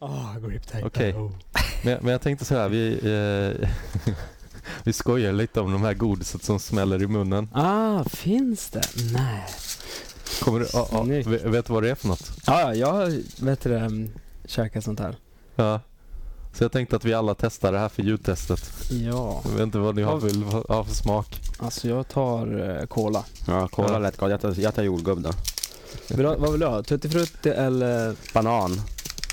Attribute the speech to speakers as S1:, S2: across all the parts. S1: Ah, grip tape.
S2: Okej.
S1: Oh.
S2: Men, men jag tänkte så här, vi, eh, vi skojar lite om de här godiset som smäller i munnen.
S1: Ah, finns det? Nej.
S2: Kommer du, ja, ja,
S1: Snyggt.
S2: ve- vet du vad det är för något?
S1: Ja, ja, jag har, vet du det, mm, käkat sånt här.
S2: Ja. Så jag tänkte att vi alla testar det här för ljudtestet.
S1: Ja,
S2: Jag vet inte vad ni har för, vad- ja, för smak.
S1: alltså jag tar eh, cola.
S3: Ja,
S2: Ja.
S3: kolla lätt gott. Jag tar, jag tar jordgubb då.
S1: Vill du, ha- vad vill du ha? Tutti frutti eller
S3: Banan.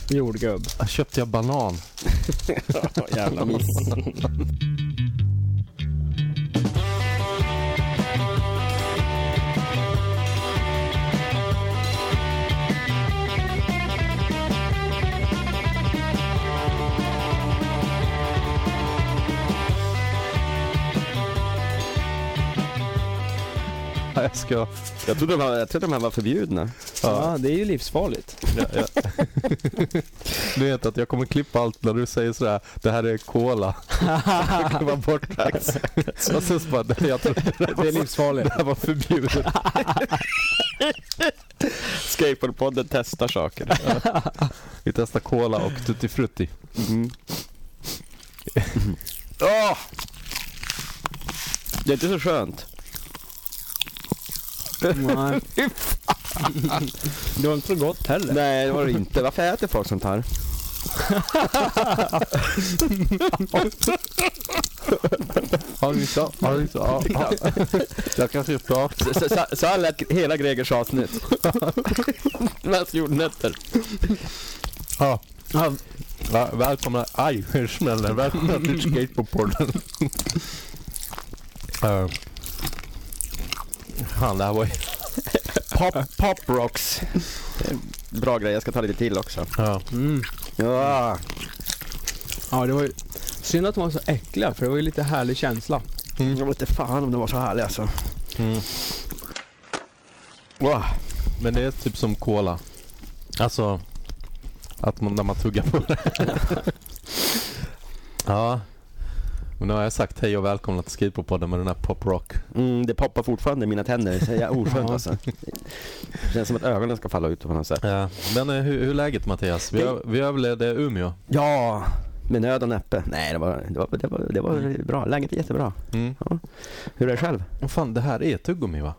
S1: jordgubb?
S2: Ah, Köpte jag banan?
S3: Jävla miss.
S2: Ja, jag ska...
S3: Jag trodde de här, jag trodde de här var förbjudna.
S1: Ja, det är ju livsfarligt.
S2: Ja, ja. Du vet att jag kommer klippa allt när du säger sådär, det här är cola. Jag kommer vara borta. Och sen så bara, "Nej, jag tror det här
S1: Det är
S2: var,
S1: livsfarligt.
S2: det här var förbjudet.
S3: Skateboardpodden testar saker.
S2: Vi testar cola och tutti frutti.
S3: Mm. Åh! Mm-hmm. Ah! Det är inte så skönt.
S1: Nej. Det var inte så gott heller.
S3: Nej, det var det inte. Varför äter folk sånt här?
S2: Har du så? Har du så? Ja, ja. Jag kan typ köpa av.
S3: Så- Så, så, så här lät hela Gregers avsnitt. Mest jordnötter.
S2: Ja. Va- Välkomna, aj hur smäller, välkomna till skateboardpodden. uh. Han, det här var ju...
S3: Pop, pop rocks. Det är en Bra grej, jag ska ta lite till också.
S2: Ja.
S1: Mm.
S3: Ja.
S1: Ja, det var ju synd att de var så äckliga för det var ju lite härlig känsla.
S3: Jag vet inte fan om de var så härliga alltså.
S2: Mm. Wow. Men det är typ som cola. Alltså, att man, när man tuggar på det. ja. Men nu har jag sagt hej och välkomna till Skateboardpodden med den här poprock.
S3: Mm, det poppar fortfarande i mina tänder. Så jag är oskönt
S1: Ja.
S3: alltså. Det känns som att ögonen ska falla ut på något sätt.
S2: Ja. Men eh, hur, hur är läget Mattias? Vi,
S3: Det-
S2: ö- vi överlevde Umeå.
S3: Ja, med nöd och näppe. Nej, det var, det var, det var, det var bra. Läget är jättebra.
S2: Mm.
S3: Hur är det själv?
S2: Och fan, det här är tuggummi va?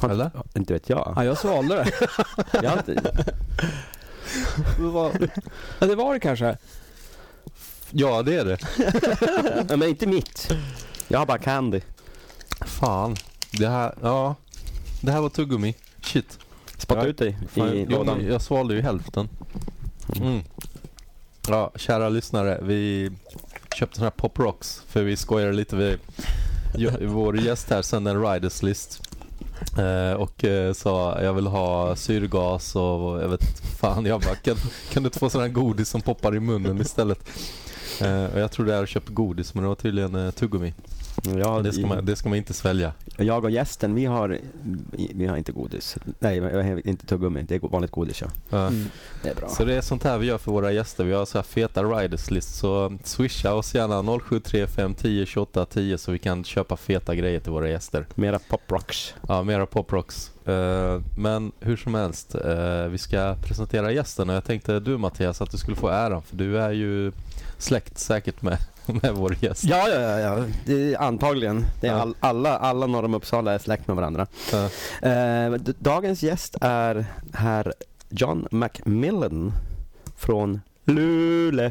S3: Har-
S2: Eller?
S3: Inte vet jag.
S1: Ja, jag svalde det.
S3: jag har inte,
S1: Ja, det var det kanske.
S2: Ja, det är det.
S3: Ja, men inte mitt. Jag har bara candy.
S2: Fan. Det här, ja. Det här var tuggummi. Shit.
S3: Spotta
S2: Ja,
S3: ut dig
S2: Fan,
S3: i
S2: jag,
S3: lådan.
S2: jag svalde ju hälften. Mm. Ja, kära lyssnare. Vi köpte såna här Pop Rocks. För vi skojade lite. Vi, jo- vår gäst här sände en riders list. Eh, och eh, sa jag vill ha syrgas och jag vet fan. Jag bara kan, kan du inte få sån här godis som poppar i munnen istället? Eh, och jag trodde jag hade köpt godis men det var tydligen eh, tuggummi.
S3: Ja,
S2: det, ska man, det ska man inte svälja.
S3: Jag och gästen, vi har, vi har inte godis. Nej, jag har inte tuggummi. Det är go- vanligt godis ja.
S2: Eh,
S1: Mm.
S3: Det är bra.
S2: Så det är sånt här vi gör för våra gäster. Vi har så här feta riders list. Så swisha oss gärna 0735 10 28 10 så vi kan köpa feta grejer till våra gäster.
S3: Mera pop rocks.
S2: Ja, mera poprocks. Eh, men hur som helst, eh, vi ska presentera gästen och jag tänkte du Mattias att du skulle få äran för du är ju släkt säkert med, med vår gäst.
S3: Ja, ja, ja, ja. Det är antagligen. Det är
S2: Ja.
S3: all, alla, alla norr om Uppsala är släkt med varandra.
S2: Ja.
S3: Eh, d- dagens gäst är herr John Macmillan från Luleå.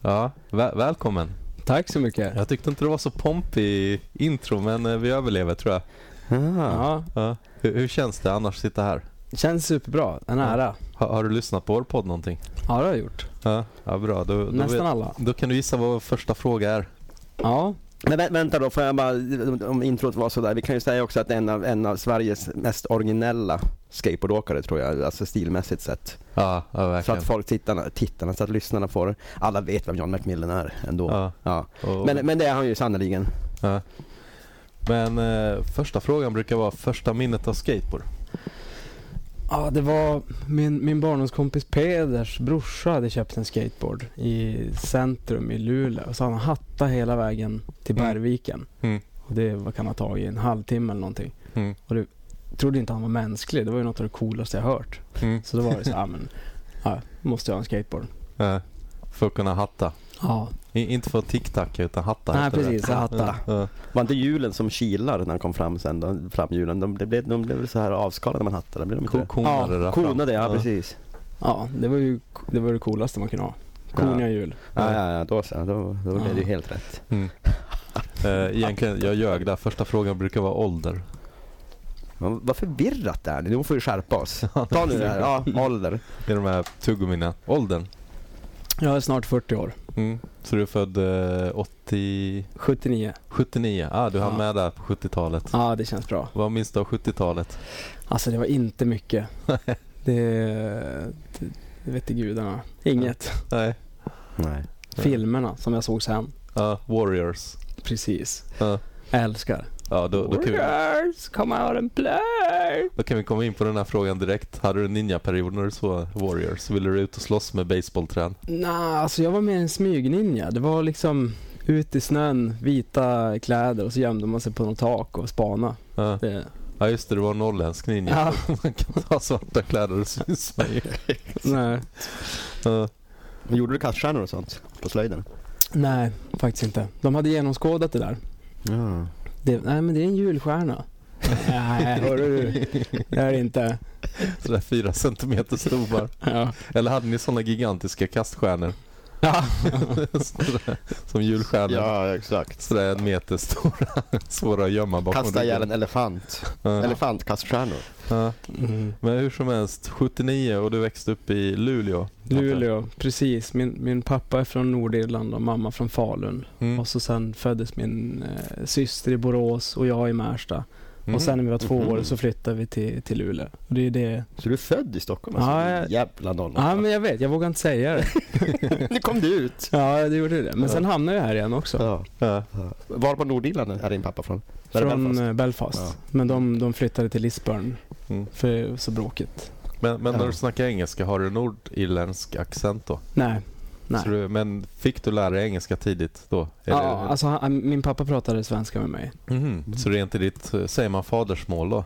S2: Ja, vä- välkommen.
S1: Tack så mycket.
S2: Jag tyckte inte det var så pompig intro men eh, vi överlever tror jag.
S3: Ah.
S1: Ja,
S2: Ja. Hur, hur känns det annars att sitta här?
S1: känns superbra. En ära.
S2: Har, har du lyssnat på vår podd någonting?
S1: Ja, det har jag gjort.
S2: Ja, ja bra. Då, då vet-
S1: Nästan alla.
S2: Då kan du gissa vad vår första fråga är.
S1: Ja,
S3: Men vä- vänta då, får jag bara, om introt var sådär. Vi kan ju säga också att en av, en av Sveriges mest originella skateboardåkare tror jag, alltså stilmässigt sett.
S2: Ja, ja
S3: Så
S2: verkligen.
S3: att folk, tittarna, tittarna, så att lyssnarna får, alla vet vem John Macmillan är ändå. Ja.
S2: ja, och, men
S3: Men, men det är han ju sannerligen.
S2: eh, första frågan brukar vara första minnet av skateboard.
S1: Ja, det var min, min barndomskompis Peders brorsa hade köpt en skateboard i centrum i Luleå. Så han hattade hela vägen till
S2: Mm.
S1: Bergviken.
S2: Mm.
S1: Och det vad kan ha tagit en halvtimme eller någonting.
S2: Mm.
S1: Och det trodde inte han var mänsklig. Det var ju något av det coolaste jag hört.
S2: Mm.
S1: Så då var det så här, men Ja, måste jag ha en skateboard.
S2: Eh, för att kunna hatta.
S1: Ja,
S2: I, inte för tic-tac utan hatta.
S1: Nej,
S2: heter
S1: precis.
S2: Det.
S1: Hatta.
S2: Ja, ja.
S3: Var inte hjulen som kilar när han kom fram sen? De, framhjulen, de, de, blev, de blev så här avskalade när man hattade, blev de inte
S2: Ko-
S3: det?
S2: Konade
S1: Ja,
S2: där fram.
S3: Konade, ja precis.
S1: ja det, var ju, det var det coolaste man kunde ha. Koniga hjul.
S3: Ja, ja, ja, då så. Då, då blev det ju
S1: Ja.
S3: helt rätt.
S2: Eh, egentligen, jag ljög där. Första frågan brukar vara ålder.
S3: Men vad förvirrat det är. Nu får vi skärpa oss. Ta nu det här. Ja, ålder.
S2: I de här tuggummina. Åldern.
S1: Jag är snart 40 år.
S2: Mm. Så du är född eh, 80...
S1: 79.
S2: 79. Ah, du hann
S1: Ja.
S2: med där på 70-talet.
S1: Ja, det känns bra.
S2: Vad minns du av 70-talet?
S1: Alltså det var inte mycket. Det, det, det vet gudarna. Inget.
S2: Nej.
S3: Nej.
S2: Ja.
S1: Filmerna som jag såg sen.
S2: Ja, Warriors.
S1: Precis.
S2: Ja.
S1: Jag älskar.
S2: Ja, då, då, kan vi,
S1: Warriors, come out and play!
S2: då kan vi komma in på den här frågan direkt. Hade du en ninja-period när du såg Warriors? Ville du ut och slåss med baseballträn?
S1: Nej, alltså jag var mer en smygninja. Det var liksom ut i snön, vita kläder och så gömde man sig på något tak och spana.
S2: Ja.
S1: Det,
S2: ja, just det. Du var en norrländsk ninja.
S1: ja,
S2: Man kan ta svarta kläder och syns man ju.
S1: nej.
S2: Ja.
S3: Gjorde du kaststjärnor och sånt på slöjden?
S1: nej, faktiskt inte. De hade genomskådat det där.
S3: Ja.
S1: Det, nej, men det är en julstjärna. nej, hörru du. Det är det inte.
S2: Sådär fyra centimeter stora.
S1: Ja.
S2: Eller hade ni sådana gigantiska kaststjärnor?
S1: Ja.
S2: Sådär, Som julstjärnor.
S3: exakt.
S2: Sådär en meter stora. Svåra att gömma bakom
S3: Kasta ihjäl en
S2: ryggen.
S3: elefant.
S2: Ja.
S3: Elefantkaststjärnor.
S2: Ja.
S1: Mm.
S2: Men hur som helst, 79 och du växte upp i Luleå.
S1: Luleå, precis. Min, min pappa är från Nordirland och mamma från Falun.
S2: Mm.
S1: Och så sen föddes min eh, syster i Borås och jag i Märsta.
S2: Mm.
S1: Och sen när vi var två
S3: Mhm.
S1: år så flyttade vi till, till Luleå. Och det är det.
S3: Så du är född i Stockholm? alltså?
S1: Ja, jag-
S3: Jävla nolla.
S1: Ja, men jag vet. Jag vågar inte säga det.
S3: Nu kom du ut!
S1: Ja, det gjorde det. Men sen hamnade jag här igen också.
S3: Ja.
S2: Mm. Ja.
S3: Var på Nordirland är din pappa från? Där är
S1: Från
S3: Belfast.
S1: eh, Belfast. Men de, de flyttade till Lisburn.
S2: Mm.
S1: För det var så bråkigt.
S2: Men, men när
S3: Ja.
S2: du snackar engelska, har du nordirländsk accent då?
S1: Nej. Nej.
S2: Så du, men fick du lära dig engelska tidigt då?
S1: Ja, alltså han, min pappa pratade svenska med mig.
S2: Mhm. Så det är inte ditt, säger man fadersmål då?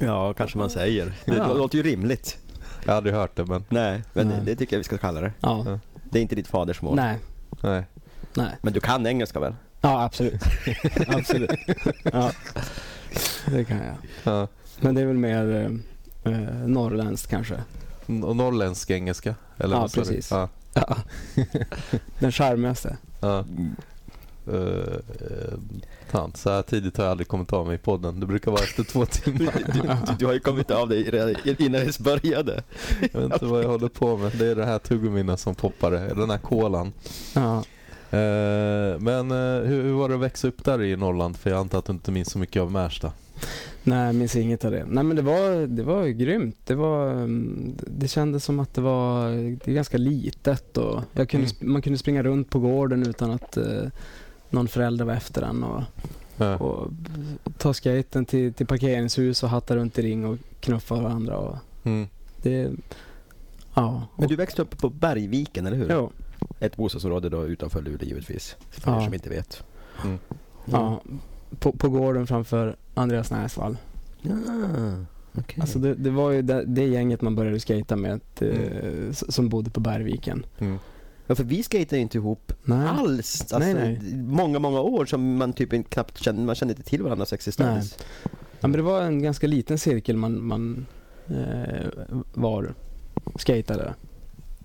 S3: Ja, kanske man säger. Det
S1: Ja.
S3: låter ju rimligt.
S2: Jag har aldrig hört det men
S3: Nej, men
S1: Nej.
S3: Det, det tycker jag vi ska kalla det.
S1: Ja.
S3: Det är inte ditt fadersmål.
S1: Nej.
S2: nej.
S1: Nej.
S3: Men du kan engelska väl?
S1: Ja, absolut. absolut. Ja. Det kan jag.
S2: Ja.
S1: Men det är väl mer eh, eh, norrländskt kanske.
S2: N- Och norrländsk engelska? Eller
S1: Ja,
S2: vad sa du?
S1: precis.
S2: Ja,
S1: Ja. Den charmigaste.
S2: ja. Eh, eh, tant, så här tidigt har jag aldrig kommit av mig i podden. Det brukar vara efter två timmar.
S3: Du, du har ju kommit av dig redan innan det ens började.
S2: Jag vet inte vad jag håller på med. Det är det här tuggummina som poppade. Den här kolan.
S1: Ja.
S2: Eh, men eh, hur, hur var det att växa upp där i Norrland? För jag antar att du inte minns så mycket av Märsta.
S1: Nej, jag minns inget av det. Nej, men det var, det var ju grymt. Det, var, mm, det kändes som att det var det är ganska litet. Och jag kunde,
S2: Mm.
S1: sp- Man kunde springa runt på gården utan att eh, någon förälder var efter en. Och,
S2: Ja.
S1: och ta skaten till, till parkeringshus och hatta runt i ring och knuffa varandra. Och
S2: Mm.
S1: det, ja.
S3: Men du växte upp på Bergviken, eller hur?
S1: Jo,
S3: Ett bostadsområde då utanför Luleå givetvis. För
S1: Ja.
S3: er som inte vet.
S2: Mm.
S1: ja. På, på gården framför Andreas Näsvall.
S3: Ja, okej.
S1: Alltså det, det var ju det, det gänget man började skata med eh, s- som bodde på Bergviken.
S2: Mm.
S3: ja, för vi skejtade ju inte ihop
S1: Nej.
S3: alls. Alltså,
S1: Nej, nej.
S3: Många, många år som man typ inte knappt kände, man kände inte till varandras existens.
S1: Ja, men det var en ganska liten cirkel man, man eh, var skatade.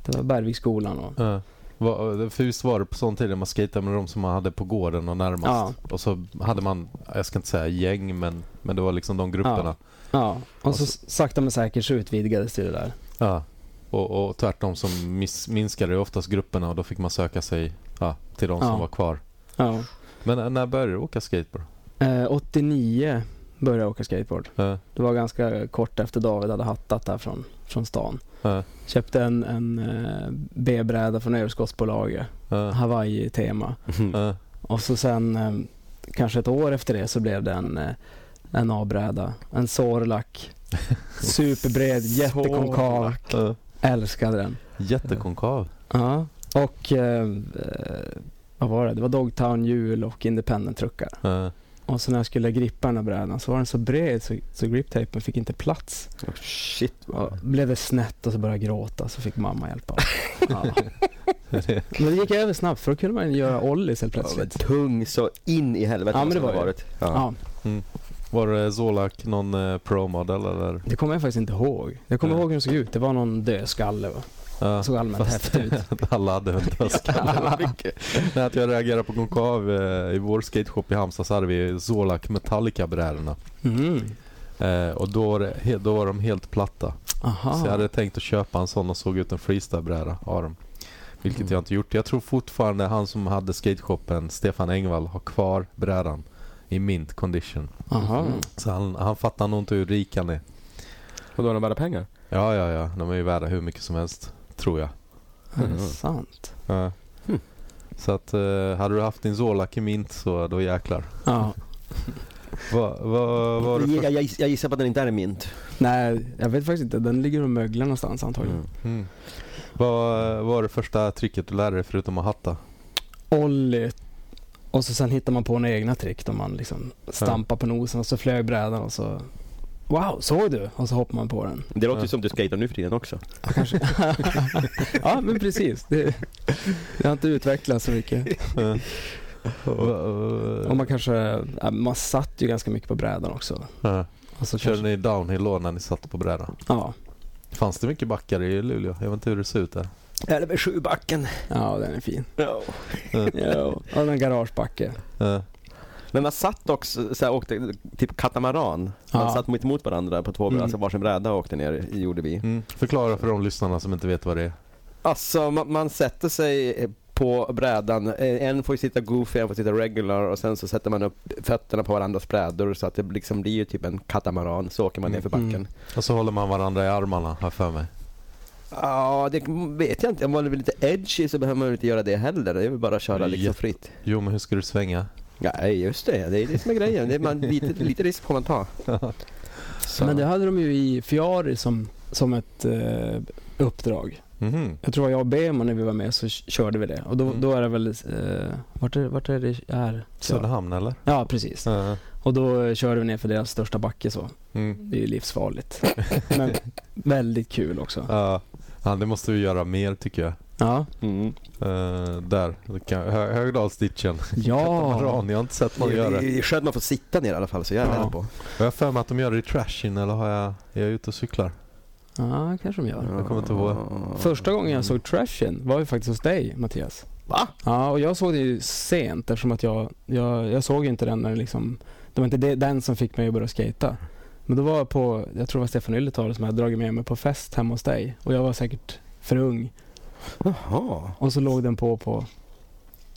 S1: Det var Bergviksskolan och
S2: Ja. Va- eh, För just var det på sån tid när man skejtade med de som man hade på gården och närmast.
S1: Ja.
S2: Och så hade man, jag ska inte säga gäng, men, men det var liksom de grupperna.
S1: Ja, och så s- sakta men säkert så utvidgades det där.
S2: Ja. Och, och tvärtom så miss, minskade ju oftast grupperna och då fick man söka sig ja, till de
S1: Ja.
S2: som var kvar.
S1: Ja.
S2: Men eh, när började du åka skateboard?
S1: Eh, 89 började jag åka skateboard.
S2: Ja,
S1: Det var ganska kort efter David hade hattat där från, från stan.
S2: ja,
S1: Köpte en, en eh, B-bräda från överskottsbolaget,
S2: ja,
S1: Hawaii-tema.
S2: ja,
S1: Och så sen eh, kanske ett år efter det så blev det en, eh, en A-bräda. En Sorlac. Superbred, jättekonkav.
S2: ja.
S1: Älskade den.
S2: Jättekonkav.
S1: Ja. Och eh, eh, vad var det? Det var Dogtown hjul och independent truckar.
S2: Ja.
S1: Och så när jag skulle grippa den här brädan så var den så bred så, så griptejpen fick inte plats.
S3: Oh, shit
S1: Och
S3: vad...
S1: blev det snett och så började jag gråta så fick mamma hjälpa. ja. Men det gick över snabbt för då kunde man ju göra ollies helt
S3: Ja, men
S1: plötsligt.
S3: tung så in i helvete
S1: Ja, men det
S3: måste
S1: var
S3: ha
S1: det.
S3: varit. Ja.
S1: Ja,
S2: Var det Zolak någon eh, pro-modell eller?
S1: det kommer jag faktiskt inte ihåg. Jag kommer
S2: Nej.
S1: ihåg hur den såg ut. Det var någon dödskalle. Va?
S2: Ja,
S1: såg allmänt
S2: fast
S1: häftig ut.
S2: alla hade en dödskalle.
S3: Mycket.
S2: Nej, att jag reagerade på Gonkav eh, i vår skateshop i Halmstad så hade vi Zolak Metallica-brädorna.
S1: Mm.
S2: Eh, och då var, det, he- då var de helt platta.
S1: Aha.
S2: Så jag hade tänkt att köpa en sån och såg ut en freestylebräda av dem. Vilket
S1: Mm.
S2: jag inte gjort. Jag tror fortfarande han som hade skateshopen, Stefan Engvall, har kvar brädan i mint condition.
S1: Aha.
S2: Så han, han fattar nog inte hur rik han är.
S4: Och då har de värda pengar.
S2: Ja, ja, ja. De är ju värda hur mycket som helst. Tror jag.
S1: Är
S2: Mm.
S1: det sant?
S2: Ja.
S1: Hm.
S3: Hmm.
S2: Så att eh, hade du haft din Zolak i mint så då jäklar.
S1: Ja.
S2: Vad va, var det
S3: Jag,
S2: för...
S3: jag, jag gissar på att den inte är mint.
S1: Nej, jag vet faktiskt inte. Den ligger och möglar någonstans antagligen.
S2: Mm. Vad vad var det första tricket du lärde dig förutom att hatta?
S1: Ollie. Och så sen hittar man på några egna trick där man liksom stampar på nosen och så flög brädan och så Wow, såg du? Och så hoppar man på den.
S3: Det låter ju
S2: Ja.
S3: som du skater nu för tiden också.
S1: Ja, kanske. ja men precis. Det, det har inte utvecklats så mycket.
S2: Eh, va,
S1: Och Eh, man kanske, ja, man satt ju ganska mycket på brädan också.
S2: eh,
S1: Och så
S2: körde
S1: kanske,
S2: ni downhill då när ni satt på brädan?
S1: ja,
S2: Fanns det mycket backar i Luleå? Jag vet inte hur det ser ut där.
S3: Eller sjubacken.
S1: ja den är fin.
S3: Ja.
S1: Ja, och en garagebacke.
S2: Eh,
S3: Men man satt också så här, åkte typ katamaran. Man
S1: Ja.
S3: satt mitt emot varandra på två,
S1: Mm.
S3: alltså varsin bräda och åkte ner, gjorde vi.
S2: mm. Förklara för de lyssnarna som inte vet vad det är.
S3: Alltså man, man sätter sig eh, på brädan. Eh, En får ju sitta goofy, en får sitta regular och sen så sätter man upp fötterna på varandras brädor så att det liksom blir ju typ en katamaran. Så åker man ner för backen.
S1: Mm.
S2: Och så håller man varandra i armarna, har jag för mig.
S3: Ja, det vet jag inte. Om man är lite edgy så behöver man väl inte göra det heller. Det är väl bara att köra liksom
S2: Jätte-
S3: fritt.
S2: Jo, men hur ska du svänga?
S3: Nej, just det. Det är det som är grejen. Det är man, lite, lite risk får man ta. Så.
S1: Men det hade de ju i Fiari som, som ett eh, uppdrag.
S2: Mhm.
S1: Jag tror jag och Bema när vi var med så k- körde vi det. Och då,
S2: Mm.
S1: då är det väl, eh, vart, är, vart är det är?
S2: Söderhamn eller?
S1: Ja, precis.
S2: Eh,
S1: Och då eh, körde vi ner för deras största backe så.
S2: Mm.
S1: Det är ju livsfarligt. Men väldigt kul också.
S2: Ja. ja, det måste vi göra mer tycker jag.
S1: Ja.
S3: Mm.
S2: Eh, där, det kan- Hö- Högdalsditchen.
S1: Ja.
S2: Katamaran, jag har inte sett
S3: Det,
S2: någon göra
S3: är-
S2: det.
S3: det är skönt att man får sitta ner i alla fall, så jag är
S1: Ja.
S3: rädd på.
S2: Har jag för mig att de gör det i trashin eller har jag, är jag ute och cyklar?
S1: Ja, kanske de gör.
S2: Jag kommer inte ihåg.
S1: Första gången jag såg Trashin var ju faktiskt hos dig Mattias.
S3: Va?
S1: Ja, och jag såg det ju sent eftersom att jag, jag, jag såg ju inte den när den liksom, det var inte det, den som fick mig att börja skata. Men då var jag på, jag tror det var Stefan Ylital som hade dragit med mig på fest hemma hos dig och jag var säkert för ung.
S3: Jaha.
S1: Och så låg den på på,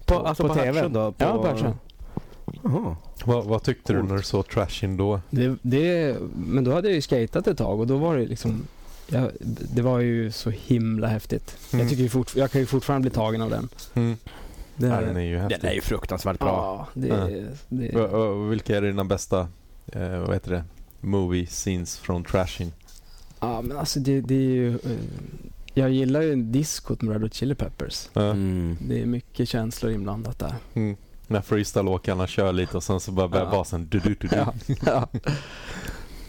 S3: På, alltså på,
S1: TV.
S3: Hatchen då? På...
S1: Ja, på Hatchen.
S3: Jaha.
S2: Vad, vad tyckte du när du såg trashin då?
S1: Det, det, men då hade jag ju skatat ett tag och då var det liksom jag, det var ju så himla häftigt.
S2: Mm.
S1: Jag, tycker ju fort, jag kan ju fortfarande bli tagen av den.
S2: Mm.
S1: Det
S2: Ja, den är ju häftig.
S3: Den är ju fruktansvärt bra.
S1: ja, det, det,
S2: Och- och Vilka är dina bästa, eh, vad heter det, movie scenes från trashin?
S1: Ja men alltså det, det är ju eh, Jag gillar ju diskot med Red Hot Chili Peppers
S2: Eh,
S3: Mm.
S1: Det är mycket känslor inblandat där
S2: Mm. När freestyleåkarna kör lite och sen så bara börjar
S1: Ja.
S2: basen du, du, du, du.
S1: Ja, ja. ja.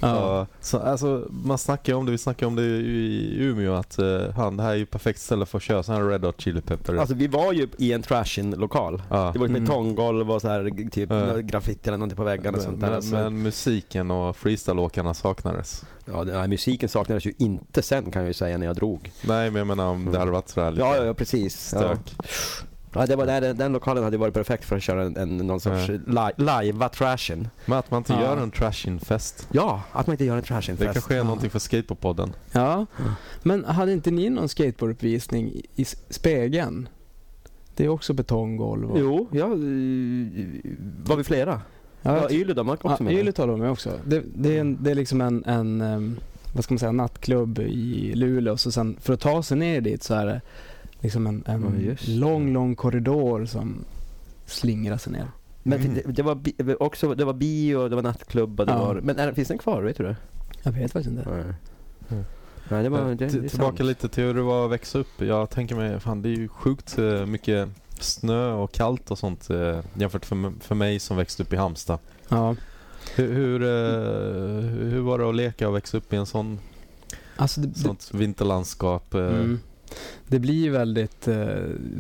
S2: Ja, så, alltså, man snackar ju om det, vi snackar om det i Umeå att eh, han, det här är ju perfekt ställe för att köra sån här Red Hot Chili Pepper.
S3: Alltså vi var ju i en trashin-lokal.
S2: Ja.
S3: Det var ju
S1: Mm.
S3: betonggolv och så här, typ
S2: Ja.
S3: graffiti eller någonting på väggarna och sånt där.
S2: Men,
S3: Så-
S2: men musiken och freestyleåkarna saknades.
S3: Ja, den här musiken saknades ju inte sen kan jag ju säga när jag drog.
S2: Nej men jag menar om det hade varit sådär lite
S3: Mm. Ja, ja, ja precis. Ja.
S2: stök.
S3: Ja, det var där, den- den lokalen hade ju varit perfekt för att köra en, en, någon sorts
S2: Ja.
S3: li- lajva trashen.
S2: Men att man inte
S1: Ja.
S2: gör en trashin-fest.
S3: Ja, att man inte gör en
S2: Det
S3: trashin-fest.
S2: kanske är någonting för skateboardpodden.
S1: ja Men hade inte ni någon skateboarduppvisning i- i s- spegeln? Det är också betonggolv och...
S3: Jo, ja, eh, var vi flera? Ja,
S1: jag-
S3: Yle de var också
S1: ja
S3: med.
S1: Ylet har de med också det, det, är en, det är liksom en, en ehm, Vad ska man säga, nattklubb i Luleå så sen för att ta sig ner dit så är det Liksom en, en
S3: Ja, just det.
S1: lång, lång korridor som slingrar sig ner
S3: Men det, det var bi- också, det var bio, det var nattklubb och det
S1: Ja.
S3: var... Men är, finns den kvar, vet du det?
S1: Jag vet faktiskt inte
S3: Nej.
S2: Mm.
S3: Nej, det var...
S2: Eh,
S3: Det, det är
S2: till- Tillbaka
S3: sant.
S2: lite till hur det var att växa upp. Jag tänker mig, fan det är ju sjukt eh, mycket snö och kallt och sånt eh, jämfört för, m- för mig som växte upp i Halmstad.
S1: Ja.
S2: Hur, hur, eh, hur var det att leka och växa upp i en sån,
S1: Alltså det, det,
S2: sånt vinterlandskap? eh?
S1: mm. det blir ju väldigt... Eh,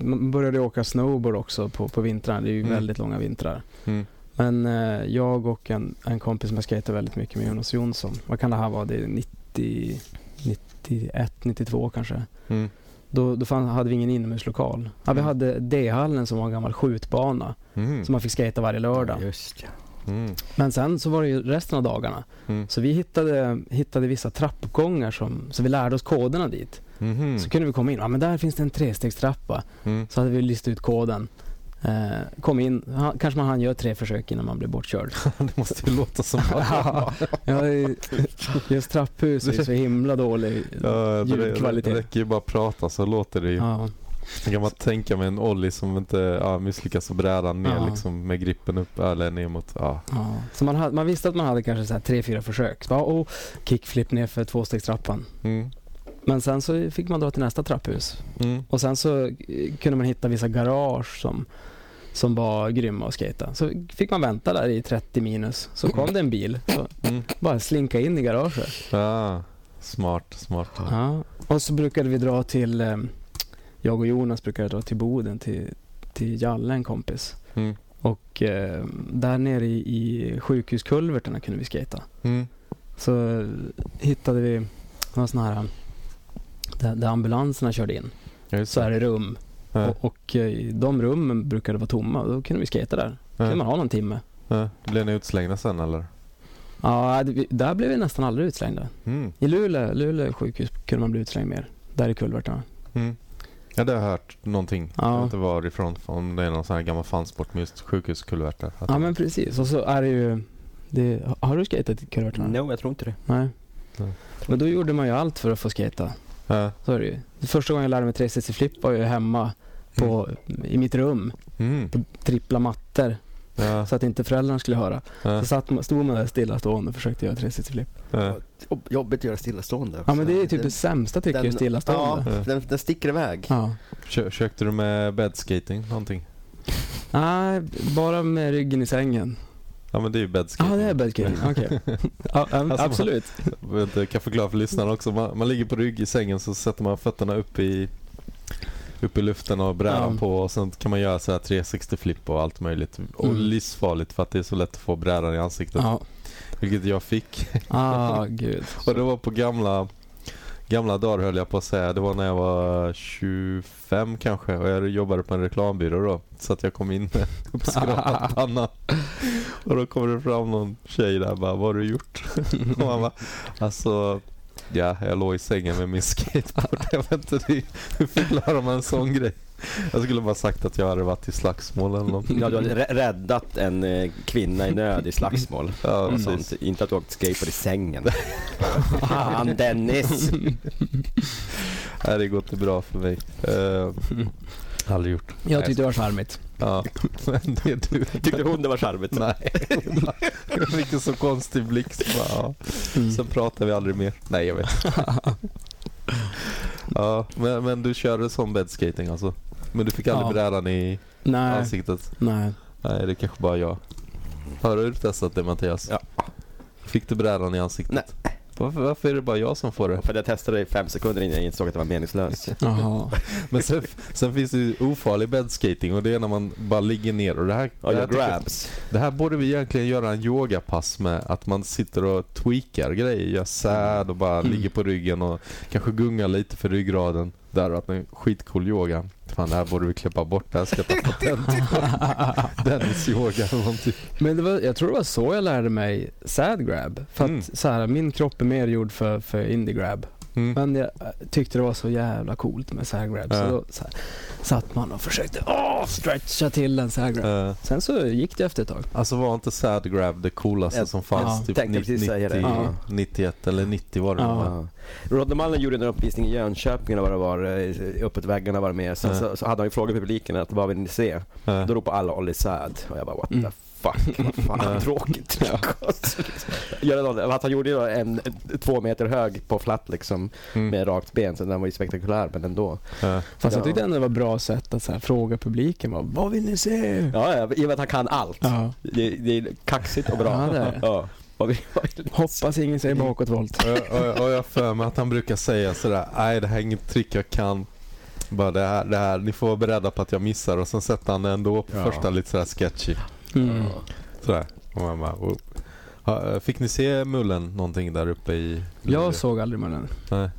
S1: man började ju åka snowboard också på, på vintrarna. Det är ju
S2: Mm.
S1: väldigt långa vintrar.
S2: Mm.
S1: Men eh, jag och en, en kompis som jag skejtar väldigt mycket med, Jonas Jonsson. Vad kan det här vara? Det är 90, 91, 92 kanske.
S2: Mm.
S1: Då, då fann, hade vi ingen inomhuslokal. Ja, vi
S2: Mm.
S1: hade D-hallen som var en gammal skjutbana
S2: Mm.
S1: som man fick skejta varje lördag.
S3: Just ja.
S2: Mm.
S1: Men sen så var det ju resten av dagarna.
S2: Mm.
S1: Så vi hittade, hittade vissa trappuppgångar som, så vi lärde oss koderna dit.
S2: Mhm.
S1: Så kunde vi komma in. Ja men där finns det en trestegstrappa.
S2: Mm.
S1: Så hade vi listat ut koden. Eh, kom in. Ha, kanske man hann göra tre försök innan man blev bortkörd.
S2: Det måste ju låta som
S1: ja, jag är- just trapphus är ju så himla dålig.
S2: Ja, det, det,
S1: Ljudkvalitet.
S2: det räcker ju bara att prata så låter det ju.
S1: Ja,
S2: Jag kan bara tänka mig en Olli som inte ja, misslyckas och brädan ner
S1: Ja.
S2: liksom, med grippen upp eller ner mot... Ja.
S1: ja. Så man, hade, man visste att man hade kanske så här tre, fyra försök. Så bara, oh, kickflip ner för tvåstegstrappan.
S2: Mm.
S1: Men sen så fick man dra till nästa trapphus.
S2: Mm.
S1: Och sen så eh, kunde man hitta vissa garage som, som var grymma att skata. Så fick man vänta där i 30 minus. Så kom det en bil. Så
S2: Mm.
S1: bara slinka in i garaget.
S2: Ja. Smart, smart.
S1: Ja. Och så brukade vi dra till, eh, jag och Jonas brukade dra till Boden, till, till Jalle, en kompis.
S2: Mm.
S1: Och eh, där nere i, i sjukhuskulverterna kunde vi skata.
S2: Mm.
S1: Så hittade vi några sådana här, där, där ambulanserna körde in.
S2: Ja, just
S1: Så är det rum
S2: Ja.
S1: Och, och eh, de rummen brukade vara tomma. Då kunde vi skata där. Då kunde
S2: Ja.
S1: man ha någon timme.
S2: Ja. Blev ni utslängda sen eller?
S1: Ja, det- vi- där blev vi nästan aldrig utslängda.
S2: Mm.
S1: I Luleå, Luleå sjukhus kunde man bli utslängd mer. Där i kulvertarna.
S2: Mm. Ja, det har jag hört någonting.
S1: Ja.
S2: Jag vet inte varifrån. Om det är någon sån här gammal fansport med just sjukhuskulvertar. Att-
S1: Ja, men precis. Och så är det ju... Det, har du skatat i kulvertarna?
S3: No, jag tror inte det.
S1: Nej.
S2: Nej.
S1: Men då gjorde man ju allt för att få skata.
S2: Ja.
S1: Så är det ju. Första gången jag lärde mig 360 flip var jag hemma på, i mitt rum
S2: Mm.
S1: på trippla mattor
S2: Ja.
S1: så att inte föräldrarna skulle höra.
S2: Ja.
S1: Så satt, man- stod man där stillastående och försökte göra 360 flip.
S2: Ja.
S3: Jobb- Jobbigt att göra stillastående.
S1: Ja men det är typ det
S3: Den-
S1: sämsta tycker jag, stillastående.
S2: Ja.
S3: Ja, den, den sticker iväg.
S1: Ja.
S2: Kö- Kökte du med bedskating någonting?
S1: Nej, bara med ryggen i sängen.
S2: Ja men det är ju
S1: Ja,
S2: bedskating.
S1: ah, det är bedkilling. Okej. Ja, ehm,
S2: Alltså,
S1: absolut.
S2: Jag vet inte, jag kan förklara för lyssnarna också. Man, man ligger på rygg i sängen så sätter man fötterna upp i, upp i luften och brädan
S1: Ja.
S2: på och sen kan man göra så här 360 flip och allt möjligt. Och
S1: Mm.
S2: livsfarligt för att det är så lätt att få brädan i ansiktet.
S1: Ja.
S2: Vilket jag fick.
S1: Ah, gud.
S2: Och det var på gamla, gamla dagar höll jag på att säga. Det var när jag var 25 kanske och jag jobbade på en reklambyrå då. Så att jag kom in med uppskrapad panna. Och då kommer det fram någon tjej där och bara, vad har du gjort? Och man bara, alltså Ja, jag låg i sängen med min skateboard. Jag vet inte hur- hur förklarar man en sån grej. Jag skulle bara sagt att jag hade varit i slagsmål eller något.
S3: Ja, du hade rä- räddat en eh, kvinna i nöd i slagsmål.
S2: Ja,
S3: Och
S2: precis.
S3: sånt. Inte att du åkt skateboard i sängen. Fan Dennis!
S2: Nej, det går inte bra för mig. Uh, aldrig gjort.
S1: Jag tyckte det var charmigt.
S2: Ja, men det är du.
S3: Tyckte hon det var charmigt?
S2: Nej. Vilken så konstig blick. Så bara, ja.
S1: Mm.
S2: Sen pratar vi aldrig mer. Nej, jag vet ja, men, men du körde som bedskating alltså? Men du fick aldrig
S1: Ja.
S2: brädan i
S1: Nej,
S2: ansiktet?
S1: nej.
S2: Nej, det är kanske bara jag. Har du testat det Mattias?
S3: Ja.
S2: Fick du brädan i ansiktet?
S3: Nej.
S2: Varför, varför är det bara jag som får det?
S3: För jag testade i fem sekunder innan jag insåg att det var meningslöst.
S1: Jaha.
S2: Men sen, sen finns det ju ofarlig bedskating och det är när man bara ligger ner och det här,
S3: Ja,
S2: det
S3: jag
S2: här tycker jag-
S3: grabs.
S2: Det här borde vi egentligen göra en yogapass med. Att man sitter och tweakar grejer. Gör säd och bara
S1: Mm.
S2: ligger på ryggen och kanske gungar lite för ryggraden. Där har varit en skitcool yoga. Fan, det här borde vi klippa bort. Det här ska jag ta patent på. Dennis yoga eller någonting.
S1: Men det var, jag tror det var så jag lärde mig sad grab. För att
S2: Mm.
S1: så här, min kropp är mer gjord för, för indie grab.
S2: Mm.
S1: Men jag eh, tyckte det var så jävla coolt med sad grab.
S2: Ja.
S1: Så då så här, satt man och försökte åh, stretcha till en sad grab.
S2: Eh,
S1: Sen så gick det efter ett tag.
S2: alltså var inte sad grab det coolaste
S3: Jag
S2: som fanns?
S1: Ja.
S2: typ
S3: tänkte
S2: 90,
S3: precis säga det.
S1: Ja.
S2: 91 eller 90 var det.
S1: Ja.
S2: va?
S3: Ja. Rodney Mullen gjorde en uppvisning i Jönköping, eller vad det var, eh, uppåt väggarna var det med. Sen
S2: Ja.
S3: så, så hade han ju frågat publiken att vad vill ni se?
S2: Ja.
S3: Då ropade alla Olli Sad och jag bara what the
S1: Mm.
S3: fuck, vad fan
S2: Ja.
S3: tråkigt. Göra något- Att han gjorde ju en eh, två meter hög på flatt liksom
S2: Mm. Eh.
S3: med rakt ben så den var ju spektakulär men ändå.
S2: Ja.
S1: Fast
S3: Ja.
S1: jag tyckte ändå det var ett bra sätt att så här, fråga publiken. Vad, vad vill ni se?
S3: Ja, ja, i och med att han kan allt.
S1: Ja.
S3: Det, det är kaxigt och bra.
S1: Ja, det är det.
S3: Ja. Vad vill- vad vill-
S1: Hoppas ingen säger bakåtvolt.
S2: Och, jag- och, jag- och jag har för mig att han brukar säga sådär, nej det här är inget trick jag kan. Bara det här, det här, ni får vara beredda på att jag missar. Och sen sätter han det ändå på
S3: Ja.
S2: första lite sådär sketchy.
S1: Mm.
S2: Sådär. Och man bara, oh. ha, fick ni se Mullen någonting där uppe i
S1: Jag såg aldrig mannen.
S2: Nej.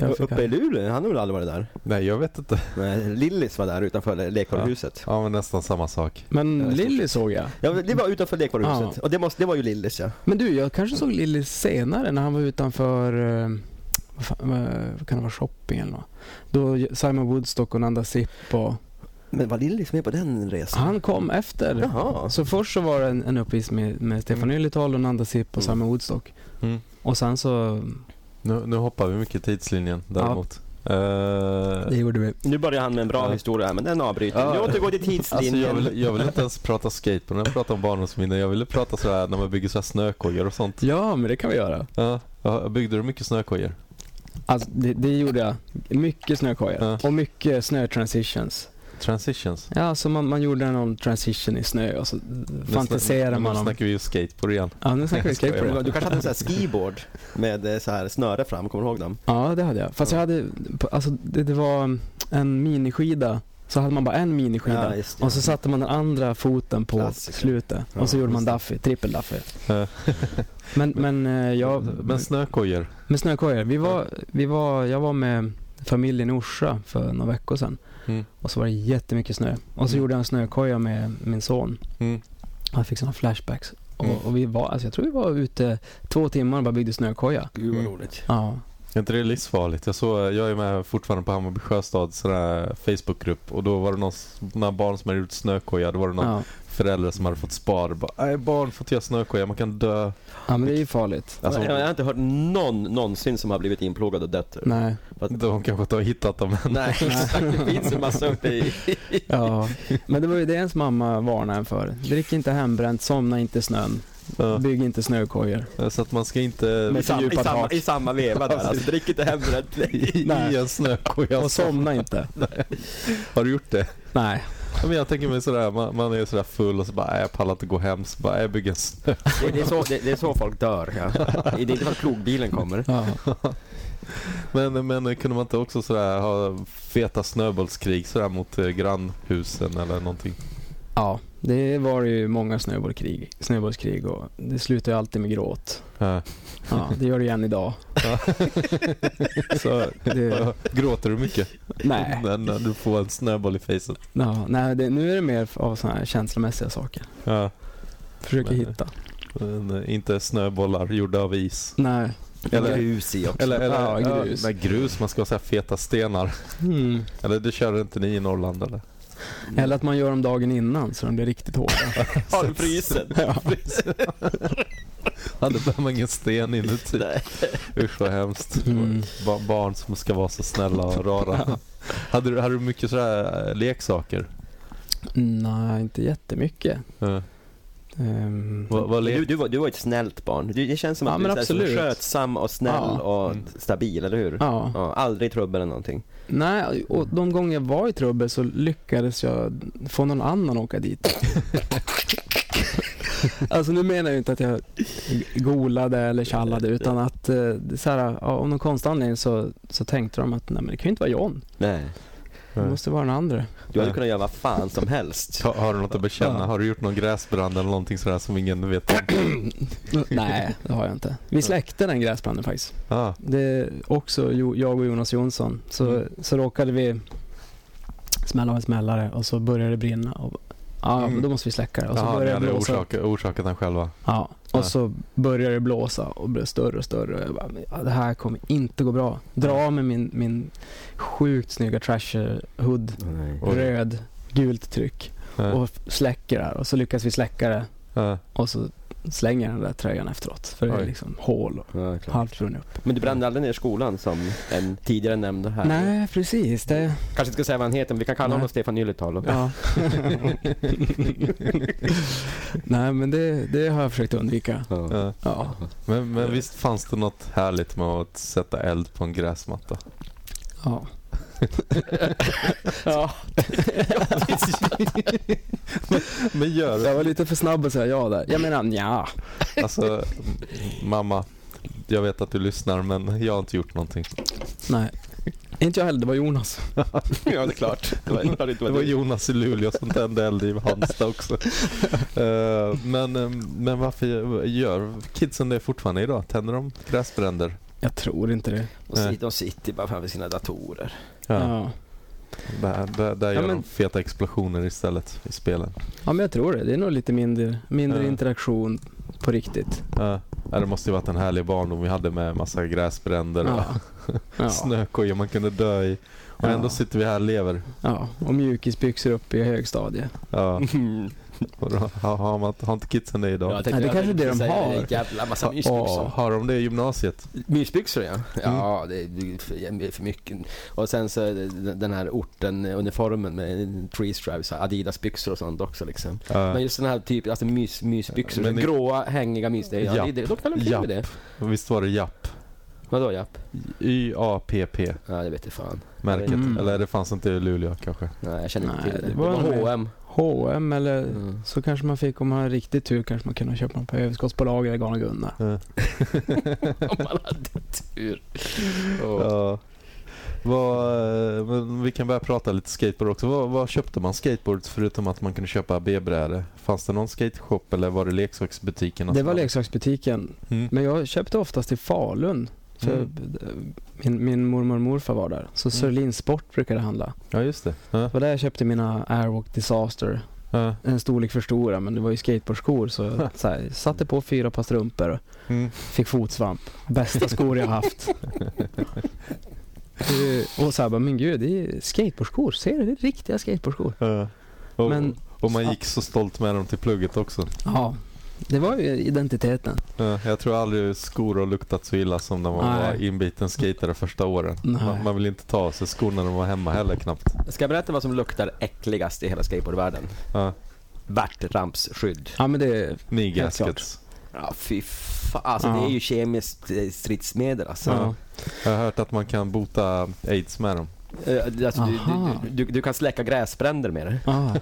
S1: Jag fick
S3: Uppe i Luleå, han har väl aldrig varit där?
S2: Nej, jag vet inte.
S3: Nej, Lillis var där utanför le- lekvaruhuset.
S2: Ja, men nästan samma sak.
S1: Men Lilly såg jag.
S3: Ja, det var utanför lekvaruhuset.
S1: Ja.
S3: Och det, måste, det var ju Lillis ja.
S1: Men du, jag kanske såg Lilly senare när han var utanför eh, vad fan, eh, vad kan det vara, shopping eller något. Då Simon Woodstock och Nanda Zip och...
S3: Men var Lillis med på den resan?
S1: Han kom efter.
S3: Jaha.
S1: Så först så var det en, en uppvisning med, med Stefan Ylitalo, och Nanda Zip och
S3: Mm.
S1: Simon Woodstock.
S2: Mm.
S1: Och sen så...
S2: Nu, nu hoppar vi mycket tidslinjen däremot. Eh,
S1: Det gjorde vi.
S3: Nu börjar han med en bra
S2: Ja.
S3: historia här, men den avbryter
S2: Ja.
S3: vi. Nu återgår till
S2: Alltså
S3: tidslinjen.
S2: jag, vill, jag vill inte ens prata skateboard, jag pratar om barndomsminnen. Jag ville prata sådär när man bygger sådär snökojor och sånt.
S1: Ja, men det kan vi göra.
S2: Ja, ja, byggde du mycket snökojor?
S1: Alltså, det, det gjorde jag. Mycket snökojor
S2: Ja.
S1: och mycket snötransitions.
S2: Transitions?
S1: Ja, så man, man gjorde någon transition i snö och så fantiserar
S2: Nu
S1: man
S2: snak- Nu
S1: om...
S2: snackar vi ju skateboard igen.
S1: Ja, nu snackar vi
S2: Jag skojar
S1: skateboard.
S2: bara.
S3: Du kanske hade en sån här skiboard med eh, så här snöre fram, kommer du ihåg dem?
S1: Ja, det hade jag. Fast jag hade, alltså det, det var en miniskida. Så hade man bara en miniskida.
S3: just
S1: Och så satte man den andra foten på
S3: Klassiker.
S1: slutet.
S2: Ja,
S1: och så gjorde man
S2: just det.
S1: Duffy, trippel-Duffy.
S2: Ja.
S1: men, men, eh, jag,
S2: Men snökojor?
S1: med snökojor. Vi var, vi var, jag var med familjen i Orsa för några veckor sedan.
S2: Mm.
S1: Och så var det jättemycket snö. Och så
S2: Mm.
S1: gjorde jag en snökoja med min son.
S2: Mm.
S1: Och jag fick sådana flashbacks.
S2: Mm.
S1: Och, och vi var, alltså jag tror vi var ute två timmar och bara byggde snökoja.
S3: Gud vad
S2: Mm.
S3: roligt.
S1: Ja.
S2: Är inte det livsfarligt? Jag, såg, jag är med fortfarande på Hammarby Sjöstad sån här Facebookgrupp och då var det någon, s- några barn som hade gjort snökoja. Då var det någon
S1: Ja.
S2: förälder som hade fått spar. Bara, Nej, barn får inte göra snökoja, man kan dö.
S1: ja, men det är ju farligt.
S2: Alltså,
S3: jag har inte hört någon någonsin som har blivit inplågad och dött.
S1: Nej.
S2: de kanske inte har hittat dem än.
S3: Nej, exakt. Det finns en massa uppe i...
S1: Ja. Men det var ju det ens mamma varnade en för. Drick inte hembränt, somna inte i snön, bygg inte snökojor.
S2: Ja, Så att man ska inte
S3: I
S1: Med
S3: samma, i,
S1: fördjupat
S3: samma,
S1: hak.
S3: I samma veva där. Alltså, drick inte hembränt.
S2: i,
S1: Nej.
S2: i en snökoja.
S1: Och somna inte.
S2: Har du gjort det?
S1: Nej.
S2: Ja, Men jag tänker mig sådär, man, man är sådär full och så bara, "Nej, jag pallar inte gå hem. Så bara, "Nej, jag bygger en snö.
S3: Det, det, är så, det, det är så folk dör. Ja. Det är inte för att plogbilen kommer.
S1: Ja.
S2: Men, men kunde man inte också sådär ha feta snöbollskrig sådär mot eh, grannhusen eller någonting?
S1: ja. Det var ju många snöbollskrig, snöbollskrig och det slutar ju alltid med gråt.
S2: Ja.
S1: Ja, det gör det ju än idag.
S2: Så,
S1: Det,
S2: gråter du mycket
S1: nej,
S2: när, när du får en snöboll i facet?
S1: ja, nej det, nu är det mer av sådana här känslomässiga saker.
S2: Ja.
S1: Försöker
S2: Men-
S1: hitta.
S2: Men, eh, inte snöbollar gjorda av is.
S1: Nej.
S2: Eller-
S3: grus i också.
S2: Eller, eller
S1: Ja,
S2: ja,
S1: grus.
S2: nej, grus, man ska ha såhär feta stenar.
S1: Mm.
S2: Eller det kör inte ni i Norrland eller?
S1: Eller att man gör dem dagen innan så de blir riktigt hårda.
S3: Har du frysen?
S1: Ja.
S2: Ja, då behöver man ingen sten inuti.
S3: Nej.
S2: Usch vad hemskt.
S1: Mm.
S2: Ba- barn som ska vara så snälla och rara. Hade du, hade du mycket sådär eh, leksaker?
S1: Mm, Nej, inte jättemycket.
S2: Eh,
S1: Ehm,
S2: vad, vad
S3: Du,
S2: le-
S3: du, var, du var ett snällt barn. Du, det känns som
S1: Ja,
S3: att
S1: men
S3: du är så här
S1: absolut.
S3: skötsam och snäll
S1: Ja.
S3: och
S2: Mm.
S3: stabil, eller hur?
S1: ja.
S3: Ja, aldrig i trubbel eller någonting.
S1: Nej, och de gånger jag var i trubbel så lyckades jag få någon annan att åka dit. alltså nu menar jag inte att jag golade eller tjallade utan att eh, det är så här, ja, av någon konstig anledning så, så tänkte de att nej men det kan ju inte vara John,
S3: Nej.
S1: det måste vara den andra.
S3: Du hade
S2: Nej.
S3: kunnat göra vad fan som helst.
S2: Ha, har du något att bekänna?
S1: Ja.
S2: Har du gjort någon gräsbrand eller någonting sådär som ingen vet om?
S1: nej, det har jag inte. Vi släckte den gräsbranden faktiskt.
S2: Ah,
S1: Det är också jo- jag och Jonas Jonsson. Så,
S2: Mm.
S1: så råkade vi smälla av en smällare och så började det brinna. Och, ja,
S2: Mm.
S1: men då måste vi släcka det. Och så
S2: Jaha, ni
S1: började det
S2: hade
S1: blåsa.
S2: orsakat, orsakat den själva?
S1: Ja,
S2: Ja.
S1: och så började det blåsa och blev större och större. Och jag bara, men, ja, det här kommer inte gå bra. Dra av mig min, min sjukt snygga trasher-hood,
S3: Nej.
S2: Oj.
S1: röd, gult tryck
S2: Eh,
S1: och f- släcker det här. Och så lyckas vi släcka det
S2: eh,
S1: och så slänger den där tröjan efteråt. För det är
S3: Oj.
S1: liksom hål och
S3: Ja, klart.
S1: halvt brunnit upp.
S3: Men du brände aldrig ner skolan som en tidigare nämnde här?
S1: Nej, precis. Det,
S3: Kanske inte ska säga vad han heter, men vi kan kalla
S1: Nej.
S3: honom Stefan Ylätalo.
S1: Ja. Nej, men det, det har jag försökt undvika.
S3: Ja.
S2: Ja.
S1: Ja,
S2: Men, men visst fanns det något härligt med att sätta eld på en gräsmatta?
S1: ja.
S2: Men gör
S1: Jag
S2: det.
S1: var lite för snabb att säga ja där. Jag menar ja.
S2: Alltså, m- mamma. Jag vet att du lyssnar men jag har inte gjort någonting.
S1: Nej. Inte jag heller, det var Jonas.
S3: ja, det är klart. Det var, det
S2: Det var Jonas i Luleå som tände eld i Halmstad också. Eh, men, eh, men varför gör kidsen det fortfarande idag? Tänder de gräsbränder?
S1: Jag tror inte det.
S2: Och sit-
S3: de sitter bara framför sina datorer.
S1: Ja,
S2: Ja.
S1: ja.
S2: Där, där, där
S1: Ja,
S2: gör de
S1: men-
S2: feta explosioner istället i spelen.
S1: men jag tror det. Det är nog lite mindre, mindre
S2: Ja.
S1: interaktion på riktigt.
S2: Ja. Ja, det måste ju varit en härlig barndom vi hade med massa gräsbränder och
S1: Ja. Ja.
S2: snökojor man kunde dö i. Och
S1: Ja.
S2: ändå sitter vi här och lever.
S1: ja. Och mjukisbyxor upp i högstadiet.
S2: Ja.
S3: Mm.
S2: Och då, har, har, man, har inte kidsen det idag?
S1: tänkte- det kanske är det de har.
S3: Jävla massa Mm.
S2: Ja, har de det i gymnasiet?
S3: Mysbyxor ja. Ja, det är- det är för- det är för mycket. Och sen så är det den här orten-uniformen med tree stripes, Adidas-byxor och sånt också liksom.
S2: Ja.
S3: Men just den här typen, alltså mys, mysbyxor,
S2: Men det-
S3: gråa hängiga mys, det, är- ja,
S2: Japp.
S3: det, det, då kan de kul med det.
S2: Visst var det Japp?
S3: Vadå japp?
S2: Y-A-P-P
S3: Ja, det vet jag fan.
S2: märket.
S1: Mm.
S2: Eller det fanns inte i Luleå kanske.
S3: Nej, jag känner inte
S1: Nej,
S3: till det.
S1: det
S3: Det
S1: var
S3: var
S1: nog mer-
S3: H&M
S1: H&M eller
S3: Mm.
S1: så kanske man fick, om man hade riktigt tur, kanske man kunde köpa en på överskottsbolag eller Garn och Gunnar.
S3: om man hade tur.
S2: Ja. Vad, eh, men vi kan börja prata lite skateboard också. Vad, vad köpte man skateboard förutom att man kunde köpa B-brädor? Fanns det någon skateshop eller var det leksaksbutikerna?
S1: Det
S2: som
S1: var
S2: hade-
S1: leksaksbutiken.
S2: Mm.
S1: Men jag köpte oftast i Falun. För
S2: Mm.
S1: eh, min, min mormor och morfar var där. Så
S2: Mm.
S1: Sörlin Sport brukade jag handla.
S2: Ja, just det. Ja.
S1: Det var där jag köpte mina Airwalk Disaster.
S2: Ja.
S1: En storlek för stora men det var ju skateboardskor så jag så här, satte på fyra par strumpor och
S2: Mm.
S1: fick fotsvamp. Bästa skor jag haft. Eh, och så här, bara, men gud det är skateboardskor. Ser du? Det är riktiga skateboardskor.
S2: Ja. Och,
S1: Men-
S2: och man gick så stolt med dem till plugget också.
S1: Ja, det var ju identiteten.
S2: Ja, jag tror aldrig skor har luktat så illa som när man
S1: Nej.
S2: var inbiten skatare första åren.
S1: Nej.
S2: Man, man vill inte ta av sig skorna när man var hemma heller knappt.
S3: Ska jag berätta vad som luktar äckligast i hela skateboardvärlden?
S2: Ja.
S3: Värtrampsskydd.
S1: Ja men det,
S2: Knee
S1: Helt klart.
S2: gaskets.
S3: Ja, fy fan. Alltså
S1: Ja.
S3: det är ju kemiskt eh, stridsmedel alltså.
S1: ja.
S2: Jag har hört att man kan bota aids med dem.
S3: Eh, alltså du,
S1: Aha.
S3: du, du, du kan släcka gräsbränder med det.
S1: Ja.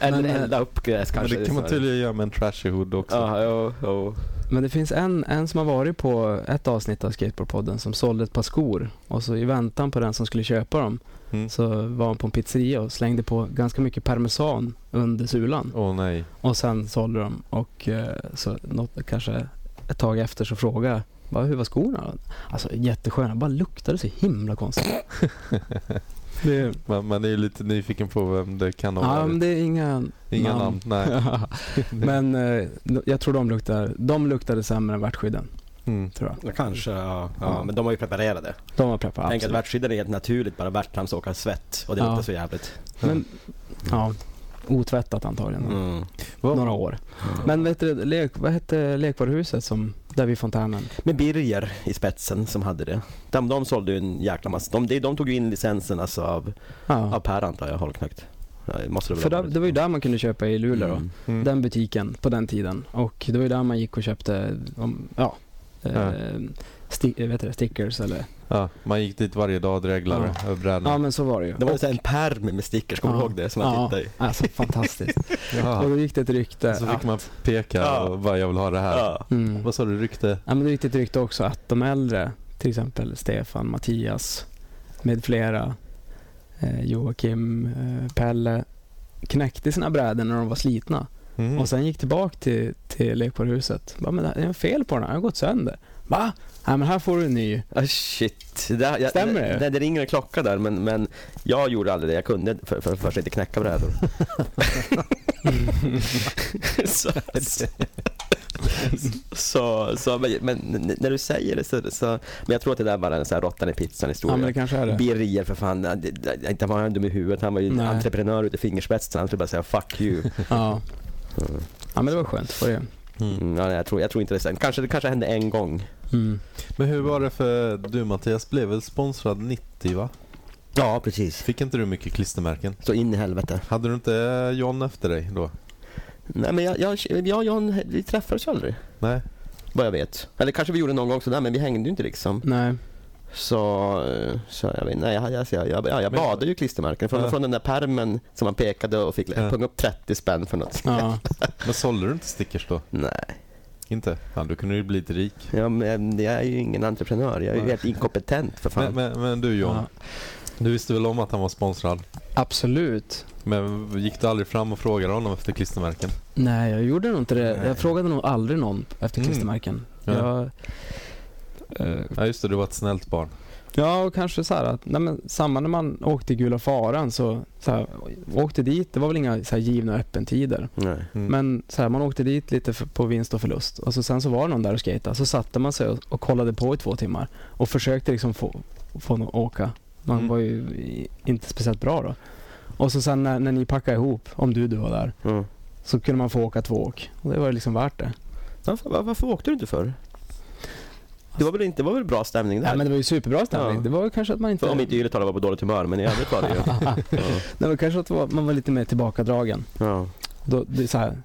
S3: Eller
S1: Men, eh,
S3: elda upp gräs kanske.
S2: Men det kan man
S3: så.
S2: tydligen göra med en trashy hood också.
S3: Ja, jo, jo.
S1: Men det finns en, en som har varit på ett avsnitt av Skateboardpodden som sålde ett par skor och så i väntan på den som skulle köpa dem
S2: Mm.
S1: så var han på en pizzeria och slängde på ganska mycket parmesan under sulan
S2: Åh nej.
S1: och sen sålde de och eh, så något, kanske ett tag efter så frågade jag bara, hur var skorna? Alltså jättesköna, bara luktade så himla konstigt. det,
S2: Man, man är ju lite nyfiken på vem det kan ha
S1: ja,
S2: varit.
S1: men det är inga
S2: Inga namn. Nej.
S1: men eh, jag tror de, luktar, de luktade sämre än värtskydden,
S2: Mm.
S1: tror jag.
S3: Ja, kanske. Ja,
S1: Ja.
S3: Men de var ju preparerade.
S1: De var preppade,
S3: Tänk att
S1: absolut.
S3: värtskydden är helt naturligt, bara värtramsåkar svett och det
S1: Ja.
S3: luktar så jävligt.
S1: Men, ja, otvättat antagligen.
S3: Mm.
S1: Några år. Men vet du, lek, vad hette lekvaruhuset som, där vid fontänen?
S3: Med Birger i spetsen som hade det. De, de sålde ju en jäkla massa. De, de, de tog ju in licensen alltså av, av
S1: Ja.
S3: Per antar jag, Holknekt. Ja, det måste det
S1: För
S3: väl
S1: där, det var ju där man kunde köpa i Luleå då.
S3: Mm.
S2: Mm.
S1: Den butiken på den tiden. Och det var ju där man gick och köpte, om, ja,
S2: Ja.
S1: Eh, sti, eh, vet du det, stickers eller?
S2: Ja, man gick dit varje dag och dreglade över
S1: Ja
S2: brädan.
S1: men så var det ju.
S3: Det var ju så här en pärm med stickers, kommer du
S1: Ja.
S3: ihåg det? Som man
S1: Ja.
S3: tittade i.
S1: Alltså fantastiskt. Och
S2: Ja.
S1: då gick det ett rykte.
S2: Så fick
S1: att,
S2: man peka
S3: Ja.
S2: och bara jag vill ha det här.
S3: Ja.
S1: mm.
S2: Vad sa du, rykte?
S1: Ja, men det är riktigt rykte också att de äldre, till exempel Stefan, Mattias med flera, eh, Joakim, eh, Pelle, knäckte sina brädor när de var slitna
S2: Mm.
S1: och sen gick tillbaka till, till lekvaruhuset. Bara, men det är en fel på den, här, den har gått sönder. Va? Nej men här får du en ny.
S3: Ah, shit. Det, där- jag,
S1: Stämmer det?
S3: Det, det ringer en klocka där men, men jag gjorde aldrig det. Jag kunde för, för, först inte knäcka brädor. så, så, så, så, men, men när du säger det så, så Men jag tror att det där bara är en sån här råttan i pizzan
S1: Ja men
S3: historia.
S1: det kanske är det.
S3: Birger för fan, det- det- inte var han dum i huvudet. Han var ju
S1: Nej.
S3: entreprenör ute i fingerspetsen. Han skulle bara säga 'fuck you'
S1: Ja. ja men det var skönt att få det.
S2: Mm.
S3: Mm, ja, nej, jag, tror, jag tror inte det sen. Kanske, det kanske hände en gång.
S1: Mm.
S2: Men hur var det för du Mattias blev väl sponsrad 90 va?
S3: Ja, precis.
S2: Fick inte du mycket klistermärken?
S3: Så in i helvete.
S2: Hade du inte eh, John efter dig då?
S3: Nej men jag, jag, jag och John, vi träffades ju aldrig.
S2: Nej?
S3: Vad jag vet. Eller kanske vi gjorde någon gång sådär men vi hängde ju inte liksom.
S1: Nej.
S3: Så, eh, så jag vet nej, jag, jag, jag, jag, jag, jag
S2: Men-
S3: badade ju i klistermärken. Från,
S2: Ja.
S3: från den där pärmen som man pekade och fick
S2: Ja.
S3: punga upp 30 spänn för något.
S1: Ja.
S2: Men sålde du inte stickers då?
S3: Nej,
S2: Inte? Fan, du kunde ju blivit rik.
S3: jag, men jag är ju ingen entreprenör. Jag är ju
S2: Nej.
S3: helt inkompetent för fan.
S2: Men, men, men du John,
S1: ja.
S2: du visste väl om att han var sponsrad?
S1: Absolut.
S2: Men gick du aldrig fram och frågade honom efter klistermärken?
S1: Nej, jag gjorde nog inte det.
S2: Nej.
S1: Jag frågade nog aldrig någon efter
S2: Mm.
S1: klistermärken.
S2: Ja.
S1: Jag, eh,
S2: Ja just det, du var ett snällt barn.
S1: Ja, och kanske så här att nej men, samma när man åkte Gula Faran så, så här, åkte dit, det var väl inga så här, givna öppentider.
S3: Nej.
S2: Mm.
S1: Men så här, man åkte dit lite för, på vinst och förlust och så, sen så var det någon där och skejtade. Så satte man sig och, och kollade på i två timmar och försökte liksom få, få någon att åka. Man
S2: Mm.
S1: var ju i- inte speciellt bra då. Och så sen när, när ni packade ihop, om du, du var där,
S3: Mm.
S1: så kunde man få åka två åk. Och det var liksom värt det.
S3: Varför, var- varför åkte du inte för? Det var väl inte det var väl bra stämning där?
S1: Ja, men det var ju superbra stämning.
S3: Ja.
S1: Det var ju kanske att man inte...
S3: För om inte Yletala var på dåligt humör, men i övrigt var det ju. ja.
S1: Nej, men kanske att det var- man var lite mer tillbakadragen.
S3: Ja.
S1: Då, det, är så här,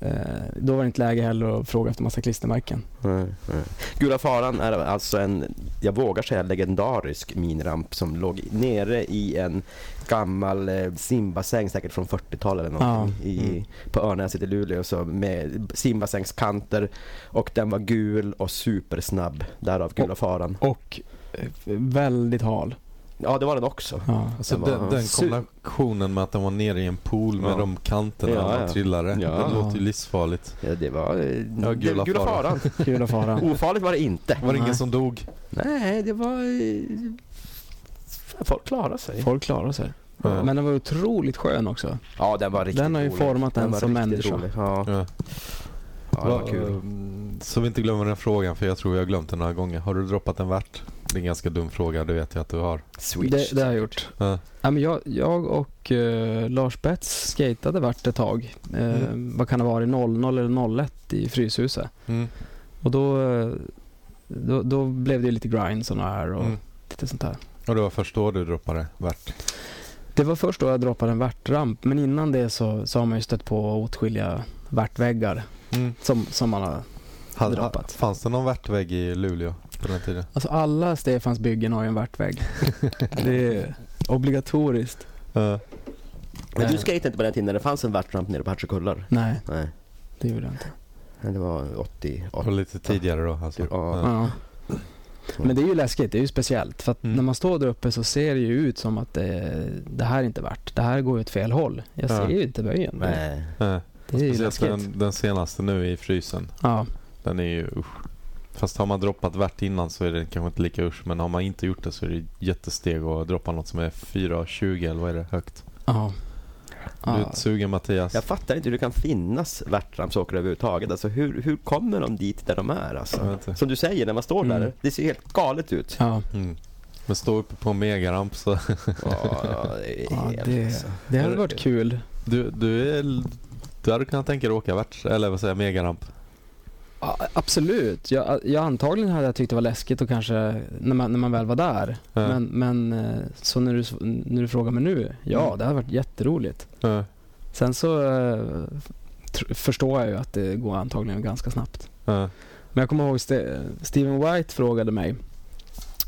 S1: eh, då var det inte läge heller att fråga efter massa klistermärken.
S3: Nej, nej. Gula faran är alltså en, jag vågar säga legendarisk minramp som låg i- nere i en gammal eh, simbassäng säkert från 40-talet eller någonting
S2: Mm.
S3: i, på Örnäset i Luleå så med simbassängskanter och den var gul och supersnabb därav gula faran.
S1: Och eh, väldigt hal.
S3: Ja det var den också.
S1: Ja.
S2: Alltså
S3: Den var-
S2: den, den
S1: Su-
S2: kombinationen med att den var nere i en pool med
S3: Ja.
S2: de kanterna
S3: Ja,
S2: när man
S3: ja.
S2: trillade.
S3: Ja.
S2: Det låter ju livsfarligt.
S3: Ja, det var eh,
S2: Ja, Gula
S3: det- gula faran.
S2: Faran.
S1: Gula faran.
S3: Ofarligt var det inte.
S2: Var det ingen
S1: Nej.
S2: som dog?
S3: Nej det var... eh, Folk klarade sig.
S1: Folk klarar sig.
S2: Ja.
S1: Men den var otroligt skön också.
S3: Ja den var riktigt
S1: Den har ju
S3: rolig.
S1: format en
S3: Den var
S1: som
S3: riktigt
S1: människa.
S3: rolig. Ja.
S2: Ja.
S3: Ja, det var
S2: Va-
S3: kul.
S2: mm, Så vi inte glömmer den frågan, för jag tror jag har glömt den några gånger. Har du droppat en värt? Det är en ganska dum fråga, det vet jag att du har.
S3: Switch.
S1: Det, det har jag gjort.
S2: Ja.
S1: Ja, men jag, jag och eh, Lars Betts skatade vart ett tag. Eh, Vad kan det vara, i 00 eller 01 i Fryshuset.
S2: Mm.
S1: Och då, eh, då, då blev det ju lite grinds och här och
S2: Mm.
S1: lite sånt där.
S2: Och det var först då du droppade värt?
S1: Det var först då jag droppade en värtramp, men innan det så, så har man ju stött på åtskilliga värtväggar
S2: Mm.
S1: som, som man har...
S2: Hade,
S1: Droppat.
S2: Fanns det någon värtvägg i Luleå på den tiden?
S1: Alltså alla Stefans byggen har ju en värtvägg. det är obligatoriskt.
S2: Ja.
S3: Men du skejtade inte på den tiden när det fanns en värtramp nere på Hertsökullar?
S1: Nej,
S3: Nej,
S1: det gjorde jag inte.
S3: Nej, det var 80,
S2: Och lite tidigare då alltså?
S3: Ja.
S2: Ja.
S1: Ja. Men det är ju läskigt, det är ju speciellt. För att
S2: Mm.
S1: när man står där uppe så ser det ju ut som att det, det här är inte värt. Det här går ju åt fel håll. Jag
S2: Ja.
S1: ser ju inte böjen.
S3: Nej.
S2: Ja.
S1: Det är ju
S2: Speciellt
S1: läskigt.
S2: den, den senaste nu i frysen.
S1: Ja.
S2: Den är ju usch. Fast har man droppat värt innan så är det kanske inte lika usch. Men har man inte gjort det så är det jättesteg att droppa något som är 4,20 eller vad är det högt?
S1: Ja.
S2: Du
S1: ja.
S2: är sugen Mattias.
S3: Jag fattar inte hur det kan finnas värtrampsåkare överhuvudtaget. Alltså hur, hur kommer de dit där de är
S2: Jag
S3: alltså?
S2: vet inte.
S3: Som du säger, när man står där,
S1: Mm.
S3: det ser ju helt galet ut.
S1: ja.
S2: Mm. Men stå uppe på en megaramp så.
S3: Ja, ja, det är
S1: Ja,
S3: helt
S1: det-
S3: alltså.
S1: Det hade varit kul.
S2: Du, du, är, du hade kunnat tänka dig att åka värt, eller vad säger jag, megaramp.
S1: Ja, absolut. Jag, jag antagligen hade jag tyckt det var läskigt och kanske när man, när man väl var där.
S2: Ja.
S1: Men, men eh, så när du, s- när du frågar mig nu, ja
S2: Mm.
S1: det hade varit jätteroligt.
S2: Ja.
S1: Sen så eh, tr- förstår jag ju att det går antagligen ganska snabbt.
S2: Ja.
S1: Men jag kommer ihåg Ste- Steven White frågade mig.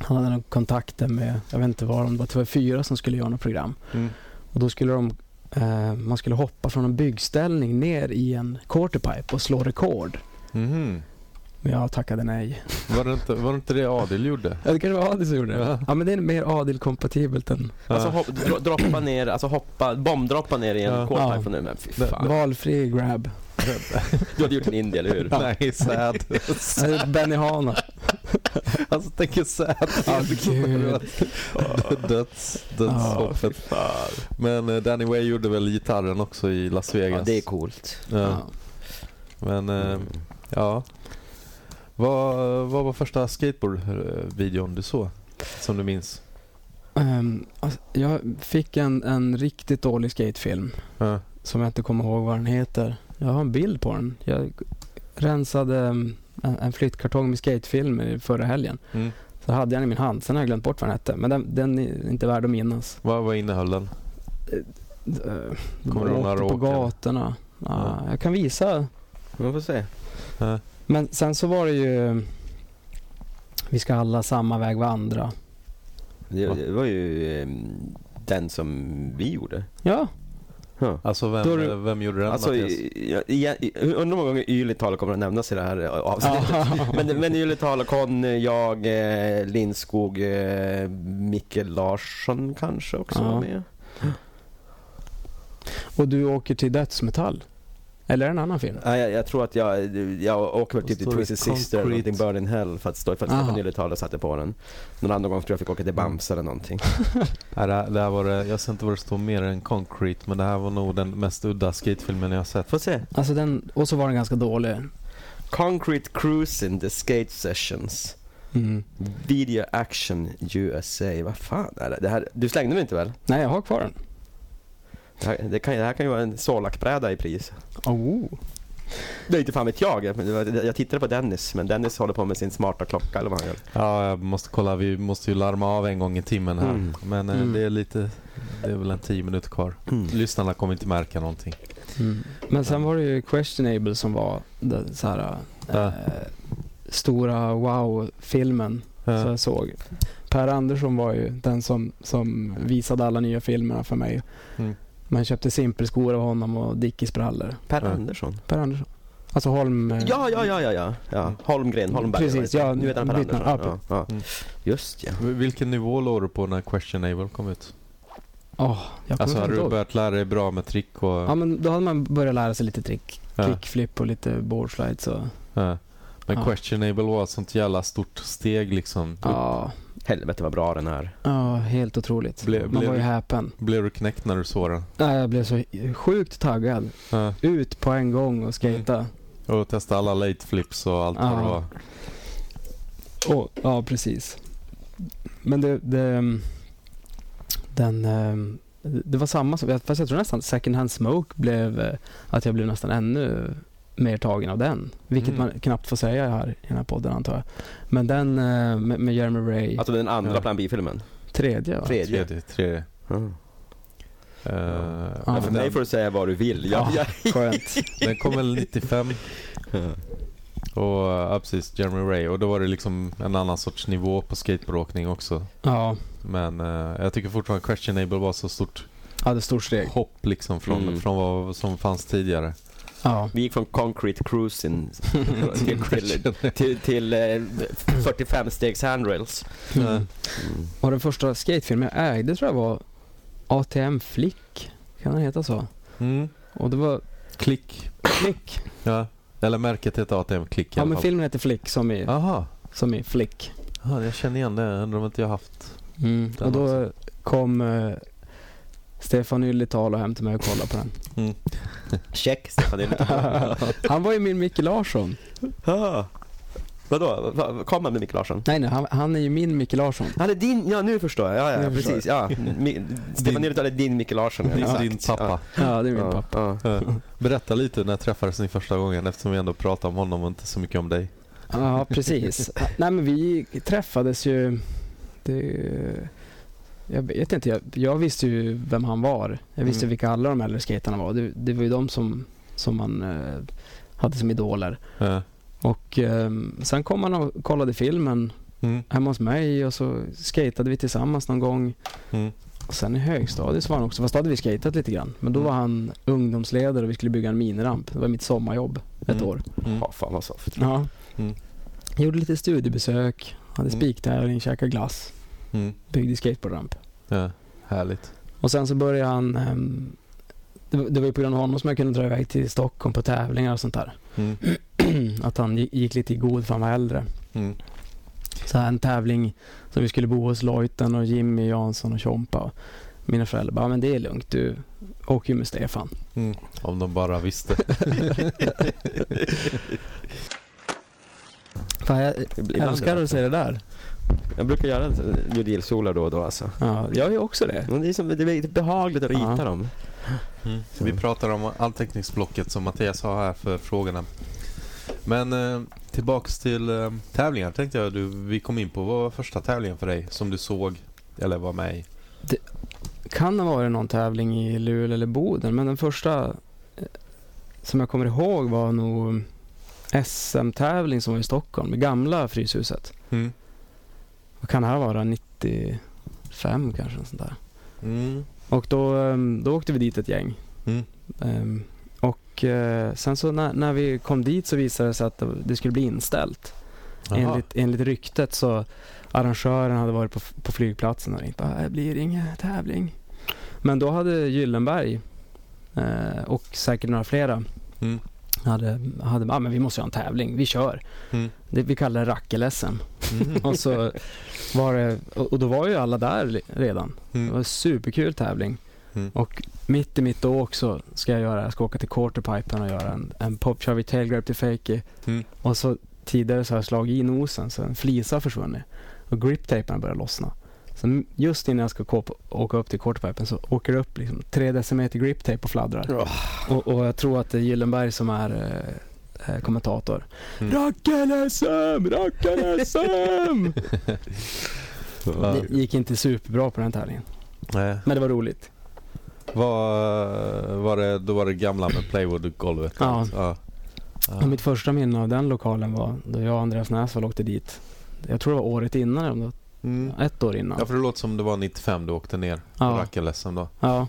S1: Han hade någon kontakter med, jag vet inte vad de var, TV4 som skulle göra något program.
S2: Mm.
S1: Och då skulle de, eh, man skulle hoppa från en byggställning ner i en quarterpipe och slå rekord.
S2: Mhm.
S1: Men jag tackade nej.
S2: Var, det inte, var det inte det Adil gjorde?
S1: Ja, det kanske var Adil som gjorde det.
S2: Ja.
S1: Ja. men det är mer Adil-kompatibelt än
S3: Alltså hopp, dro, droppa ner, alltså hoppa, bombdroppa ner i en
S2: Ja.
S3: ja.
S1: Ja.
S3: quarterpipe från den. Men fy fan.
S1: valfri grab.
S3: Du hade gjort en indie, eller hur?
S2: Nej, sad.
S1: Det är Benny Hana.
S2: alltså tänker sad.
S1: Ja, gud.
S2: Döds,
S1: Ja,
S2: dödshoppet. Men eh, Danny Way gjorde väl gitarren också i Las Vegas.
S3: Ja, det är coolt. Mm.
S2: Ja,
S1: Ja. Mm.
S2: Men
S3: Ehm,
S2: eh, ja. Vad, vad var första skateboardvideon du såg? Som du minns?
S1: Ehm, alltså, jag fick en, en riktigt dålig skatefilm
S2: Ja.
S1: som jag inte kommer ihåg vad den heter. Jag har en bild på den. Jag rensade mm, en, en flyttkartong med skatefilmer förra helgen.
S2: Mm.
S1: Så hade jag den i min hand, sen har jag glömt bort vad den hette. Men den, den är inte värd att minnas.
S2: Vad, vad innehöll den?
S1: Eh,
S2: Kommer du ihåg några
S1: Åkte på
S2: råk, eller?
S1: gatorna. Ja, jag kan visa
S3: Man får se.
S1: Men sen så var det ju Vi ska alla samma väg vandra.
S3: Det, det var ju ehm, den som vi gjorde.
S1: Ja,
S3: Huh.
S2: Alltså vem,
S1: Då har du-
S2: vem gjorde den
S3: Alltså,
S2: Mattias?
S3: jag, jag, jag undrar många gånger Yle Talo kommer att nämnas i det här eh, avsnittet. Men, men Yle Talokon, jag, eh, Lindskog, eh, Micke Larsson kanske också
S1: Ja.
S3: var med.
S1: och du åker till dödsmetall. Eller en annan film.
S3: Nej, jag, jag tror att jag, jag åker väl typ till
S2: Står det
S3: Twisted Sister eller
S2: Concrete?
S3: någonting, Burn in Hell för att stå för att
S1: Aha.
S3: Stefan Yle Talo satte på den. Någon annan gång tror jag fick åka till Bamse eller någonting.
S2: Nej, det, här, det här var det, jag ser inte vad det står mer än Concrete men det här var nog den mest udda skatefilmen jag har sett.
S3: Får se.
S1: Alltså den, och så var den ganska dålig.
S3: Concrete Cruising, The Skate Sessions.
S1: Mm.
S3: Video Action USA. Vad fan är det? det här, du slängde mig inte väl?
S1: Nej, jag har kvar den.
S3: Det här, det kan, det här kan ju vara en sålakbräda i pris.
S1: Oh.
S3: Det är inte fan vet jag. men det var- Jag tittade på Dennis, men Dennis håller på med sin smarta klocka eller vad han gör.
S2: Ja, jag måste kolla. Vi måste ju larma av en gång i timmen här.
S3: Mm.
S2: Men eh,
S1: Mm.
S2: det är lite... Det är väl en tio minuter kvar. Lyssnarna kommer inte märka någonting.
S1: Mm. Men sen var det ju Questionable som var den så här,
S2: Ja.
S1: eh, stora wow-filmen
S2: Ja.
S1: som jag såg. Per Andersson var ju den som, som visade alla nya filmerna för mig.
S2: Mm.
S1: Man köpte simpelskor av honom och Dickiesbrallor.
S3: Per
S2: Ja.
S3: Andersson?
S1: Per Andersson. Alltså Holm... eh,
S3: Ja, ja, ja, ja, ja. ja. Holmgren, Holmberg.
S1: Precis,
S3: vad heter
S1: ja,
S3: han? nu heter han Per
S1: bytt namn.
S3: Andersson.
S1: Ja,
S3: Ja, ja.
S2: Mm.
S3: Just ja.
S2: Vil- Vilken nivå låg du på när Questionable kom ut?
S1: åh, jag kommer
S2: Alltså hade
S1: inte
S2: du
S1: ihåg.
S2: börjat lära dig bra med trick och...
S1: Ja, men då hade man börjat lära sig lite trick.
S2: Ja.
S1: Kickflip och lite boardslides och...
S2: Ja. eh, Men
S1: Ja.
S2: Questionable var ett sånt jävla stort steg liksom.
S1: Ja,
S3: Helvete vad bra den är.
S1: ja helt otroligt.
S2: Blev-
S1: man
S2: blev-
S1: var ju häpen.
S2: Blev du knäckt när du såg den?
S1: Nej, jag blev så sjukt taggad.
S2: Ja.
S1: Ut på en gång och skata.
S2: Och testa alla late flips och allt vad det
S1: Ja.
S2: var.
S1: Och, ja, precis. Men det... det den... ehm, Det var samma som... Fast jag tror nästan second hand smoke blev... eh, Att jag blev nästan ännu mer tagen av den. Vilket
S2: Mm.
S1: man knappt får säga här i den här podden antar jag. Men den eh, med, med Jeremy Ray.
S3: Alltså den andra
S2: Ja.
S3: Plan B-filmen.
S1: Tredje va?
S3: Tredje.
S2: Tredje, tredje.
S3: Mm.
S2: Eh,
S1: Ja,
S3: För
S2: den,
S3: mig får du säga vad du vill. Jag,
S1: Ja.
S3: jag,
S1: Skönt.
S2: den kom väl 95 och eh, ja, precis, Jeremy Ray. Och då var det liksom en annan sorts nivå på skateboardåkning också.
S1: Ja,
S2: Men eh, jag tycker fortfarande Questionable var så stort
S1: hade stort steg.
S2: hopp liksom från,
S3: Mm.
S2: från vad som fanns tidigare.
S1: Ja.
S3: vi gick från Concrete Cruising till, till,
S2: Questionable.
S3: till, till eh, 45 stegs handrails.
S2: Eh.
S1: Mm. Och den första skatefilmen jag ägde tror jag var ATM Flick. Kan den heta så?
S2: Mm.
S1: Och det var
S2: Klick.
S1: Flick.
S2: Ja. Eller märket heter ATM-klick i
S1: Ja
S2: alla
S1: men
S2: fall.
S1: filmen heter Flick som i,
S2: Aha.
S1: som i Flick.
S2: Ja, jag känner igen det. Undrar om inte jag haft.
S1: Mm.
S2: Den
S1: Och då kom eh, Stefan Ylitalo hem till mig och kollade på den.
S3: Check Stefan, det är lite
S1: Han var ju min Micke Larsson.
S3: Ah. Vadå? Va- Kom han med Micke Larsson?
S1: Nej, nej han, han är ju min Micke Larsson.
S3: Han är din, ja nu förstår jag. Ja, ja,
S1: Nu
S3: ja
S1: förstår
S3: precis. Ja. Mi, Stefan Nilsson är din Micke Larsson.
S2: Din,
S3: Ja.
S2: din pappa.
S1: Ja, det är min
S3: Ja,
S1: pappa.
S3: ja.
S2: Eh, Berätta lite, när träffades ni första gången? Eftersom vi ändå pratar om honom och inte så mycket om dig.
S1: Ja, precis. Nej, men vi träffades ju... Det, jag vet inte, jag, jag visste ju vem han var. Jag visste
S2: Mm.
S1: vilka alla de äldre skaterna var. Det, det var ju de som, som man eh, hade som idoler.
S2: Eh,
S1: Och eh, sen kom han och kollade filmen
S2: Mm.
S1: hemma hos mig och så skatade vi tillsammans någon gång.
S2: Mm.
S1: Och sen i högstadiet så var han också, fast då hade vi skatat lite grann. Men då
S2: Mm.
S1: var han ungdomsledare och vi skulle bygga en miniramp. Det var mitt sommarjobb ett
S2: Mm.
S1: år.
S2: Mm.
S3: Ja, fan vad soft.
S1: Ja.
S2: Mm.
S1: Gjorde lite studiebesök, hade
S2: Mm.
S1: spiktävling, käkade glass,
S2: Mm.
S1: byggde skateboardramp.
S2: Ja, härligt.
S1: Och sen så började han, ehm, det var- det var ju på grund av honom som jag kunde dra iväg till Stockholm på tävlingar och sånt där.
S2: Mm.
S1: Att han gi- gick lite i god för han var äldre.
S2: Mm.
S1: Så här en tävling som vi skulle bo hos Lojten och Jimmy Jansson och Tjompa. Och Mina föräldrar bara, men det är lugnt, du åker ju med Stefan.
S2: Mm. Om de bara visste.
S1: Fan, jag
S3: Ibland
S1: älskar att säga det där.
S3: Jag brukar göra lite jodilsolar då och då alltså.
S1: Ja, jag är också det.
S3: Men det är, som, det är lite behagligt att rita
S1: Ja.
S3: dem.
S2: Mm. Vi pratar om anteckningsblocket som Mattias har här för frågorna. Men eh, tillbaks till eh, tävlingar tänkte jag du, vi kom in på. Vad var första tävlingen för dig som du såg eller var med i?
S1: Kan ha varit någon tävling i Luleå eller Boden, men den första eh, som jag kommer ihåg var nog SM-tävling som var i Stockholm, det gamla Fryshuset.
S2: Mm.
S1: Vad kan det här vara? 95 kanske? något Sånt där. Och då, ehm, då åkte vi dit ett gäng.
S2: Mm.
S1: Ehm, Och eh, sen så när, när vi kom dit så visade det sig att det- det skulle bli inställt.
S2: Jaha.
S1: Enligt, enligt ryktet så arrangören hade varit på, f- på flygplatsen och ringt bara, det blir ingen tävling. Men då hade Gyllenberg eh, och säkert några flera
S2: Mm.
S1: hade, hade ah, men vi måste ju ha en tävling, vi kör.
S2: Mm.
S1: Det, vi kallar det Rackelessen.
S2: Mhm.
S1: Och, så var det, och och då var ju alla där li- redan. Det var
S2: Mm.
S1: en superkul tävling.
S2: Mm.
S1: Och mitt i mitt åk så ska jag göra, jag ska åka till quarterpipen och göra en, en pop, kör vi tail grab till fakie.
S2: Mm.
S1: Och så tidigare så har jag slagit i nosen så en flisa har försvunnit. Och griptapen börjar lossna. Så m- just innan jag ska kåp- åka upp till quarterpipen så åker det upp liksom tre decimeter griptape och fladdrar.
S2: Ja.
S1: Och, och jag tror att det är Gyllenberg som är eh, eh, kommentator.
S2: Mm.
S1: Rackar-SM! Rackar-SM!
S2: Ja.
S1: Det gick inte superbra på den här tävlingen.
S2: Nej.
S1: Men det var roligt.
S2: Var, var det, då var det gamla med playwoodgolvet?
S1: Ja.
S2: ja.
S1: Och mitt första minne av den lokalen var då jag och Andreas Näsvall åkte dit. Jag tror det var året innan, eller om det var
S2: Mm.
S1: ett år innan.
S2: Ja, för det låter som det var 95 du åkte ner på
S1: Ja.
S2: Rackelessen då.
S1: Ja.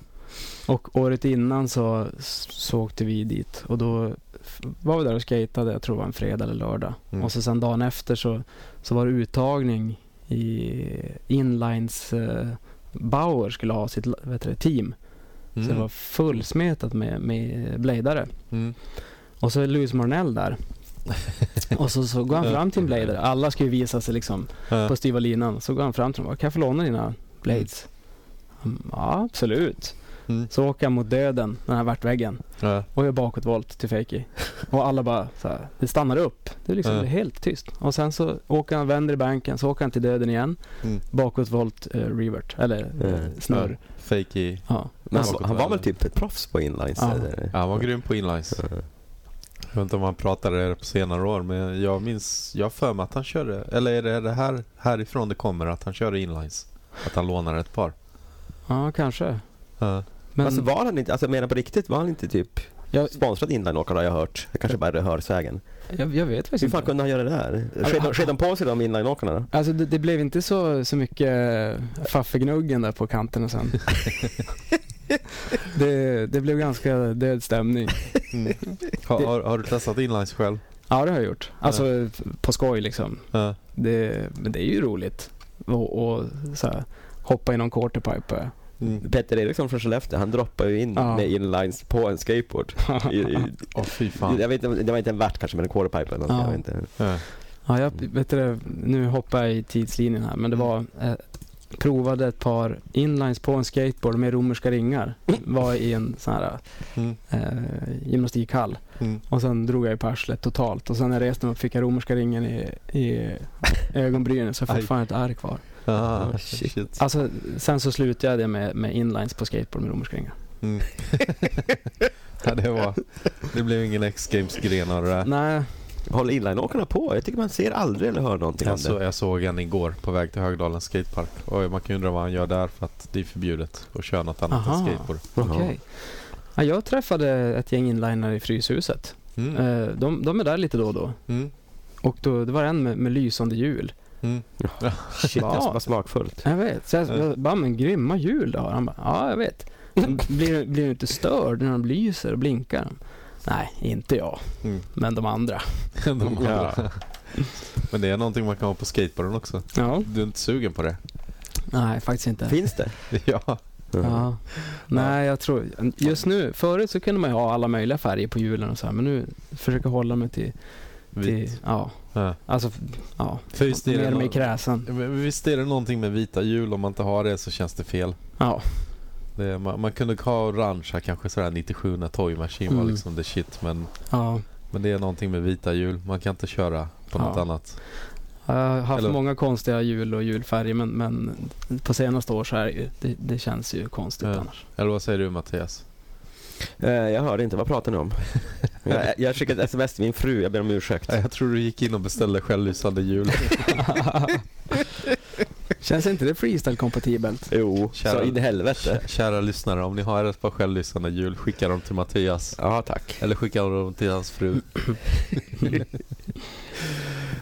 S1: Och året innan så, så åkte vi dit och då f- var vi där och skatade, jag tror det var en fredag eller lördag.
S2: Mm.
S1: Och så sen dagen efter så, så var det uttagning i inlines eh, Bauer skulle ha sitt vad heter det, team.
S2: Mm.
S1: Så det var fullsmetat med, med bladare.
S2: Mm.
S1: Och så är Louis Marnell där. Och så, så går han fram till en blader. Alla ska ju visa sig liksom
S2: Ja.
S1: på styva linan. Så går han fram till dem och bara, kan jag få låna dina blades? Han, Ja, absolut.
S2: Mm.
S1: Så åker han mot döden, den här värtväggen.
S2: Ja.
S1: Och gör bakåtvolt till Fakey. Och alla bara så här, det stannar upp. Det är liksom
S2: Ja.
S1: helt tyst. Och sen så åker han, vänder i banken, så åker han till döden igen.
S2: Mm.
S1: Bakåtvolt eh, revert, eller eh,
S3: Mm.
S1: snurr.
S2: Fake i.
S1: Ja.
S3: Men
S2: Ja.
S3: han, han var väl typ proffs på inlines?
S1: Ja.
S3: Eller?
S2: Ja, han var grym på inlines. Jag vet inte om han pratade det på senare år men jag minns, jag har för mig att han körde, eller är det det här härifrån det kommer att han körde inlines? Att han lånar ett par?
S1: ja, kanske.
S2: Ja.
S1: Men
S3: Alltså var han inte, alltså jag menar på riktigt, var han inte typ
S1: jag,
S3: sponsrad inlineåkare har jag hört? Jag kanske bara hör sägen.
S1: jag, jag vet faktiskt
S3: Hur fan
S1: inte.
S3: kunde han göra det där? Sked de- Sked de på sig de inlineåkarna då?
S1: Alltså det, det blev inte så, så mycket faffegnuggen där på kanten och sen. det, det blev ganska död stämning.
S2: Ha,
S1: Det-
S2: Mm. har, har du testat inlines själv?
S1: Ja, det har jag gjort. Alltså på skoj liksom.
S2: Ja.
S1: Det, men det är ju roligt och, och så här, hoppa i någon quarterpipe.
S2: Mm.
S3: Petter Eriksson från Skellefteå, han droppade ju in
S1: Ja.
S3: med inlines på en skateboard. I, i,
S2: Åh fy fan.
S3: jag vet inte, det var inte en vart kanske, men en quarterpipe eller något.
S1: Ja.
S3: Jag vet inte.
S2: Ja.
S1: Ja, jag, vet du, det, nu hoppar jag i tidslinjen här, men det var eh, provade ett par inlines på en skateboard med romerska ringar. Var i en sån här
S2: Mm.
S1: eh, gymnastikhall.
S2: Mm.
S1: Och sen drog jag i på arslet totalt och sen när jag reste mig upp fick jag romerska ringen i, i ögonbrynen så jag har
S2: Aj.
S1: fortfarande ett ärr kvar.
S2: Ah,
S3: shit.
S2: shit.
S1: Alltså, sen så slutade jag med, med inlines på skateboard med romerska ringar.
S2: Mm. ja, det, var, det blev ingen X-Games-gren av det där.
S1: Nej,
S3: Håller inlineåkarna på? Jag tycker man ser aldrig eller hör någonting om
S2: Jag, så,
S3: det.
S2: jag såg han igår på väg till Högdalens skatepark. Oj, man kan ju undra vad han gör där för att det är förbjudet att köra något annat
S1: Aha.
S2: än skateboard.
S1: okej. Ja, jag träffade ett gäng inlinare i Fryshuset.
S2: Mm.
S1: Eh, de, de är där lite då och då.
S2: Mm.
S1: Och då, det var en med, med lysande hjul.
S2: Mm.
S3: Shit,
S1: Ja.
S3: alltså, vad smakfullt.
S1: Jag vet. Så jag, jag bara, men grymma hjul du har. Han bara, ja jag vet. Men Blir, blir du inte störd när de lyser och blinkar? Nej, inte jag.
S2: Mm.
S1: Men de andra.
S2: De andra.
S3: Ja.
S2: Men det är någonting man kan ha på skateboarden också.
S1: Ja.
S2: Du är inte sugen på det?
S1: Nej, faktiskt inte.
S3: Finns det?
S2: Ja.
S1: Ja. Nej, jag tror... Just nu, förut så kunde man ju ha alla möjliga färger på hjulen och så här, men nu försöker jag hålla mig till...
S2: Vi,
S1: till ja.
S2: ja.
S1: Alltså, f- ja.
S2: För visst, är det
S1: Mer
S2: nå-
S1: mig kräsen.
S2: Men visst är det någonting med vita hjul? Om man inte har det så känns det fel.
S1: Ja.
S2: Det är, man, man kunde ha orangea kanske sådär 97 när Toy Machine var
S1: Mm.
S2: liksom the shit. Men,
S1: ja.
S2: men det är någonting med vita hjul. Man kan inte köra på något
S1: Ja.
S2: annat.
S1: Jag har haft
S2: Eller-
S1: många konstiga hjul och julfärger, men, men på senaste år så här, det, det känns ju konstigt
S2: Ja.
S1: annars.
S2: Eller vad säger du Mattias?
S3: Eh, Jag hörde inte, vad pratar ni om? Jag, jag skickade ett sms till min fru, jag ber om ursäkt.
S2: Ja, Jag tror du gick in och beställde självlysande hjul.
S1: Känns inte det freestyle-kompatibelt?
S3: Jo, så
S2: Kära-
S3: in i helvete.
S2: Kä- Kära lyssnare, om ni har ett par självlysande hjul, skicka dem till Mattias.
S3: Ja, tack.
S2: Eller skicka dem till hans fru.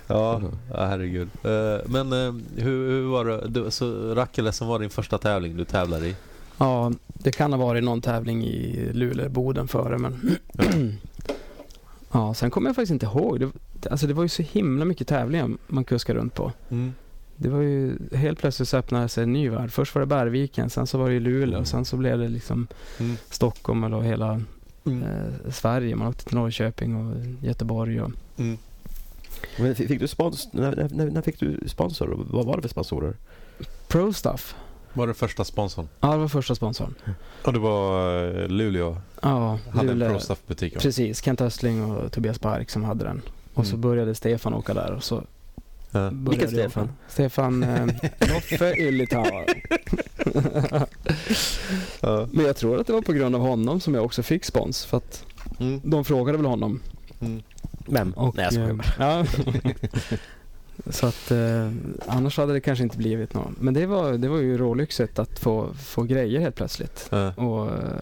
S2: ja, ja, herregud. Eh, Men eh, hur, hur var det? Du, så Rackelesen var din första tävling du tävlade i?
S1: Ja, det kan ha varit någon tävling i Luleå, Boden före men... ja, sen kommer jag faktiskt inte ihåg. Det, alltså det var ju så himla mycket tävlingar man kuskade runt på. Det var ju helt plötsligt så öppnade sig en ny värld. Först var det Bärviken, sen så var det ju Luleå, sen så blev det liksom
S2: Mm.
S1: Stockholm eller hela
S2: Mm.
S1: eh, Sverige. Man åkte till Norrköping och Göteborg och
S2: Mm.
S3: Men fick fick du spons, när, när, när fick du sponsor? Och Vad var det för sponsorer?
S1: Pro Stuff.
S2: Var det första sponsorn?
S1: Ja, det var första sponsorn.
S2: Och det var eh, Luleå.
S1: Ja,
S2: Hade en
S1: Luleå.
S2: ProStuff-butik. va?
S1: Precis, Kent Östling och Tobias Bark som hade den. Och så
S2: Mm.
S1: började Stefan åka där och så
S2: Ja.
S1: började
S3: Vilken
S1: jag åka.
S3: Stefan?
S1: Stefan eh, Loffe Ylitar. Men jag tror att det var på grund av honom som jag också fick spons. För att
S2: Mm.
S1: de frågade väl honom.
S2: Mm.
S3: Vem?
S1: Och,
S3: Nej, jag skojar bara.
S1: eh, ja. Så att eh, annars hade det kanske inte blivit någon. Men det var, det var ju rålyxigt att få, få grejer helt plötsligt.
S2: Ja.
S1: Och eh,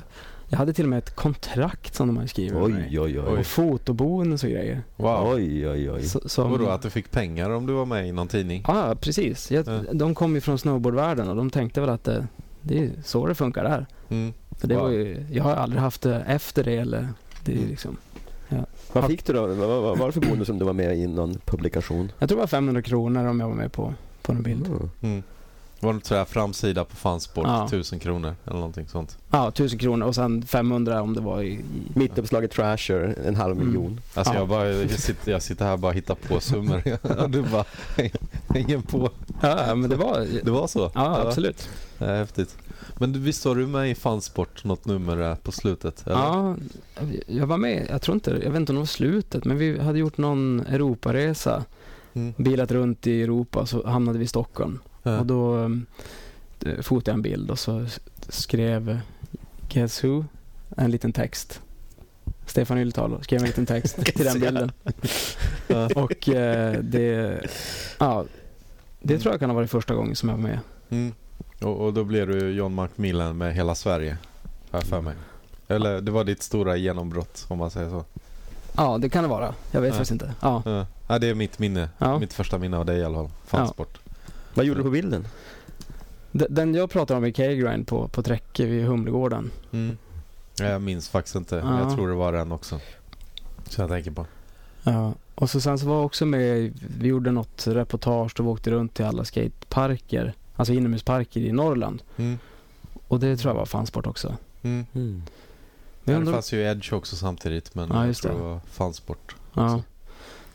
S1: jag hade till och med ett kontrakt som de hade skrivit med mig.
S3: Oj, oj, oj.
S1: Och fotobonus och grejer.
S2: Wow.
S3: Oj, oj, oj.
S1: Så, som,
S2: Vadå, att du fick pengar om du var med i någon tidning?
S1: Ja, precis. Jag,
S2: Ja.
S1: De kom ju från snowboardvärlden och de tänkte väl att det, det är så det funkar där.
S2: Mm.
S1: För det
S2: Wow.
S1: var ju, jag har aldrig haft det efter det eller det är ju
S2: Mm.
S1: liksom,
S3: Vad fick du då? Vad, vad, vad var det för bonus som du var med i någon publikation?
S1: Jag tror det var 500 kronor om jag var med på, på en bild.
S3: Mm.
S2: Mm. Var det inte sådär framsida på fansport,
S1: Ja.
S2: 1000 kronor eller någonting sånt?
S1: Ja, 1000 kronor och sen 500 om det var i... i
S3: Mittuppslaget Trasher, en halv
S1: Mm.
S3: miljon.
S2: Alltså
S1: Ja.
S2: jag, bara, jag, sitter, jag sitter här och bara hittar på summor. Ja, du bara hänger på.
S1: ja, men det var...
S2: Det var så?
S1: Ja, absolut.
S2: Ja, häftigt. Men du, visst var du med i fansport något nummer där på slutet? Eller?
S1: Ja, jag var med. Jag tror inte, jag vet inte om det var slutet, men vi hade gjort någon Europaresa.
S2: Mm.
S1: Bilat runt i Europa så hamnade vi i Stockholm.
S2: Ja.
S1: Och då um, eh, fotade jag en bild och så s- skrev eh, Guess Who en liten text. Stefan Ylitalo skrev en liten text till den bilden.
S2: Ja.
S1: och eh, det, ja, det tror jag kan ha varit första gången som jag var med.
S2: Mm. Och, och då blev du John Macmillan med hela Sverige, har jag för mig. Eller det var ditt stora genombrott om man säger så.
S1: Ja, det kan det vara. Jag vet
S2: Ja.
S1: faktiskt inte. Ja.
S2: Ja, Ja, det är mitt minne.
S1: Ja.
S2: Mitt första minne av dig i alla fall. Fansport.
S3: Vad gjorde du på bilden?
S1: D- Den jag pratade om i K-Grind på, på Träcke vid Humlegården.
S2: Mm. Jag minns faktiskt inte, men
S1: Ja.
S2: jag tror det var den också. Så jag tänker på.
S1: Ja. Och så sen så var jag också med, i- vi gjorde något reportage då vi åkte runt till alla skateparker, alltså inomhusparker i Norrland.
S2: Mm.
S1: Och det tror jag var fansport också.
S2: Mm.
S1: Men jag
S2: Ja, det
S1: undrar-
S2: fanns ju Edge också samtidigt, men
S1: Ja,
S2: jag
S1: just
S2: tror det
S1: det.
S2: var fansport.
S1: Ja.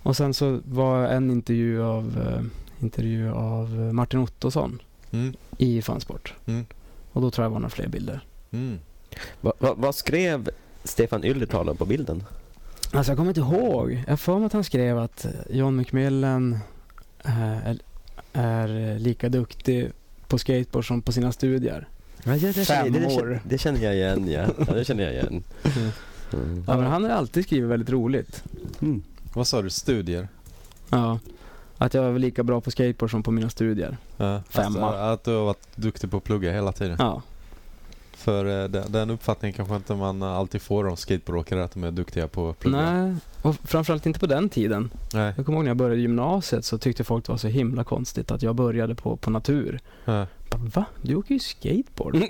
S1: Och sen så var en intervju av, eh, intervju av eh, Martin Ottosson
S2: Mm.
S1: i Fansport.
S2: Mm.
S1: Och då tror jag det var några fler bilder.
S2: Mm.
S3: Va, va, vad skrev Stefan Yldetalo på bilden?
S1: Alltså jag kommer inte ihåg. Jag har för mig att han skrev att eh, John McMillan eh, är, är eh, lika duktig på skateboard som på sina studier.
S3: Ja, det, det,
S1: Fem
S3: det, det,
S1: år.
S3: det, det känner jag igen, ja. ja det känner jag igen. Mm.
S1: Ja, men han har alltid skrivit väldigt roligt.
S3: Mm.
S2: Vad sa du? Studier?
S1: Ja. Att jag är väl lika bra på skateboard som på mina studier.
S2: Ja.
S1: Femma.
S2: Alltså, att du har varit duktig på att plugga hela tiden.
S1: Ja.
S2: För eh, den, den uppfattningen kanske inte man alltid får om skateboardåkare, att de är duktiga på att plugga.
S1: Nej, och framförallt inte på den tiden.
S2: Nej.
S1: Jag kommer ihåg när jag började gymnasiet så tyckte folk det var så himla konstigt att jag började på, på natur.
S2: Ja.
S1: Bara, Va? Du åker ju skateboard?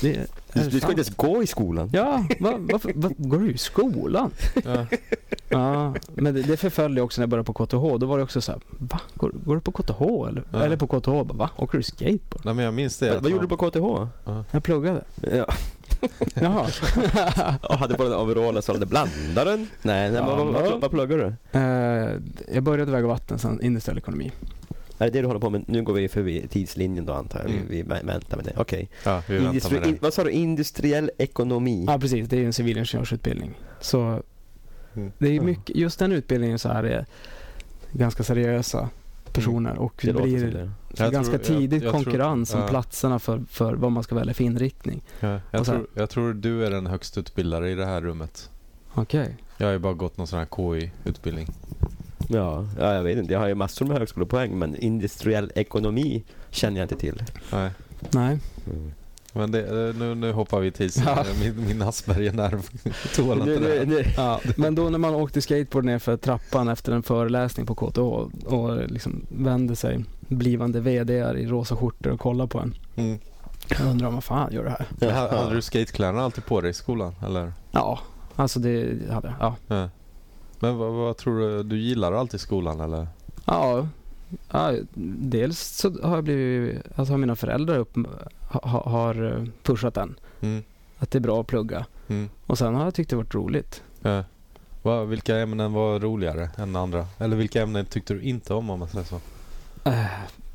S1: Det, är
S3: Du,
S1: det
S3: du ska
S1: sant?
S3: inte ens gå i skolan.
S1: Ja, va, varför va, går du i skolan?
S2: Ja.
S1: Ja, men det, det förföljde jag också när jag började på KTH. Då var det också så här, va? Går, går du på KTH? Eller,
S2: Ja.
S1: eller på KTH? Bara, Va? Åker du skateboard?
S2: Nej, men jag minns det.
S3: Vad,
S2: att
S3: vad
S2: man-
S3: gjorde du på KTH?
S1: Jag pluggade.
S3: Ja.
S1: Jaha.
S3: Jag hade på den overallen så hade blandaren. Nej, nej men vad, vad, vad pluggar du?
S1: Eh, jag började väg och vatten, sen industriell ekonomi.
S3: Är det det du håller på med? Nu går vi förbi tidslinjen då antar jag. Vi,
S2: Mm.
S3: vi vä- väntar med det. Okej.
S2: Ja, vi väntar med
S3: Industri- in,
S2: det.
S3: vad sa du? Industriell ekonomi?
S1: Ja, precis. Det är ju en civilingenjörsutbildning. Så
S2: Mm. Mm.
S1: det är ju mycket, just den utbildningen så här är ganska eh, seriösa personer och det
S4: låter som
S1: blir
S4: det.
S1: så
S2: Jag
S1: ganska
S2: tror- jag-
S1: tidigt
S2: jag tror-
S1: konkurrens om
S2: ja.
S1: platserna för, för vad man ska välja för inriktning.
S2: Ja, jag,
S1: Och sen-
S2: tror, jag tror du är den högst utbildade i det här rummet.
S1: Okej.
S2: Jag har ju bara gått någon sån här KI-utbildning.
S3: Ja, ja, jag vet inte. Jag har ju massor med högskolepoäng men industriell ekonomi känner jag inte till.
S2: Nej.
S1: Nej.
S2: Men det, eh, nu, nu hoppar vi till
S1: Ja.
S2: min, min Asperger-nerv tål inte
S3: Nu,
S2: det.
S3: nu,
S2: här.
S3: nu.
S1: Ja, men då när man åkte skateboard ner för trappan efter en föreläsning på KTH och liksom vände sig blivande VDar i rosa skjortor och kollade på en.
S2: Mm.
S1: Jag undrar vad fan gör det här?
S2: Men ha- Hade du skatekläderna alltid på dig i skolan? Eller?
S1: Ja, alltså det hade jag. Ja.
S2: Ja. Men vad, vad tror du? Du gillar alltid skolan eller?
S1: Ja, ja, dels så har jag blivit, alltså har mina föräldrar upp, ha, har eh, pushat den.
S2: Mm.
S1: Att det är bra att plugga.
S2: Mm.
S1: Och sen har jag tyckt det varit roligt.
S2: Ja. Typ, eh, Va, vilka ämnen var roligare än andra? Eller vilka ämnen tyckte du inte om om man säger så?
S1: Eh,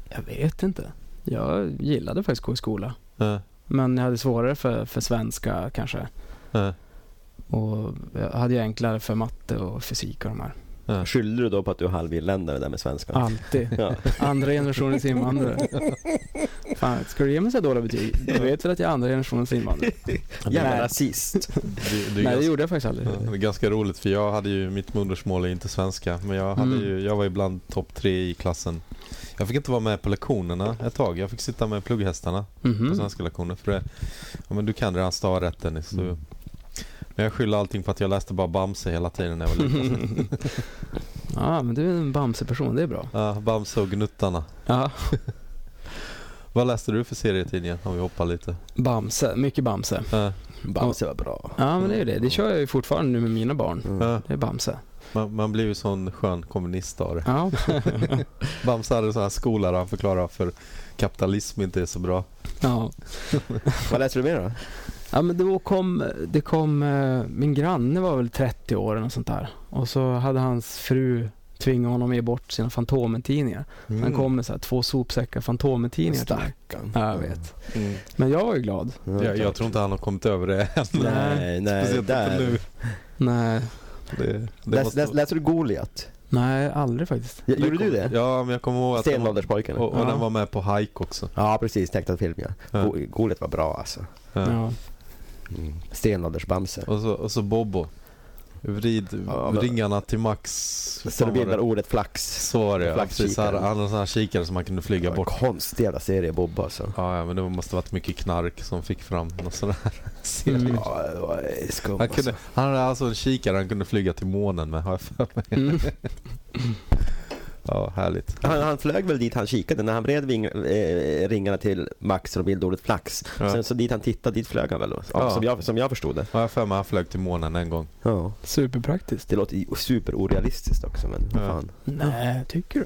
S1: jag vet inte. Jag gillade faktiskt att gå i skola.
S2: Ja.
S1: Men jag hade svårare för, för svenska kanske.
S2: Ja.
S1: Och jag hade ju enklare för matte och fysik och de här.
S2: Ja.
S3: Skyller du då på att du är halvinländare där med svenskarna?
S1: Alltid.
S3: Ja.
S1: Andra generationens invandrare. Fan, ska du ge mig så här dåliga betyg? Du vet väl att jag är andra generationens invandrare?
S3: Jävla rasist.
S2: Det, det är
S1: Nej, det
S2: ganska,
S1: gjorde jag faktiskt aldrig.
S2: ja, det är ganska roligt för jag hade ju, mitt modersmål är inte svenska. Men jag, hade
S1: Mm.
S2: ju, jag var ibland topp tre i klassen. Jag fick inte vara med på lektionerna ett tag. Jag fick sitta med plugghästarna. på
S1: Mhm.
S2: svenska lektioner. För det, ja, men du kan redan stavrätt Dennis. Du,
S1: Mm.
S3: Mm.
S2: Men jag skyller allting på att jag läste bara Bamse hela tiden när jag var liten.
S1: Ja, men du är en Bamse-person, det är bra.
S2: Ja, Bamse och Gnuttarna.
S1: Ja.
S2: Vad läste du för serietidningar om vi hoppar lite? Eh,
S1: Bamse, mycket Bamse.
S2: Ja,
S3: Bamse var bra. Mm.
S1: Ja, men det är ju det. Det kör jag ju fortfarande nu med mina barn.
S2: ja,
S1: Det är Bamse.
S2: man, man blir ju sån skön kommunist av det.
S1: Ja,
S2: Bamse hade en sån här skola där han förklarade för kapitalism inte är så bra.
S1: ja.
S3: Vad läser du mer då?
S1: ja men då kom, det kom, eh, min granne var väl 30 år eller något sånt där. Och så hade hans fru tvingat honom att ge bort sina Fantomen-tidningar.
S2: Mm.
S1: Han kom med så här två sopsäckar Fantomen-tidningar till mig. Ja, jag vet.
S2: Mm.
S1: Men jag var ju glad.
S2: Jag, jag tror inte han har kommit över det än.
S3: Nej, nej,
S2: Speciellt inte
S3: där.
S2: nu.
S1: Nej,
S2: Det, det
S3: Läs,
S2: måste...
S3: läs, läser du Goliat?
S1: nej aldrig faktiskt.
S3: Ja, Gjorde du det?
S2: Ja, men jag kommer ihåg att den var,
S3: Stenålderspojken?
S2: och, och
S1: Ja.
S2: den var med på Hike också.
S3: Ja precis, tecknad film ja.
S2: Ja.
S3: Go- Goliat var bra alltså.
S2: Ja.
S1: Ja.
S3: Mm. Stenåldersbamse.
S2: Och så, och så Bobo. Vrid
S3: Ja, men-
S2: ringarna till max.
S3: Så
S2: Fan
S3: du
S2: vad
S3: bildar
S2: det-
S3: ordet flax.
S2: Så var det ja.
S3: Flaxkikare.
S2: Precis, han han hade en sån här kikare som man kunde flyga
S3: Vad
S2: bort.
S3: Konstig jävla serie Bob alltså.
S2: Ja, ja, men det måste varit mycket knark som fick fram något sån här serie.
S1: Mm.
S3: Ja, det var skum
S2: Han,
S3: alltså.
S2: kunde, han hade alltså en kikare han kunde flyga till månen med, har jag för mig.
S1: Mm.
S2: Ja, härligt.
S3: Han, han flög väl dit han kikade när han vred ving, eh, ringarna till Max och bildade ordet flax.
S2: Ja.
S3: Sen så dit han tittade, dit flög han väl då? Ja,
S2: Ja.
S3: Som, jag, som jag förstod det.
S2: Har jag för mig han flög till månen en gång.
S3: Ja.
S1: Superpraktiskt.
S3: Det låter ju superorealistiskt också men vad
S2: Ja.
S3: fan.
S1: Nej, tycker du?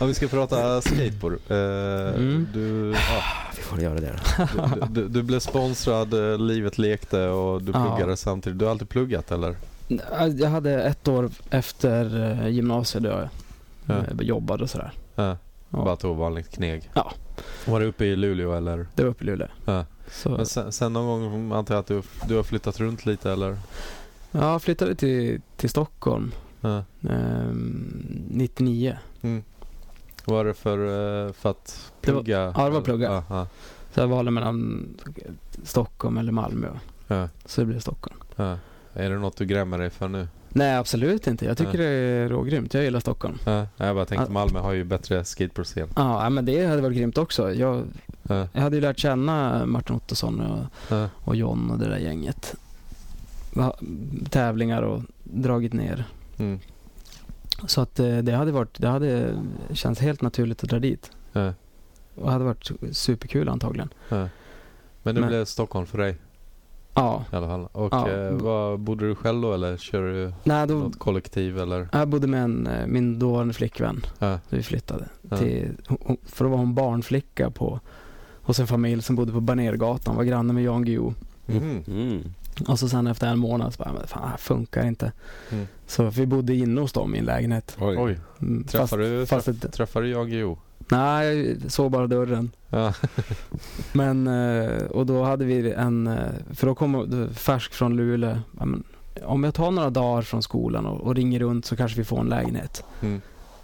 S2: Ja, vi ska prata skateboard. Eh,
S1: Mm.
S2: du, ja,
S3: Vi får göra det då.
S2: du, du, du blev sponsrad, eh, livet lekte och du
S1: Ja.
S2: pluggade samtidigt. Du har alltid pluggat eller?
S1: Nej, Jag hade ett år efter eh, gymnasiet där jag
S2: Ja.
S1: eh, jobbade och sådär.
S2: Ja.
S1: Ja.
S2: Bara tog vanligt kneg.
S1: Ja.
S2: Var du uppe i Luleå eller?
S1: Det var uppe i Luleå.
S2: Ja.
S1: Så
S2: Men sen, sen någon gång antar jag att du, du har flyttat runt lite eller?
S1: jag flyttade till, till Stockholm
S2: Ja.
S1: eh, 99.
S2: Var det för, eh, för att
S1: Det var-
S2: plugga?
S1: ja, det var plugga.
S2: Ja, ja,
S1: Så jag valde mellan Stockholm eller Malmö.
S2: ja,
S1: Så det blev Stockholm.
S2: ja. Är det något du grämer dig för nu?
S1: Nej, absolut inte. Jag tycker
S2: Ja.
S1: det är rågrymt. Jag gillar Stockholm.
S2: Ja. Jag bara tänkte
S1: Ja.
S2: Malmö har ju bättre skateboardscen.
S1: Ja, nej, men det hade varit grymt också. Jag,
S2: Ja.
S1: jag hade ju lärt känna Martin Ottosson och,
S2: Ja.
S1: och John och det där gänget. Va- Tävlingar och dragit ner.
S2: Mm.
S1: Så att eh, det hade varit, det hade känts helt naturligt att dra dit.
S2: Ja.
S1: Och hade varit superkul antagligen.
S2: Ja. Men det
S1: Men-
S2: blev Stockholm för dig
S1: Ja,
S2: i alla fall. Och
S1: Ja.
S2: eh, vad, bodde du själv då eller kör du
S1: nej då,
S2: något kollektiv eller?
S1: jag bodde med en, eh, min dåvarande flickvän.
S2: Ja.
S1: Vi flyttade
S2: Ja.
S1: till, hon- hon- för då var hon barnflicka på, hos en familj som bodde på Banergatan, var granne med Jan Guillou.
S2: Mhm.
S3: Mm.
S1: Och så sen efter en månad så bara, men fan det här funkar inte.
S2: Mm.
S1: Så vi bodde inne hos dem i en lägenhet.
S2: Oj.
S1: Mm,
S2: Träffade du,
S1: fast
S2: träff,
S1: ett,
S2: träffade du Jan Guillou?
S1: Nej, jag såg bara dörren.
S2: Ja.
S1: Men, eh, och då hade vi en, eh, för då kom det färsk från Luleå. Ja, men Om jag tar några dagar från skolan och, och ringer runt så kanske vi får en lägenhet.
S2: Mm.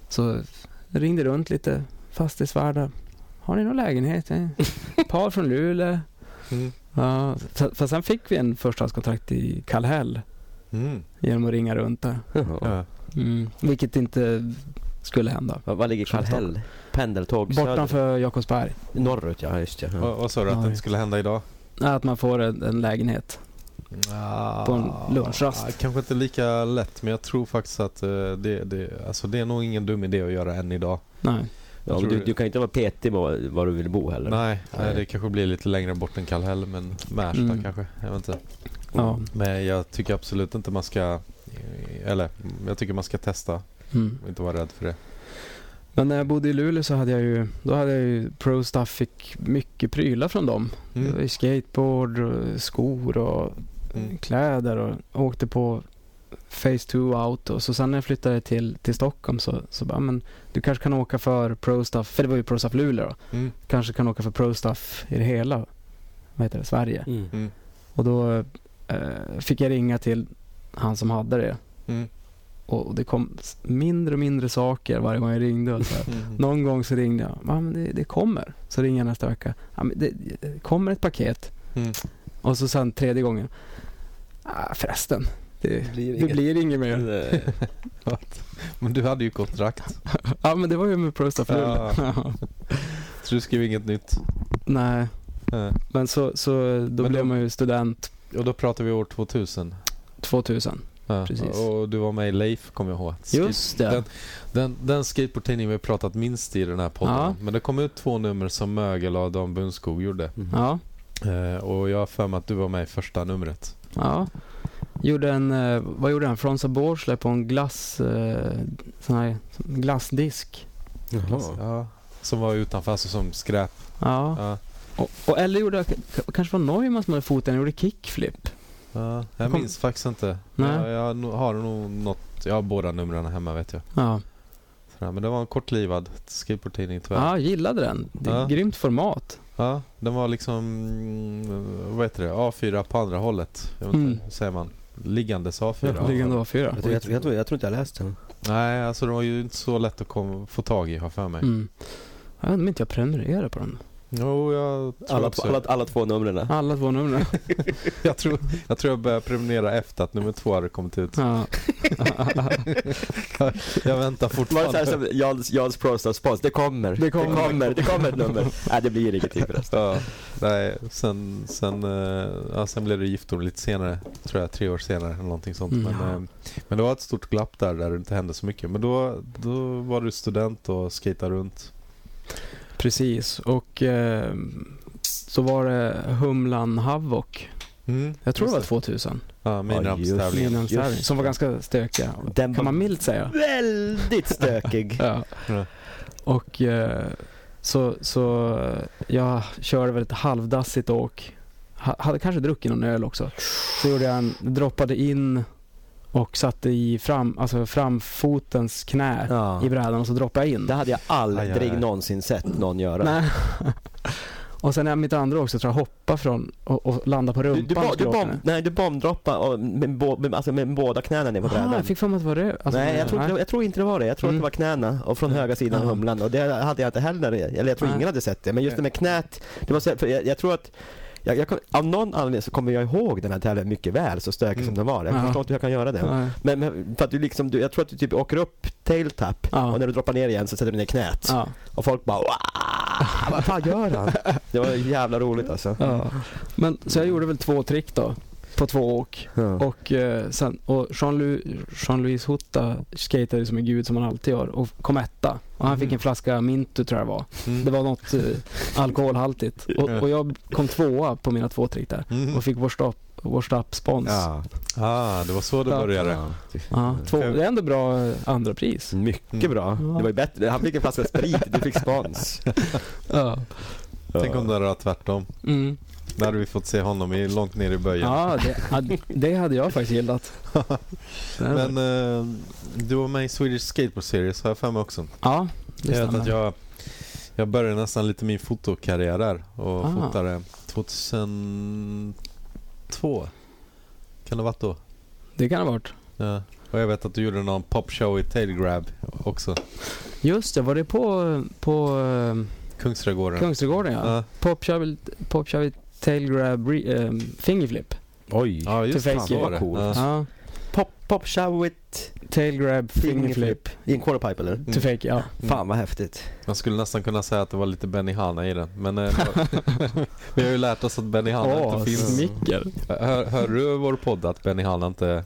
S1: Så ringde runt lite fastighetsvärdar. Har ni någon lägenhet? Eh, Ett par från Luleå.
S2: Mm.
S1: Ja, för, för sen fick vi en förstahandskontrakt i Kallhäll
S2: Mm.
S1: genom att ringa runt där.
S3: Jaha.
S2: Ja.
S1: Vilket inte skulle hända.
S3: Vad vad ligger
S1: Från
S3: Kallhäll? Pendeltåg söder?
S1: Bortanför Jakobsberg.
S3: Norrut ja, just ja. ja.
S2: Vad vad sa du att
S1: Oj.
S2: det skulle hända idag?
S1: Att man får en, en lägenhet. På en lunchrast.
S2: Ah, Kanske inte lika lätt men jag tror faktiskt att eh, det, det, alltså det är nog ingen dum idé att göra än idag.
S1: Nej.
S3: ja men
S2: tror
S3: du,
S2: det.
S3: du kan ju inte vara petig med var du vill bo heller.
S2: Nej, nej,
S3: Nej.
S2: det kanske blir lite längre bort än Kallhäll men Märsta
S1: Mm.
S2: kanske. Jag vet inte.
S1: Ja.
S2: Men jag tycker absolut inte man ska, eller jag tycker man ska testa
S1: Mm.
S2: och inte vara rädd för det.
S1: Men när jag bodde i Luleå så hade jag ju, då hade jag ju Pro Stuff fick mycket prylar från dem. Det var ju skateboard, och skor och
S2: Mm.
S1: kläder och åkte på Phase 2 out och så sen när jag flyttade till, till Stockholm så, så bara, men du kanske kan åka för Pro Stuff, för det var ju Pro Stuff Luleå då.
S2: Mm.
S1: Kanske kan åka för Pro Stuff i det hela, vad heter det, Sverige.
S3: Mm.
S2: Mm.
S1: Och då eh, fick jag ringa till han som hade det
S2: Mm.
S1: och och det kom s- mindre och mindre saker varje gång jag ringde. Och så här.
S2: Mm.
S1: Någon gång så ringde jag, ja men det, det kommer. Så ringer jag nästa vecka, ja, men det, det kommer ett paket.
S2: Mm.
S1: Och så sen tredje gången, ah, förresten, det,
S3: blir
S1: det blir inget mer.
S2: Men du hade ju kontrakt.
S1: Ja men det var ju med Prosta
S2: Ja.
S1: ja.
S2: Så du skrev inget nytt.
S1: Nej,
S2: Eh,
S1: men så, så då
S2: då-
S1: blev man ju student
S2: Och då pratar vi år 2000.
S1: 2000.
S2: Ja,
S1: Precis.
S2: Och du var med i Leif kommer jag ihåg. Skate-
S1: Just det.
S2: Den, den skateboardtidningen vi har pratat minst i den här podden
S1: Ja.
S2: om. Men det kom ut två nummer som Mögel och Dan Bunskog gjorde.
S1: Ja,
S2: Eh, och jag har för mig att du var med i första numret.
S1: ja. Gjorde en, eh, vad gjorde han? Franza Borsley på en glass, eh, sån här glassdisk.
S3: Jaha.
S2: Ja. Som var utanför, alltså som skräp.
S1: Ja.
S2: Ja.
S1: Och, och eller gjorde, k- kanske var Neumann som hade foten, han gjorde kickflip.
S2: Ja, jag
S1: Kom-
S2: minns faktiskt inte.
S1: Nej.
S2: Jag, jag no- har nog något, jag har båda numren hemma vet jag.
S1: Ja,
S2: Sådär, men det var en kortlivad skateboardtidning tyvärr.
S1: ja jag gillade den. Det är
S2: Ja.
S1: Grymt format.
S2: Ja, den var liksom, mm, vad heter det, A4 på andra hållet. Jag vet inte,
S1: Mm.
S2: hur säger man? Liggandes A4.
S1: Ja, Liggande A4.
S3: Jag, tror- jag, tror- jag, tror- jag tror inte jag läste den.
S2: Nej, alltså den var ju inte så lätt att kom, få tag i har jag för mig.
S1: Mm. Jag undrar om inte jag prenumererar på den.
S2: Jo, jag tror,
S3: Alla,
S2: också-
S3: alla, alla två numren.
S1: Alla två numren.
S2: jag, tror, jag tror jag började prenumerera efter att nummer två hade kommit ut.
S1: Ja.
S2: Jag väntar
S3: Var det såhär
S2: fortfarande.
S3: som Jarls, Jarls Prostas spons? Det kommer,
S1: Det kommer.
S3: det kommer, det kommer ett nummer. Nej det blir ingenting förresten.
S2: Ja, nej, sen, sen, eh, ja, sen blev det giftorm lite senare, tror jag, tre år senare eller någonting sånt.
S1: Mm.
S2: Men, eh, men det var ett stort glapp där, där det inte hände så mycket. Men då, då var du student och skejtade runt.
S1: Precis. Och eh, så var det Humlan Havoc. Mm. Jag tror det var 2000.
S2: Ja,
S3: Ja, just
S2: minrampstävlingen.
S1: Min ensam,
S3: Just
S1: som var ganska stökiga. Kan
S3: Den var
S1: man milt säga.
S3: väldigt stökig.
S1: Ja.
S2: Ja.
S1: Och eh, så, så jag körde väl ett halvdassigt åk. Ha, hade kanske druckit någon öl också. Så gjorde jag en, droppade in och satte i fram, alltså framfotens knä
S3: Ja.
S1: i brädan och så droppade jag in.
S3: Det hade jag aldrig
S2: Aj, aj, aj.
S3: någonsin sett någon göra.
S1: Nej. och sen är mitt andra också tror jag hoppa från och, och landa på
S3: Du,
S1: rumpan.
S3: du, ba- du,
S1: skulle jag åka
S3: bomb,
S1: ner.
S3: nej, du bombdroppade och med, bo- med, alltså med båda knäna ner på
S1: ah,
S3: brädan.
S1: jag fick för mig att det var röd. Alltså,
S3: nej, jag tror, inte, det var- jag tror inte det var det. Jag tror
S1: Mm.
S3: att det var knäna och från högra sidan av
S1: Ja.
S3: humlan. Och det hade jag inte heller, eller jag tror
S1: Nej.
S3: ingen hade sett det. Men just det med knät, det var så, för jag, jag tror att jag, jag, kom- av någon anledning så kommer jag ihåg den här tävlingen mycket väl, så stökig
S2: Mm.
S3: som den var. Jag
S1: Ja.
S3: förstår inte hur jag kan göra det.
S1: Nej.
S3: Men, men för att du liksom, du, jag tror att du typ åker upp tail tap
S1: Ja.
S3: och när du droppar ner igen så sätter du ner knät.
S1: Ja.
S3: Och folk bara "Wah, Vad fan gör han? Det var jävla roligt alltså.
S1: Ja. Men, så jag gjorde väl två trick då, på två åk.
S3: Ja.
S1: Och, eh, sen, och Jean-Lu- Jean-Louis Hotta skatade ju som en gud som han alltid gör och kom etta. Och han fick en flaska Mintu tror jag det var.
S2: Mm.
S1: Det var något eh, alkoholhaltigt. Och, och jag kom tvåa på mina två trick där
S2: Mm.
S1: och fick washed up-spons.
S3: Ja.
S2: Ah, det var så det
S1: Ja.
S2: började.
S1: Ja, två, det är ändå bra eh, andra
S2: Mm.
S1: pris.
S3: Mycket bra. Det var ju bättre. Han fick en flaska sprit, du fick spons.
S1: Ja.
S2: Tänk om det hade varit tvärtom.
S1: Mm.
S2: Då hade vi fått se honom i, långt ner i böjen.
S1: Ja, det, ja, det hade jag faktiskt gillat.
S2: Men eh, du var med i Swedish Skateboard Series har jag för mig också.
S1: ja, det
S2: jag vet att
S1: stämmer.
S2: jag, jag började nästan lite min fotokarriär där och
S1: Ah.
S2: fotade 2002. Kan det ha varit då?
S1: Det kan ha varit.
S2: Ja. Och jag vet att du gjorde någon popshow i Tailgrab också.
S1: Just det, var det på, på eh,
S2: Kungsträdgården.
S1: Kungsträdgården ja.
S2: Ja.
S1: Popshovel, Popshovel Tailgrab re, eh, Fingerflip.
S3: Oj.
S2: Ja, just
S1: Till
S2: det.
S1: Facebook.
S2: Så var det.
S3: Coolt.
S2: Ja.
S1: Ja.
S3: Pop, pop, show it.
S1: Tailgrab Fingerflip.
S3: Fingerflip. I en quarterpipe eller? Typ,
S1: To fake, ja.
S3: Fan vad häftigt.
S2: Man skulle nästan kunna säga att det var lite Benihana i den. Men eh, vi har ju lärt oss att Benihana
S1: Åh,
S2: inte finns.
S1: smicker.
S2: Hör, hör du vår podd att Benihana inte...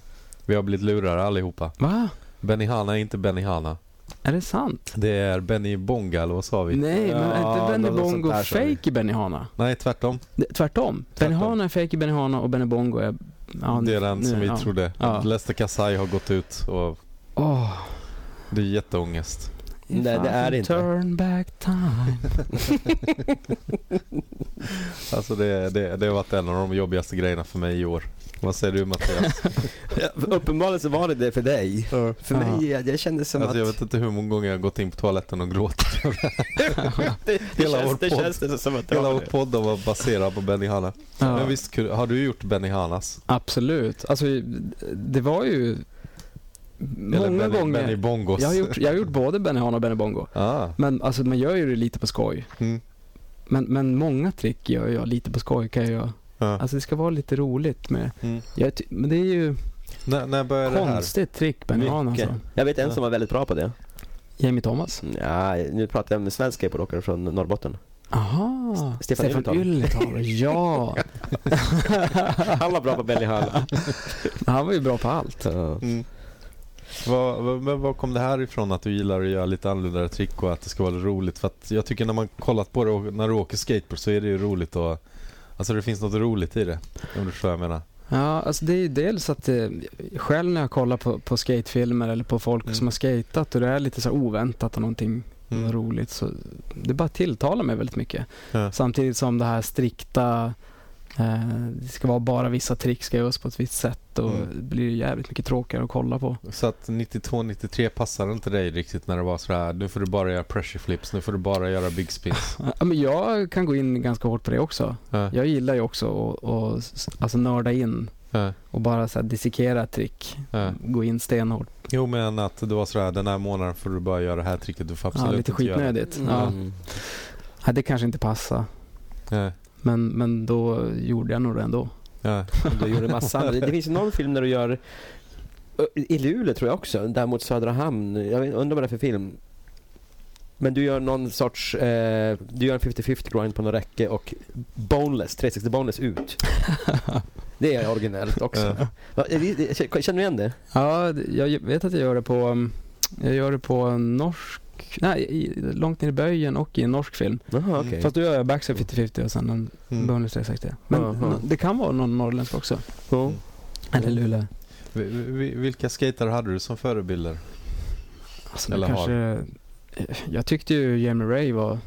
S2: Vi har blivit lurade allihopa.
S1: Va?
S2: Benihana är inte Benihana.
S1: Är det sant?
S2: Det är Benny Bonga eller vad sa vi?
S1: Nej, men är
S3: Ja,
S1: inte Benny
S3: något sånt
S1: Bongo
S3: där sa vi.
S1: fake i Benihana?
S2: Nej, tvärtom.
S1: Det- Tvärtom.
S2: Tvärtom.
S1: Benihana är fake i Benihana och Benny Bongo är... Ja,
S2: det är den
S1: nu-
S2: som vi
S1: ja.
S2: trodde.
S1: Ja.
S2: Lester Kasai har gått ut och
S1: Åh.
S2: det är jätteångest.
S1: If
S3: Nej, det
S1: I
S3: är
S1: could
S3: inte.
S1: Turn back time.
S2: Alltså det, det, det har varit en av de jobbigaste grejerna för mig i år. Vad säger du Mattias?
S3: Ja, uppenbarligen så var det det för dig. För
S1: Ja.
S3: mig, jag, jag kände som
S2: alltså jag
S3: att...
S2: vet inte hur många gånger jag har gått in på toaletten och gråtit.
S3: det, det,
S2: Hela vår
S3: känns, det
S2: podd.
S3: känns det som att det
S2: Hela
S3: var
S2: vår
S3: det.
S2: podd var baserad på Benihana.
S1: Ja.
S2: Men visst, kul- har du gjort Benihanas?
S1: Absolut. Alltså, det var ju många
S2: Eller Benny,
S1: gånger.
S2: Benny Bongos?
S1: jag, har gjort, jag har gjort både Benihana och Benny Bongo.
S2: Ah.
S1: Men alltså, man gör ju det lite på skoj.
S2: Mm.
S1: Men, men många trick gör jag lite på skoj. Kan jag. göra.
S2: Ja.
S1: Alltså, det ska vara lite roligt med
S2: Mm.
S1: jag, ty- Men det är ju
S2: När, när börjar det här?
S1: konstigt trick, Benihana
S3: Mycket.
S1: alltså.
S3: Jag vet en som var väldigt bra på det.
S1: Jamie Thomas.
S3: Ja, nu pratar jag med svensk skateboardåkare från Norrbotten.
S1: Aha.
S3: Stefan Yllentalo.
S1: Yllentalo. Ja.
S3: Han var bra på Belly Hall.
S1: Han var ju bra på allt.
S2: Mm. Vad- vad- men var kom det här ifrån att du gillar att göra lite annorlunda trick och att det ska vara roligt? För att jag tycker när man kollat på det och när du åker skateboard så är det ju roligt och Alltså det finns något roligt i det, om du förstår vad jag menar.
S1: Ja, alltså det är ju dels att eh, själv när jag kollar på, på skatefilmer eller på folk
S2: Mm.
S1: som har skatat och det är lite så här oväntat och någonting
S2: Mm.
S1: roligt så det bara tilltalar mig väldigt mycket.
S2: Ja.
S1: Samtidigt som det här strikta, eh, det ska vara bara vissa trick ska göras på ett visst sätt och
S2: Mm.
S1: det blir ju jävligt mycket tråkigare att kolla på.
S2: Så att 92-93 passade inte dig riktigt när det var sådär, nu får du bara göra pressure flips, nu får du bara göra big spins.
S1: Ja, men jag kan gå in ganska hårt på det också.
S2: Ja,
S1: Jag gillar ju också att att s- alltså nörda in
S2: ja,
S1: och bara så här dissekera ett trick.
S2: ja.
S1: Gå in stenhårt.
S2: Jo men att det var sådär, den här månaden får du bara göra det här tricket, du får absolut
S1: Ja, lite
S2: inte göra det. Mm.
S1: skitnödigt. Ja.
S3: Mm.
S1: Ja, det kanske inte passar.
S2: Ja,
S1: Men, men då gjorde jag nog det ändå.
S2: ja.
S3: Du gjorde massa andra. Det finns ju någon film där du gör Ö, i Luleå tror jag också, där mot Södra Hamn. Jag vet- undrar vad det är för film. Men du gör någon sorts, eh, du gör en 50-50 grind på någon räcke och boneless, 360 boneless ut. Det är originellt också. Va, är det- det- Känner du igen det?
S1: Ja, det- jag vet att jag gör det på, um, jag gör det på en norsk, nej, i, långt ner i böjen och i en norsk film.
S3: Jaha,
S2: okej.
S1: Mm, Fast då gör jag backside 50-50 och sen en
S2: Mm.
S1: bonus 360. Men
S3: Ja, ja.
S1: nå- det kan vara någon norrländsk också.
S3: Ja.
S1: Eller Luleå.
S2: Vi- vi- Vilka skater hade du som förebilder?
S1: Alltså, det
S2: Eller
S1: kanske, jag tyckte ju Jamie Ray var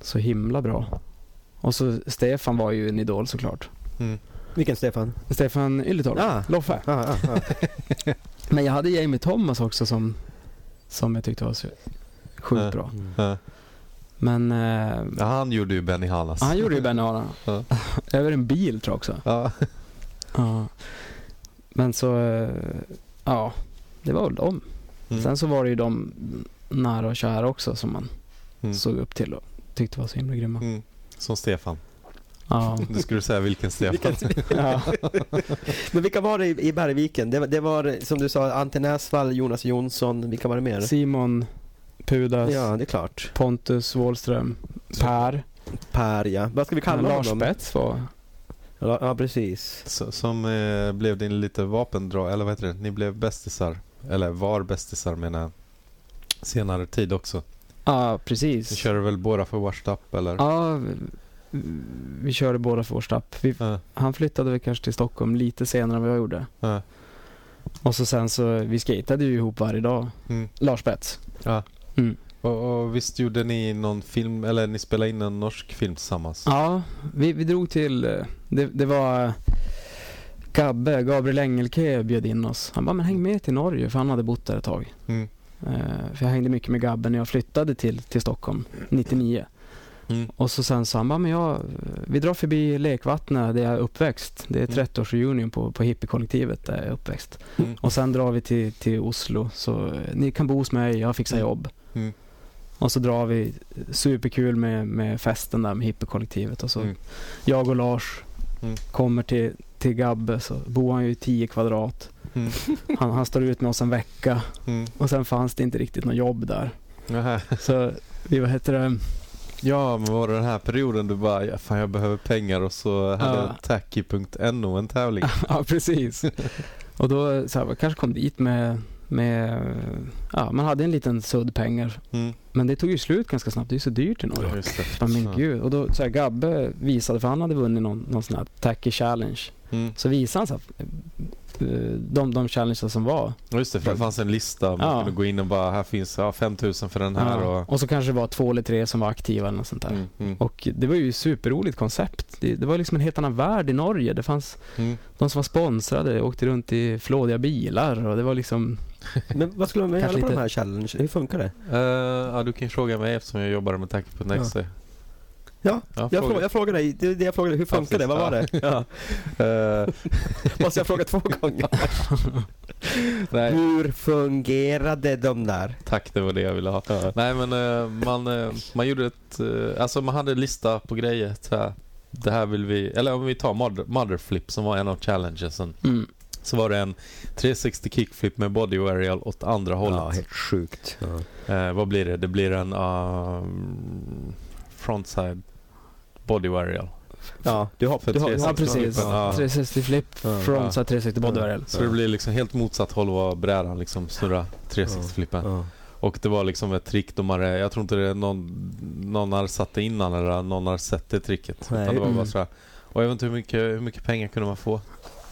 S1: så himla bra. Och så Stefan var ju en idol såklart.
S3: Vilken Stefan?
S1: Stefan Ylitorp,
S3: Ah.
S1: Loffe.
S3: Ah, ah, ah.
S1: Men jag hade Jamie Thomas också som, som jag tyckte var så sjukt
S2: Ja.
S1: bra.
S2: Ja.
S1: Men eh,
S2: Ja, han gjorde ju Benny Hallas.
S1: han gjorde ju Benihana.
S2: Ja.
S1: Över en bil tror jag också.
S2: Ja.
S1: Ja. Men så, eh, ja, det var väl dem.
S2: Mm.
S1: Sen så var det ju de nära och kära också som man
S2: Mm.
S1: såg upp till och tyckte var så himla grymma.
S2: Mm. Som Stefan.
S1: Ja.
S2: Du skulle säga vilken Stefan.
S1: ja.
S3: Men vilka var det i i Bergviken? Det var, det var som du sa, Ante Näsvall, Jonas Jonsson, vilka var det mer?
S1: Simon, Pudas,
S3: Ja, det är klart.
S1: Pontus Wåhlström, Per,
S3: Per, ja. Vad ska vi kalla
S1: Lars
S3: honom?
S1: Spets var...
S3: Ja, ja, precis.
S2: S- Som eh, blev din lite vapendra, eller vad heter det? Ni blev bästisar. Eller var bästisar menar jag. Senare tid också.
S1: Ja,
S2: Ni
S1: precis.
S2: körde väl båda för Washed Up eller?
S1: Ja, vi, vi körde båda för vår stapp. Vi,
S2: Ja,
S1: han flyttade väl kanske till Stockholm lite senare än vad jag gjorde.
S2: ja.
S1: Och så sen så, vi skatade ju ihop varje dag.
S2: Mm.
S1: Lars Spets.
S2: Och, och visst gjorde ni någon film, eller ni spelade in en norsk film tillsammans?
S1: Ja, vi, vi drog till, eh, det, det var eh, Gabbe, Gabriel Engelke bjöd in oss. Han bara, men häng med till Norge, för han hade bott där ett tag.
S2: Mm.
S1: Eh, för jag hängde mycket med Gabbe när jag flyttade till, till Stockholm 99.
S2: Mm.
S1: Och så sen sa han, "Ja, men jag, vi drar förbi Lekvattna där jag är uppväxt. Det är
S2: Mm.
S1: 30-årsreunion på, på hippiekollektivet där jag är uppväxt.
S2: Mm.
S1: Och sen drar vi till, till Oslo, så eh, ni kan bo hos mig, jag fixar
S2: Mm.
S1: jobb.
S2: Mm.
S1: Och så drar vi, eh, superkul med, med festen där med hippiekollektivet. Och så
S2: Mm.
S1: jag och Lars
S2: Mm.
S1: kommer till, till Gabbe, så bor han ju i 10 kvadrat.
S2: Mm.
S1: Han, han står ut med oss en vecka
S2: Mm.
S1: och sen fanns det inte riktigt något jobb där.
S2: Nähä.
S1: Så vi, vad heter det,
S2: Ja, men var det den här perioden du bara, ja, fan jag behöver pengar och så hade
S1: Ja.
S2: tacky.no en tävling.
S1: ja precis. Och då så här, jag kanske kom dit med, med, ja man hade en liten sudd pengar.
S2: Mm.
S1: Men det tog ju slut ganska snabbt, det är ju så dyrt i Norge.
S2: Ja, just det.
S1: Men min
S2: Fan.
S1: gud. Och då så här, Gabbe visade, för han hade vunnit någon, någon sån här tacky challenge.
S2: Mm.
S1: Så visade han så här, eh, de, de challenges som var.
S2: Ja, Just det, för det fanns en lista. Man
S1: Ja.
S2: kunde gå in och bara, här finns ja, 5000 för den här.
S1: Ja.
S2: Och,
S1: och så kanske det var två eller tre som var aktiva eller något sånt där.
S2: mm, mm,
S1: Och det var ju superroligt koncept. Det, det var liksom en helt annan värld i Norge. Det fanns
S2: mm.
S1: de som var sponsrade, åkte runt i flådiga bilar och det var liksom
S3: Men vad skulle man göra
S1: Kanske
S3: på de
S1: lite-
S3: här challenge? Hur funkar det?
S2: Eh, ja, du kan ju fråga mig eftersom jag jobbar med tacky.next. Ja.
S3: Ja, Jag,
S2: fråga.
S3: frågar, jag frågar dig, det är det jag frågade, hur
S2: Ja,
S3: funkar det? Vad var det?
S2: precis. Ja. Eh,
S3: Måste jag fråga två gånger?
S2: nej,
S3: Hur fungerade de där?
S2: Tack, det var det jag ville ha. Nej men eh, man, eh, man gjorde ett, eh, alltså man hade en lista på grejer. Så här, det här vill vi, eller om vi tar mother, Motherflip som var en av challengensen.
S1: mm,
S2: Så var det en 360 kickflip med body aerial åt andra
S3: Ja,
S2: hållet.
S3: helt sjukt. Ja.
S2: Eh, vad blir det? Det blir en um, frontside body aerial.
S3: du har
S2: För
S3: du har,
S2: tre-
S1: Ja precis,
S2: Ja.
S1: 360 flip,
S3: Ja.
S1: front så här 360 body
S3: Ja.
S1: aerial.
S2: Så det blir liksom helt motsatt håll vad brädan liksom snurrar 360-flippen.
S3: Ja.
S2: Och det var liksom ett trick de hade, jag tror inte det är någon, någon hade satt det innan eller någon hade sett det tricket.
S3: Nej.
S2: Utan det var
S1: Mm.
S2: bara sådär. Och jag vet inte hur mycket, hur mycket pengar kunde man få?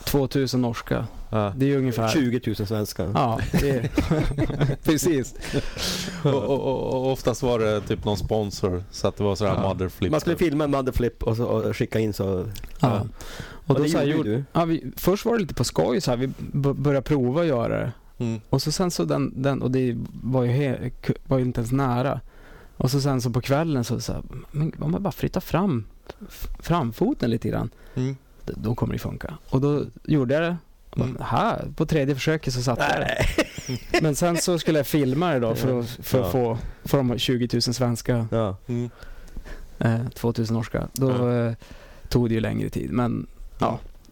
S1: 2000 norska,
S2: Ja.
S1: det är ju ungefär
S3: 20 000 svenskar.
S1: Ja, det är, precis.
S2: och, och, och, och oftast var det typ någon sponsor så att det var sådär
S1: Ja.
S2: motherflip.
S3: Man skulle filma en motherflip och, så, och skicka in så...
S1: Ja. Och då
S3: det
S1: så här,
S3: gjorde
S1: gjorde,
S3: ju du.
S1: ja, vi, först var det lite på skoj så här, vi b- började prova att göra det.
S2: mm.
S1: Och så sen så den, den och det var ju, he, var ju inte ens nära. Och så sen så på kvällen så, så här, men om man bara flyttar fram f- framfoten lite grann,
S2: Mm.
S1: d- då kommer det funka. Och då gjorde jag det. Och bara,
S2: Mm.
S1: Här, på tredje försöket så satte jag det. Men sen så skulle jag filma det då för att, för att
S3: Ja.
S1: få, få de 20 000 svenska
S3: Ja.
S2: Mm.
S1: eh, 2000 norska. Då
S2: Ja.
S1: eh, tog det ju längre tid. Men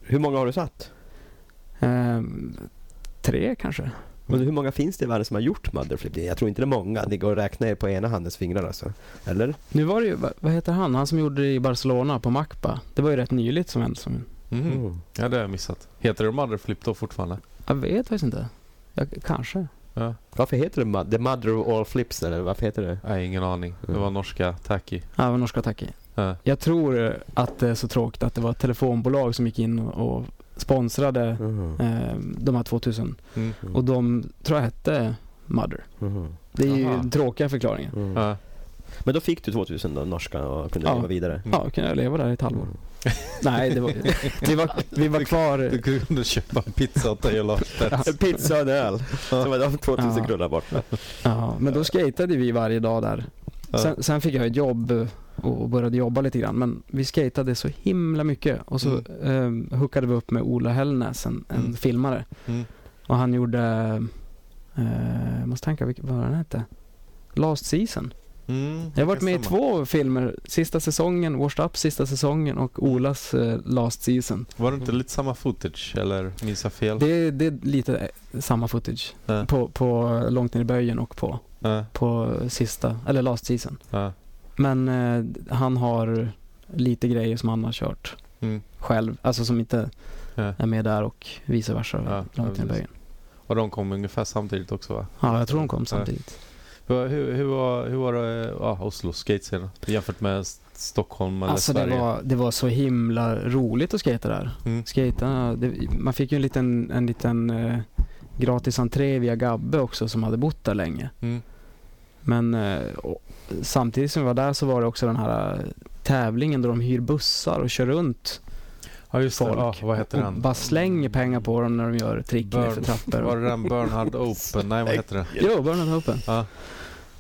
S3: Hur många har du satt?
S1: eh, tre kanske.
S3: Men hur många finns det i världen som har gjort motherflip? Jag tror inte det är många. Det går att räkna er på ena handens fingrar alltså. Eller?
S1: Nu var det ju, va- vad heter han, han som gjorde det i Barcelona på Macba. Det var ju rätt nyligt som hände. Som,
S2: Mhm. Ja, det har jag missat. Heter det motherflip då fortfarande?
S1: jag vet faktiskt inte. Jag, kanske.
S2: Ja.
S3: Varför heter det mo- The Mother of All Flips eller varför heter det?
S2: Nej, ingen aning. Det var norska Tacky.
S1: Ja, det var norska attacker.
S2: Ja.
S1: Jag tror eh, att det är så tråkigt att det var ett telefonbolag som gick in och, och sponsrade
S3: Mm-hmm.
S1: eh, de här 2000.
S2: Mm.
S1: Och de tror jag hette Mother.
S3: Mm-hmm.
S1: Det är ju
S2: Aha. Mm.
S1: den tråkiga förklaringen.
S2: Ja.
S3: Men då fick du 2000 då, norska och kunde
S1: Ja.
S3: leva vidare.
S1: Ja, då kan jag leva där i ett halvår?
S3: Mm.
S1: Nej, det var, vi, var, vi var kvar.
S2: Du kunde köpa en pizza åt dig och Lars Pets.
S3: En pizza och en öl. Så var de 2000
S1: Ja.
S3: kronor borta.
S1: Ja, men då skatade vi varje dag där.
S2: Ja.
S1: Sen, sen fick jag ett jobb och började jobba lite grann. Men vi skatade så himla mycket. Och så eh, hookade vi upp med Ola Hällnäs, en, en
S2: Mm.
S1: filmare.
S2: Mm.
S1: Och han gjorde, eh, jag måste tänka vilk- vad den hette. Last Season.
S2: Mm,
S1: Jag har varit
S2: kan
S1: med i
S2: stämma.
S1: två filmer. Sista säsongen, Washed Up sista säsongen och Olas eh, Last Season.
S2: Var det inte lite samma footage eller minns jag fel?
S1: Det, det är lite eh, samma footage.
S2: Ja.
S1: På, på Långt ner i böjen och på,
S2: Ja,
S1: på sista, eller Last Season.
S2: ja.
S1: Men eh, han har lite grejer som han har kört
S2: Mm.
S1: själv, alltså som inte
S2: Ja.
S1: är med där och vice versa.
S2: Ja,
S1: långt
S2: ja,
S1: ner i böjen.
S2: Och de kom ungefär samtidigt också va?
S1: Ja, jag tror de kom
S2: Ja.
S1: samtidigt.
S2: Hur, hur, hur, var, hur var det, ja, Oslo skatescenen jämfört med S- Stockholm eller
S1: Alltså det
S2: Sverige?
S1: var, det var så himla roligt att skata där.
S2: Mm.
S1: Skaterna, det, man fick ju en liten, en liten eh, gratis entré via Gabbe också som hade bott där länge.
S2: Mm.
S1: Men eh, och, samtidigt som vi var där så var det också den här eh, tävlingen där de hyr bussar och kör runt
S2: Ja just
S1: folk.
S2: det, ja, vad heter
S1: och
S2: han?
S1: bara slänger pengar på dem när de gör trick
S2: Burn-
S1: för trappor. och-
S2: Var det den Bernhard Open? Nej vad heter det?
S1: Jo, Bernhard Open.
S2: Ja.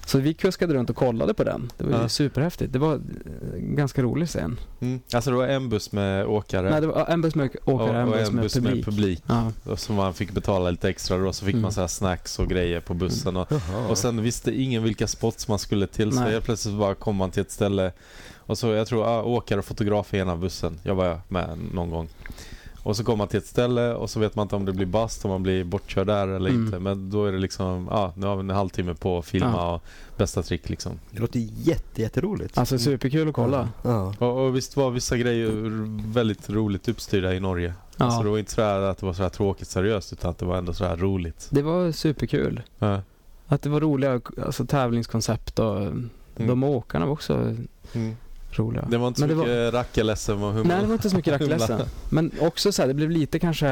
S1: Så vi kuskade runt och kollade på den. Det var ju
S2: Ja.
S1: superhäftigt. Det var eh, en ganska rolig scen.
S2: Mm. Alltså det var en buss med åkare
S1: Nej, det var ja, en buss med
S2: och,
S1: åkare, en buss
S2: och
S1: med publik.
S2: publik.
S1: Ja.
S2: Och som man fick betala lite extra då, så fick
S1: Mm.
S2: man så här snacks och grejer på bussen. Och,
S4: Jaha.
S2: och sen visste ingen vilka spots man skulle till, så
S1: Nej.
S2: helt plötsligt bara kom man till ett ställe. Och så, jag tror, ah, åkare och fotograf i ena bussen. Jag var med någon gång. Och så kommer man till ett ställe och så vet man inte om det blir bast, om man blir bortkörd där eller
S1: Mm.
S2: inte. Men då är det liksom, ja, ah, nu har vi en halvtimme på att filma och bästa trick liksom.
S3: Det låter jätte, jätteroligt.
S2: Mm.
S1: Alltså superkul att kolla.
S3: Ja.
S2: Och, och visst var vissa grejer väldigt roligt uppstyrda i Norge.
S1: Ja.
S2: Alltså det var inte så här att det var så här tråkigt seriöst utan att det var ändå så här roligt.
S1: Det var superkul.
S2: Ja.
S1: Att det var roliga alltså, tävlingskoncept och de åkarna var också
S2: Mm.
S1: roliga.
S2: Det var inte så
S1: Men det
S2: mycket rackarledsen och humor.
S1: Nej, det var inte så mycket rackledsen. Men också så här, det blev lite kanske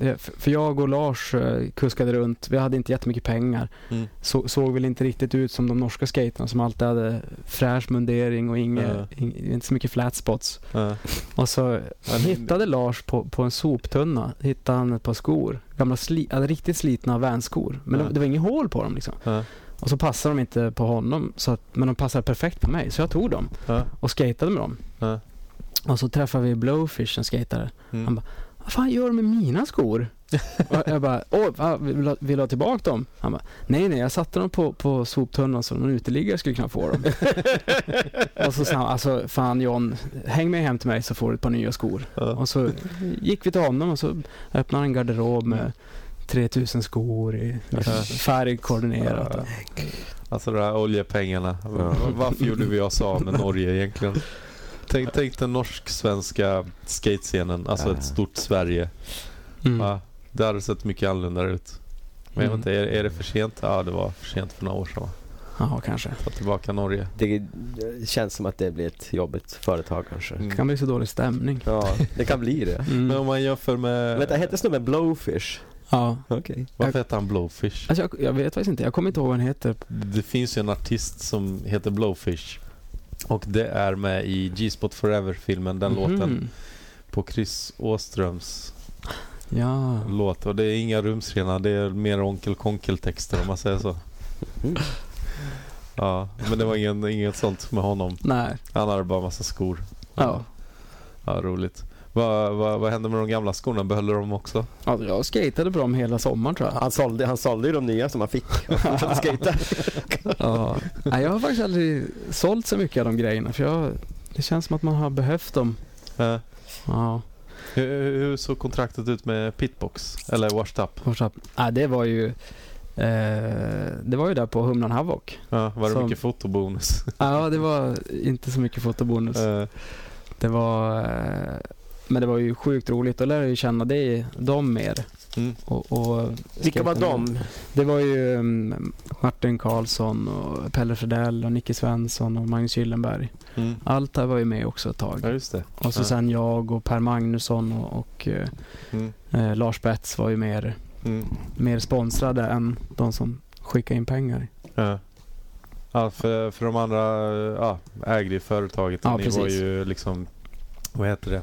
S1: eh, f- för jag och Lars eh, kuskade runt. Vi hade inte jättemycket pengar.
S2: Mm.
S1: Så, såg väl inte riktigt ut som de norska skaterna som alltid hade fräsch mundering och inge,
S2: Ja.
S1: ing- inte så mycket flat spots.
S2: Ja.
S1: Och så
S2: Men-
S1: hittade Lars på, på en soptunna hittade han ett par skor. Gamla sli, alltså riktigt slitna vanskor. Men
S2: Ja.
S1: det, det var inget hål på dem liksom.
S2: Ja.
S1: Och så passade de inte på honom, så att, men de passade perfekt på mig. Så jag tog dem
S2: Ja.
S1: och skatade med dem.
S2: Ja.
S1: Och så träffade vi Blowfish, en skatare.
S2: Mm.
S1: Han bara, Vad fan gör du med mina skor? och jag bara, åh, va, vill, du ha- vill du ha tillbaka dem? Han bara, nej nej, jag satte dem på, på soptunnan så någon uteliggare skulle kunna få dem. och så sa han, alltså fan John, häng med hem till mig så får du ett par nya skor.
S2: Ja.
S1: Och så gick vi till honom och så öppnade han en garderob med 3000 skor i
S2: Ja.
S1: färg koordinerat.
S2: Ja. Alltså de här oljepengarna. Va- Varför gjorde vi oss av med Norge egentligen? Tänk, tänk den norsk-svenska skatescenen, alltså
S3: Ja.
S2: ett stort Sverige.
S1: Mm.
S2: Ja. Det hade sett mycket annorlunda ut. Men jag vet inte, är, är det för sent? Ja, det var för sent för några år sedan. va?
S1: Ja, kanske.
S2: Ta tillbaka Norge.
S3: Det känns som att det blir ett jobbigt företag kanske.
S2: Mm.
S1: Det kan bli så dålig stämning.
S3: Ja, det kan bli det.
S1: Mm.
S2: Men om man jämför med...
S3: Vänta, hette snubben Blowfish?
S1: Ja.
S3: Okej.
S2: Varför heter han Blowfish?
S1: Alltså jag, jag vet faktiskt inte. Jag kommer inte ihåg vad den heter.
S2: Det finns ju en artist som heter Blowfish. Och det är med i G-Spot Forever-filmen, den låten.
S1: Mhm.
S2: På Chris Åströms
S1: Ja.
S2: låt. Och det är inga rumsrena, det är mer onkel konkel-texter om man säger så.
S3: Mm.
S2: Ja, men det var ingen, inget sånt med honom.
S1: Nej.
S2: Han hade bara massa skor.
S1: Ja.
S2: Ja, roligt. Vad va, vad hände med de gamla skorna? Behöll du dem också?
S1: Alltså jag skatade på dem hela sommaren tror jag.
S3: Han sålde, han sålde ju de nya som han fick och fortsatte skejta.
S1: Ja. Nej, jag har faktiskt aldrig sålt så mycket av de grejerna. För jag, det känns som att man har behövt dem.
S2: Eh,
S1: Ja.
S2: hur, hur såg kontraktet ut med Pitbox? Eller Washed Up?
S1: Fortsatt. Nej, det var ju eh, det var ju där på Humlan Havoc.
S2: Ja, var det
S1: Som-
S2: mycket fotobonus?
S1: Ja, det var inte så mycket fotobonus.
S2: Eh,
S1: Det var, eh, men det var ju sjukt roligt. Då lärde jag ju känna dig, dem mer.
S2: Mm.
S1: Och, och
S3: Vilka var
S1: skaterna.
S3: de?
S1: Det var ju mm, Martin Karlsson, och Pelle Fredell, och Nicke Svensson och Magnus Gyllenberg.
S2: mm.
S1: Allt där var ju med också ett
S2: Ja,
S1: tag.
S2: just det.
S1: Och så
S2: ja.
S1: sen jag och Per Magnusson och, och eh,
S2: Mm.
S1: eh, Lars Betts var ju mer,
S2: Mm.
S1: mer sponsrade än de som skickade in pengar.
S2: Ja. Ja, för, för de andra ja, ägde ju företaget och
S1: Ja,
S2: ni
S1: precis.
S2: var ju liksom, vad heter det,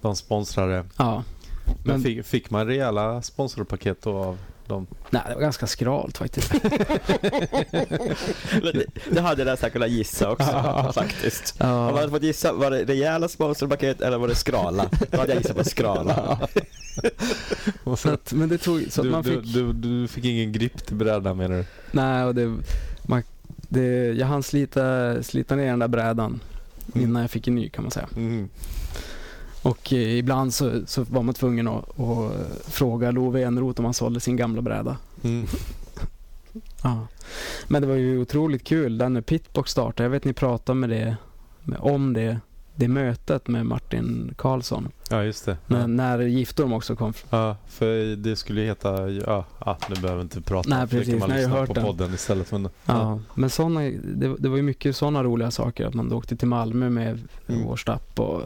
S2: de sponsrade.
S1: Ja.
S2: Men,
S1: Men-
S2: fick, fick man rejäla sponsorpaket då av dem?
S1: Nej, det var ganska skralt faktiskt.
S3: Det- Det hade jag säkert kunnat gissa också faktiskt. Om man
S1: Ja.
S3: hade fått gissa, var det rejäla sponsorpaket eller var det skrala? Då hade jag gissat på skrala.
S1: Så att, men det tog, så att
S2: du,
S1: man
S2: du,
S1: fick...
S2: du, du fick ingen grip till brädan menar du?
S1: Nej, och det, man, det, jag hann slita, slita ner den där brädan
S2: Mm.
S1: innan jag fick en ny kan man säga.
S2: Mm.
S1: Och eh, ibland så, så var man tvungen att, att eh, fråga Love Eneroth om han sålde sin gamla bräda.
S2: Mm.
S1: Ja. Men det var ju otroligt kul, där när Pitbox startade. Jag vet ni pratade med det, med, om det, det mötet med Martin Karlsson.
S2: Ja, just det.
S1: När, när Giftorm också kom. fr-
S2: Ja, för det skulle ju heta, ja, ja nu behöver vi inte prata
S1: Nej,
S2: om det, det
S1: precis.
S2: kan man
S1: Nej, jag har
S2: lyssna
S1: hört
S2: på
S1: den.
S2: podden istället. Men,
S1: Ja. Men såna, det, det var ju mycket sådana roliga saker. Att man åkte till Malmö med
S2: Mm.
S1: vår stapp och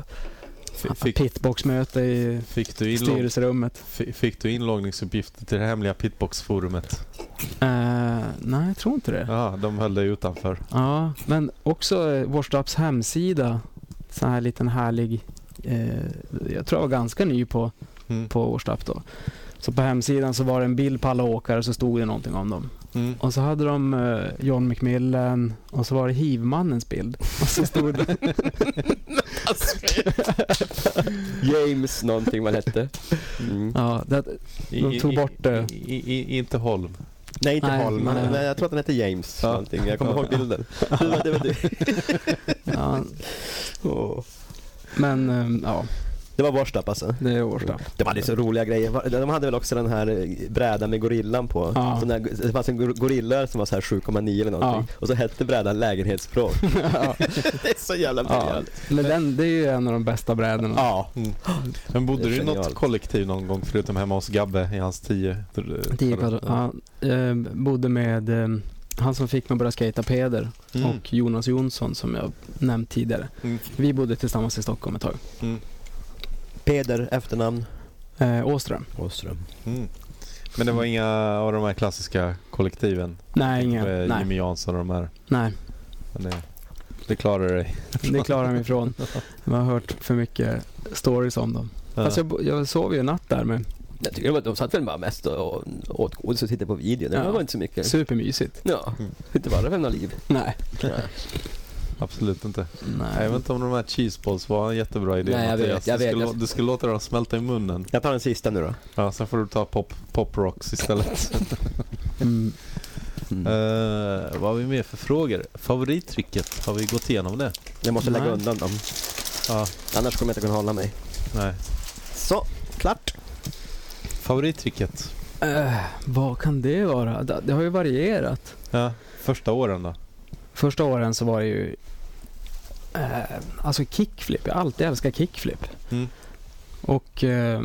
S2: F- fick,
S1: pitboxmöte i
S2: fick, du inlog,
S1: styrelserummet.
S2: f- fick du inloggningsuppgifter till det hemliga pitboxforumet?
S1: Eh, nej, jag tror inte det.
S2: Ja, de höll dig utanför.
S1: Ja, men också eh, Watchdogs hemsida. Sån här liten härlig, eh, jag tror jag var ganska ny på,
S2: Mm.
S1: på Watchdog då. Så på hemsidan så var det en bild på alla åkare så stod det någonting om dem.
S2: Mm.
S1: Och så hade de eh, John McMillan och så var det hivmannens bild. Och så stod det,
S3: James någonting man hette. Mm.
S1: ja, det, De tog bort eh, det.
S2: I, i, i, inte Holm.
S3: Nej, inte
S1: Nej,
S3: Holm.
S1: nej.
S3: Nej, jag tror att den hette James
S2: Ja.
S3: någonting. Jag kommer ihåg bilden. Det var, det var du.
S1: ja,
S3: Åh.
S1: men eh, ja,
S3: Det var Warstap alltså.
S1: det är Årsta.
S3: De hade så roliga grejer. Var- De hade väl också den här eh, brädan med gorillan på.
S1: Ja.
S3: Sån där, det fanns en gor- gorilla som var så här 7,9 eller någonting. Och så hette brädan lägenhetsspråk.
S1: ja,
S3: det är så jävla
S1: ja.
S3: briljant.
S1: Men den, det är ju en av de bästa brädorna.
S3: Ja.
S2: Men bodde
S3: Det är
S2: du i något
S3: genialt.
S2: kollektiv någon gång förutom hemma hos Gabbe i hans tio?
S1: Tio kvadrat. Ja, eh, bodde med eh, han som fick mig att börja skejta, Peder,
S2: Mm.
S1: och Jonas Jonsson som jag nämnt tidigare.
S2: Mm.
S1: Vi bodde tillsammans i Stockholm ett tag.
S2: Mm.
S3: Peder, efternamn.
S1: Eh, Åström?
S3: Åström.
S2: Mm. Men det var inga av de här klassiska kollektiven?
S1: Nej, inga.
S2: Med
S1: Nej,
S2: Jimmy Jansson och de här?
S1: nej,
S2: Men det, det klarar dig?
S1: det klarar jag mig ifrån. Man har hört för mycket stories om dem. Fast jag, bo- jag sov ju en natt där, men
S3: Jag tycker det var- de satt väl bara mest och och åt godis och tittade på video. Det
S1: Ja.
S3: var inte så mycket.
S1: supermysigt.
S3: Ja,
S2: Mm.
S3: inte bara vem har liv.
S1: Nej.
S2: Absolut inte. Nej,
S1: Nej.
S2: jag vet inte om de här cheeseballs var en jättebra idé
S3: Nej, jag
S2: Mattias.
S3: vet, jag
S2: du,
S3: vet.
S2: skulle,
S3: Jag-
S2: du skulle låta dem smälta i munnen.
S3: Jag tar den sista nu då.
S2: Ja, sen får du ta pop, pop rocks istället.
S1: Mm.
S3: Mm.
S2: Eh, vad har vi mer för frågor? Favorittrycket, har vi gått igenom det?
S3: Jag måste lägga
S1: Nej.
S3: undan dem.
S2: Ja,
S3: Annars kommer jag inte kunna hålla mig.
S2: nej.
S3: Så, klart.
S2: Favorittrycket?
S1: Eh, vad kan det vara? Det, det har ju varierat.
S2: Ja, första åren då?
S1: Första åren så var det ju eh, Alltså kickflip, jag har alltid älskat kickflip.
S2: Mm.
S1: Och eh,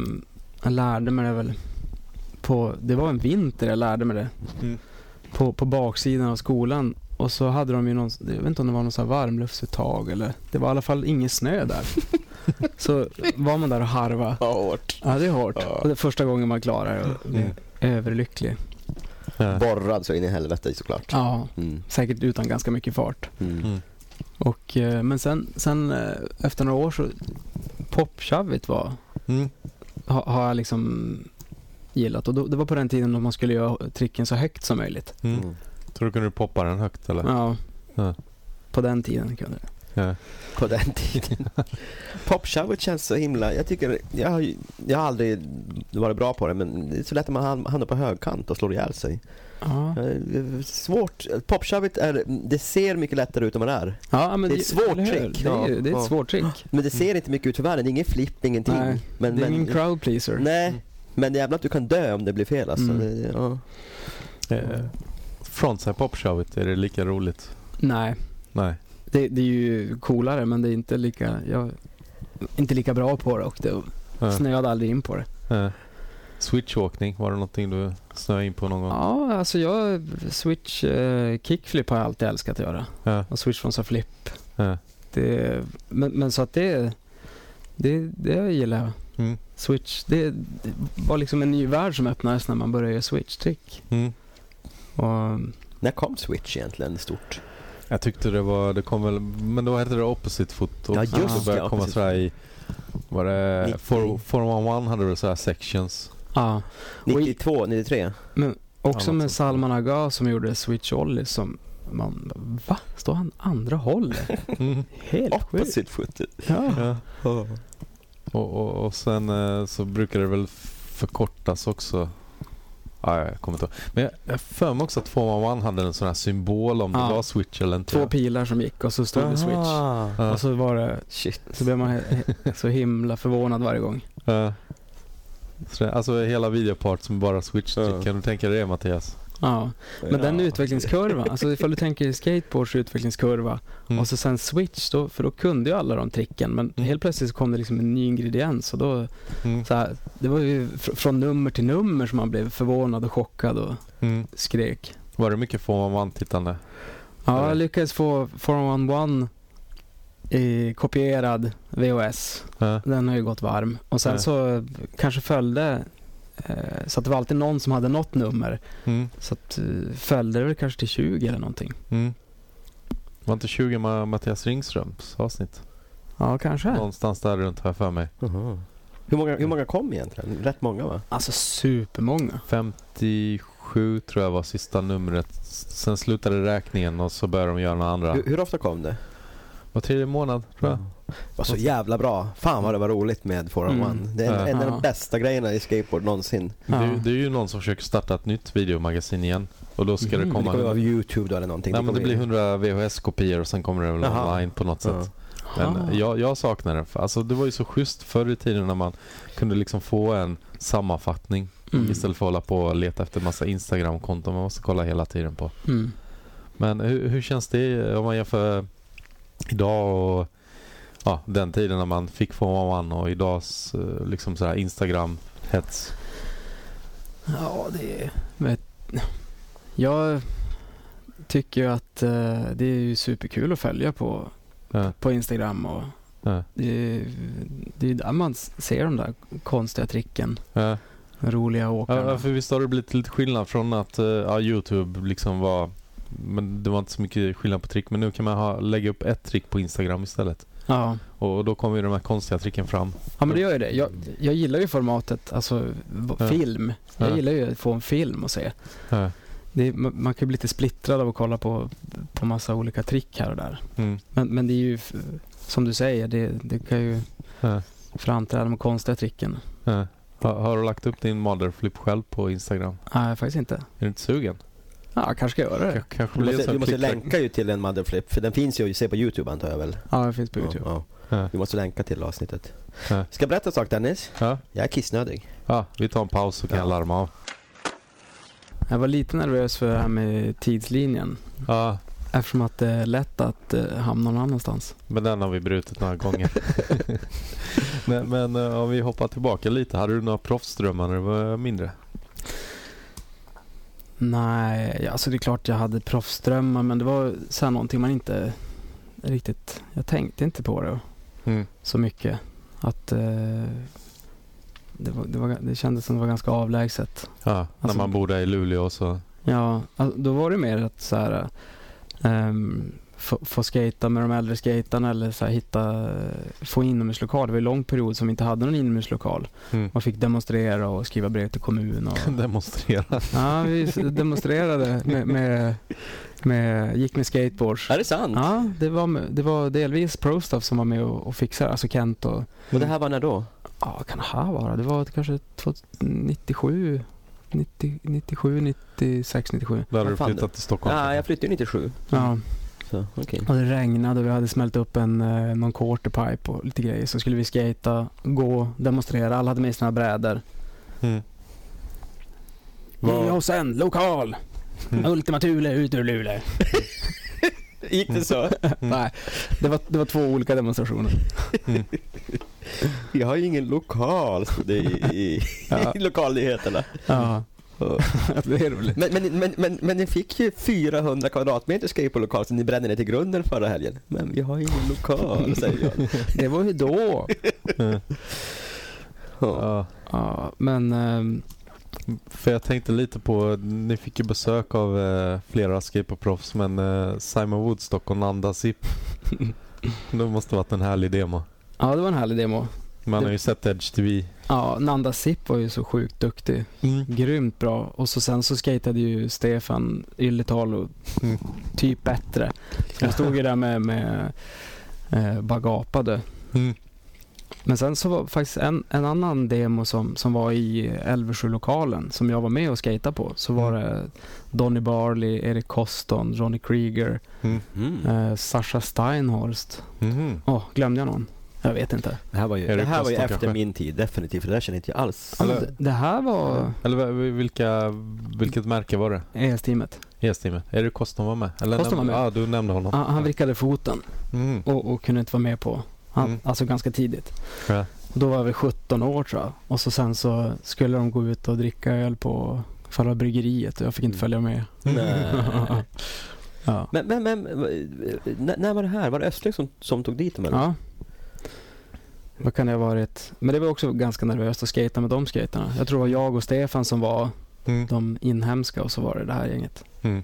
S1: jag lärde mig det väl på, det var en vinter jag lärde mig det.
S2: Mm.
S1: På, på baksidan av skolan. Och så hade de ju någon, jag vet inte om det var någon sån här varmluftsuttag eller Det var i alla fall ingen snö där. så var man där och harva.
S3: Ja, hårt.
S1: Ja, det är hårt.
S3: Ja.
S1: Och det är första gången man klarar det och blev
S2: Mm.
S1: överlycklig.
S2: Ja.
S3: Eh, Borrad så in i helvete såklart.
S1: Ja,
S3: Mm.
S1: säkert utan ganska mycket fart.
S3: Mm.
S2: Mm.
S1: Och, eh, men sen, sen eh, efter några år så popshavit var,
S2: Mm.
S1: ha, har jag liksom gillat. Och då, det var på den tiden då man skulle göra tricken så högt som möjligt.
S2: Mm.
S3: Mm.
S2: Tror du kunde du poppa den högt eller?
S1: Ja.
S2: Ja.
S1: På den tiden kunde det.
S2: Ja.
S3: På den tiden. Popshowet känns så himla, jag tycker, jag har, ju- jag har aldrig varit bra på det men det är så lätt att man ham- hamnar på högkant och slår ihjäl sig.
S1: Ja,
S3: Eh, Svårt, popshowet är, det ser mycket lättare ut än vad det är.
S1: ja men
S3: Det är ett svårt
S1: eller hur?
S3: trick.
S1: Det är, ju-
S3: Ja,
S1: det är ett
S3: ja.
S1: svårt trick.
S3: Men det ser inte mycket ut för världen, det är ingen flipp, ingenting.
S1: Nej,
S3: men,
S1: det är
S3: men,
S1: ingen crowd pleaser.
S3: Nej, men jävlar att du kan dö om det blir fel alltså.
S1: Mm.
S3: Det, ja.
S2: Eh, Frontside popshowet, är det lika roligt?
S1: Nej.
S2: Nej.
S1: Det, det är ju coolare men det är inte lika, jag, inte lika bra på det och det
S2: Ja.
S1: snöade aldrig in på det.
S2: Eh, Switchåkning, var det någonting du snöade in på någon gång?
S1: Ja, alltså jag, switch eh, kickflip har jag alltid älskat att göra.
S2: Ja.
S1: Och switch från så flip.
S2: Ja.
S1: Det, men, men så att det, det, det gillar jag.
S2: Mm.
S1: Switch, det, det var liksom en ny värld som öppnades när man började göra switch-trick.
S2: Mm.
S1: Och,
S3: När kom Switch egentligen stort?
S2: Jag tyckte det var, det kom väl, men då hette det opposite foot
S3: Ja,
S2: också.
S1: just
S2: det. började
S3: det,
S2: komma
S3: opposite
S2: sådär i, var det,
S3: 90.
S2: 411 hade väl sådär sections.
S1: ja. Oj.
S3: 92, 93?
S1: Också
S2: Ja, något
S1: med
S2: sånt.
S1: Salman Aga som gjorde switch ollie som man bara, va? Står han andra hållet?
S2: Mm.
S1: Helt sjukt.
S3: Opposite footed.
S1: Ja.
S2: Ja. Och, och, och sen eh, så brukar det väl förkortas också. Ja, jag kommer inte ihåg. Men jag- jag har för mig också att 411 hade en sån här symbol om
S1: Ja.
S2: det var switch eller inte.
S1: Två Alltså- pilar som gick och så stod det switch.
S2: Ja.
S1: Och så var det,
S3: Shit.
S1: så blev man he- så himla förvånad varje gång.
S2: Ja. Så det- Alltså hela videopart som bara switch
S3: Ja.
S2: Kan du tänka dig det Mattias?
S1: Ja. Men den
S3: Ja.
S1: utvecklingskurvan, alltså ifall du tänker skateboards utvecklingskurva
S2: Mm.
S1: och så sen switch, då, för då kunde ju alla de tricken men
S2: Mm.
S1: helt plötsligt så kom det liksom en ny ingrediens och då,
S2: Mm.
S1: så här, det var ju fr- från nummer till nummer som man blev förvånad och chockad och
S2: Mm.
S1: skrek.
S2: Var det mycket 411-tittande?
S1: Ja,
S2: Eller?
S1: jag lyckades få 411 i kopierad VHS.
S2: Ja.
S1: Den har ju gått varm. Och sen
S2: Ja.
S1: så kanske följde, eh, så att det var alltid någon som hade något nummer.
S2: Mm.
S1: Så att, eh, följde det väl kanske till 20 eller någonting.
S2: Mm. Var inte 20 Ma- Mattias Ringströms avsnitt?
S1: Ja, kanske.
S2: Någonstans där runt har jag för mig.
S3: Hur många, hur många kom egentligen? Rätt många va?
S1: Alltså supermånga.
S2: 57 7 tror jag var sista numret. Sen slutade räkningen och så började de göra några andra.
S3: Hur, hur ofta kom det?
S2: Var tredje månad tror jag.
S3: Det var så jävla bra. Fan vad det var roligt med 401.
S1: Mm.
S3: Det är en,
S2: Ja.
S3: en av de
S1: Ja.
S3: bästa grejerna i skateboard någonsin.
S1: Ja.
S2: Det, är ju- det är ju någon som försöker starta ett nytt videomagasin igen. Och då ska det
S1: Mhm,
S3: Det
S2: komma...
S3: kommer vara Youtube då eller någonting.
S2: nej, men det
S3: kommer
S2: blir
S3: ju-
S2: 100 VHS-kopior och sen kommer det väl
S3: Jaha.
S2: online på något
S3: Ja.
S2: sätt. Men jag, jag saknar den. För- Alltså, det var ju så schysst förr i tiden när man kunde liksom få en sammanfattning
S1: Mm.
S2: istället för att hålla på och leta efter massa Instagram-konton man måste kolla hela tiden på.
S1: Mm.
S2: Men hur, hur känns det om man jämför idag och ja, den tiden när man fick få man och idags eh, liksom så här Instagram-hets?
S1: Ja, det är... Vet, jag tycker ju att eh, det är ju superkul att följa på,
S2: Ja.
S1: på Instagram och
S2: Ja.
S1: det, är- det är där man s- ser de där konstiga tricken.
S2: Ja.
S1: De roliga
S2: Ja,
S1: åkarna.
S2: ja, eh, för visst har det blivit lite skillnad från att eh, ja, Youtube liksom var men det var inte så mycket skillnad på trick. Men nu kan man ha, lägga upp ett trick på Instagram istället.
S1: Ja.
S2: Och, och då kommer ju de här konstiga tricken fram.
S1: ja, men det gör ju det. Jag, jag gillar ju formatet, alltså v-
S2: Ja.
S1: film.
S2: Ja.
S1: Jag gillar ju att få en film och se.
S2: Ja.
S1: Det är, man man kan ju bli lite splittrad av att kolla på, på massa olika trick här och där.
S2: Mm.
S1: Men, men det är ju, f- som du säger, det, det kan ju
S2: Ja.
S1: framträda de konstiga tricken.
S2: Ja. Har, eh. har du lagt upp din motherflip själv på Instagram?
S1: Nej, faktiskt inte.
S2: Är du inte sugen?
S1: Ja, jag kanske ska göra det.
S2: K- kanske
S3: Du
S2: blir det
S3: måste,
S2: så
S3: du måste
S2: klick-
S3: länka ju till en motherflip, för den finns ju att se på Youtube antar jag väl?
S1: Ja, det finns på Youtube.
S3: Ja,
S2: Ja.
S3: ja. Du måste länka till avsnittet.
S2: Ja.
S3: Ska jag berätta en sak Dennis?
S2: Ja.
S3: Jag är kissnödig.
S2: ja, vi tar en paus så kan jag larma av.
S1: Jag var lite nervös för det här med tidslinjen.
S2: Ja,
S1: Eftersom att det är lätt att eh, hamna någon annanstans.
S2: men den har vi brutit några gånger. men men eh, om vi hoppar tillbaka lite. Hade du några proffsdrömmar när du var mindre?
S1: Nej, alltså det är klart jag hade proffsdrömmar men det var så här någonting man inte riktigt... Jag tänkte inte på det
S2: Mm.
S1: så mycket. Att eh, det, var, det, var, det kändes som det var ganska avlägset.
S2: Ja, när
S1: Alltså-
S2: man bodde i Luleå så.
S1: Ja, alltså, då var det mer att så här, ehm, få, få skata med de äldre skatarna eller så här, hitta, få inomhuslokal. Det var en lång period som vi inte hade någon inomhuslokal.
S2: Mm.
S1: Man fick demonstrera och skriva brev till kommun. Och,
S2: Demonstrera.
S1: ja, vi s- demonstrerade med, med, med, gick med skateboards.
S3: Är det sant?
S1: Ja, det var, med- det var delvis ProStuff som var med och, och fixade, alltså Kent och,
S3: Och det här var när då?
S1: ja vad kan det här vara? Det var kanske 97, 90, 97, 96, 97.
S2: Då hade
S3: Vad
S2: du
S3: fan
S2: flyttat till Stockholm.
S3: Ja, jag flyttade ju 97.
S1: Ja.
S3: Så, okej.
S1: Och det regnade och vi hade smält upp en, eh, någon quarterpipe och lite grejer. Så skulle vi skata, gå, demonstrera. Alla hade med sina brädor.
S2: Mm.
S1: Ge
S2: Vad-
S1: oss en lokal!
S2: Mm.
S1: Ultima Thule ut ur Luleå.
S3: Gick det så?
S2: Mm.
S1: Nej, det var, det var två olika demonstrationer.
S3: Jag har ju ingen lokal, stod det i, i,
S1: Ja.
S3: i lokalnyheterna.
S1: Ja. det är roligt.
S3: Men, men, men, men, men ni fick ju 400 kvadratmeter skateboardlokal som ni brände ner till grunden förra helgen. Men vi har ju ingen lokal, säger jag.
S1: Det var ju då.
S3: Ja.
S2: Ja,
S1: Ja, men ehm,
S2: för jag tänkte lite på, ni fick ju besök av eh, flera skateboardproffs men eh, Simon Woodstock och Nanda Zip. det måste varit en härlig demo.
S1: ja, det var en härlig demo.
S2: Man har ju sett Edge TV.
S1: Ja, Nanda Sipp var ju så sjukt duktig.
S2: Mm.
S1: Grymt bra. Och så sen så skatade ju Stefan Yletalo
S2: Mm.
S1: typ bättre. Så han stod ju där med, med eh, bara gapade.
S2: Mm.
S1: Men sen så var faktiskt en, en annan demo som, som var i Älvsjö-lokalen som jag var med och skatade på. Så var det Donny Barley, Eric Coston, Ronny Krieger,
S3: Mm.
S1: eh, Sasha Steinhorst.
S2: Mhm.
S1: Åh, glömde jag någon? Jag vet inte.
S3: Det här var ju,
S2: Är det
S3: det här var ju
S2: Kostan
S3: efter
S2: kanske?
S3: min tid, definitivt. För det där känner inte jag alls.
S1: Ja,
S2: Eller-
S1: men det, det här var E
S2: Eller vad- vilka, vilket märke var det?
S1: ES-teamet.
S2: Yes-teamet? Är det Koston var med? Eller
S1: Koston var
S2: nämnde-
S1: med.
S2: Ja, du nämnde honom.
S1: Han, han vrickade foten
S2: Mm.
S1: och, och kunde inte vara med på, han,
S2: Mm.
S1: alltså ganska tidigt.
S2: Ja.
S1: Och Då var jag väl 17 år tror jag. Och så sen så skulle de gå ut och dricka öl på själva bryggeriet och jag fick inte
S3: Mm.
S1: följa med.
S3: Nej.
S1: ja.
S3: Men, Mm. men, men eh, när, när var det här? Var det Östling som, som tog dit dem eller?
S1: ja. Vad kan det ha varit? Men det var också ganska nervöst att skata med de skaterna. Jag tror det var jag och Stefan som var
S2: Mm.
S1: de inhemska och så var det det här gänget.
S2: Mm.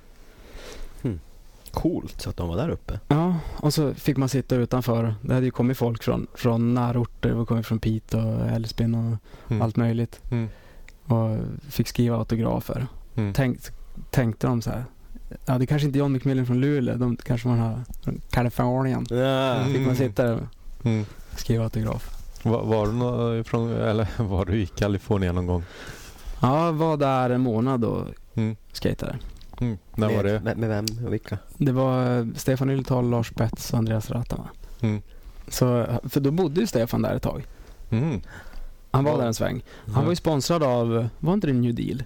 S3: Coolt så att de var där uppe.
S1: Ja, och så fick man sitta utanför. Det hade ju kommit folk från, från närorter. Det kom ju från Piteå och Älvsbyn och
S2: Mm.
S1: allt möjligt.
S2: Mm.
S1: och fick skriva autografer.
S2: Mm.
S1: tänkt, tänkte de så här. Ja, det kanske inte är John McMillan från Luleå. De kanske man har från Kalifornien.
S3: Ja.
S1: Fick man sitta där och
S2: Mm.
S1: skriva autograf.
S2: Var, var, du nå- från, eller, var du i Kalifornien någon gång?
S1: Ja, var där en månad och
S2: Mm.
S1: skatade.
S2: Mm. När var det?
S3: Med, med vem och vilka?
S1: Det var eh, Stefan Yltal, Lars Betts och Andreas Ratama.
S2: Mm.
S1: Så, för då bodde ju Stefan där ett tag.
S2: Mm.
S1: Han var
S2: Ja.
S1: där en sväng. Han var ju sponsrad av, var inte det New Deal?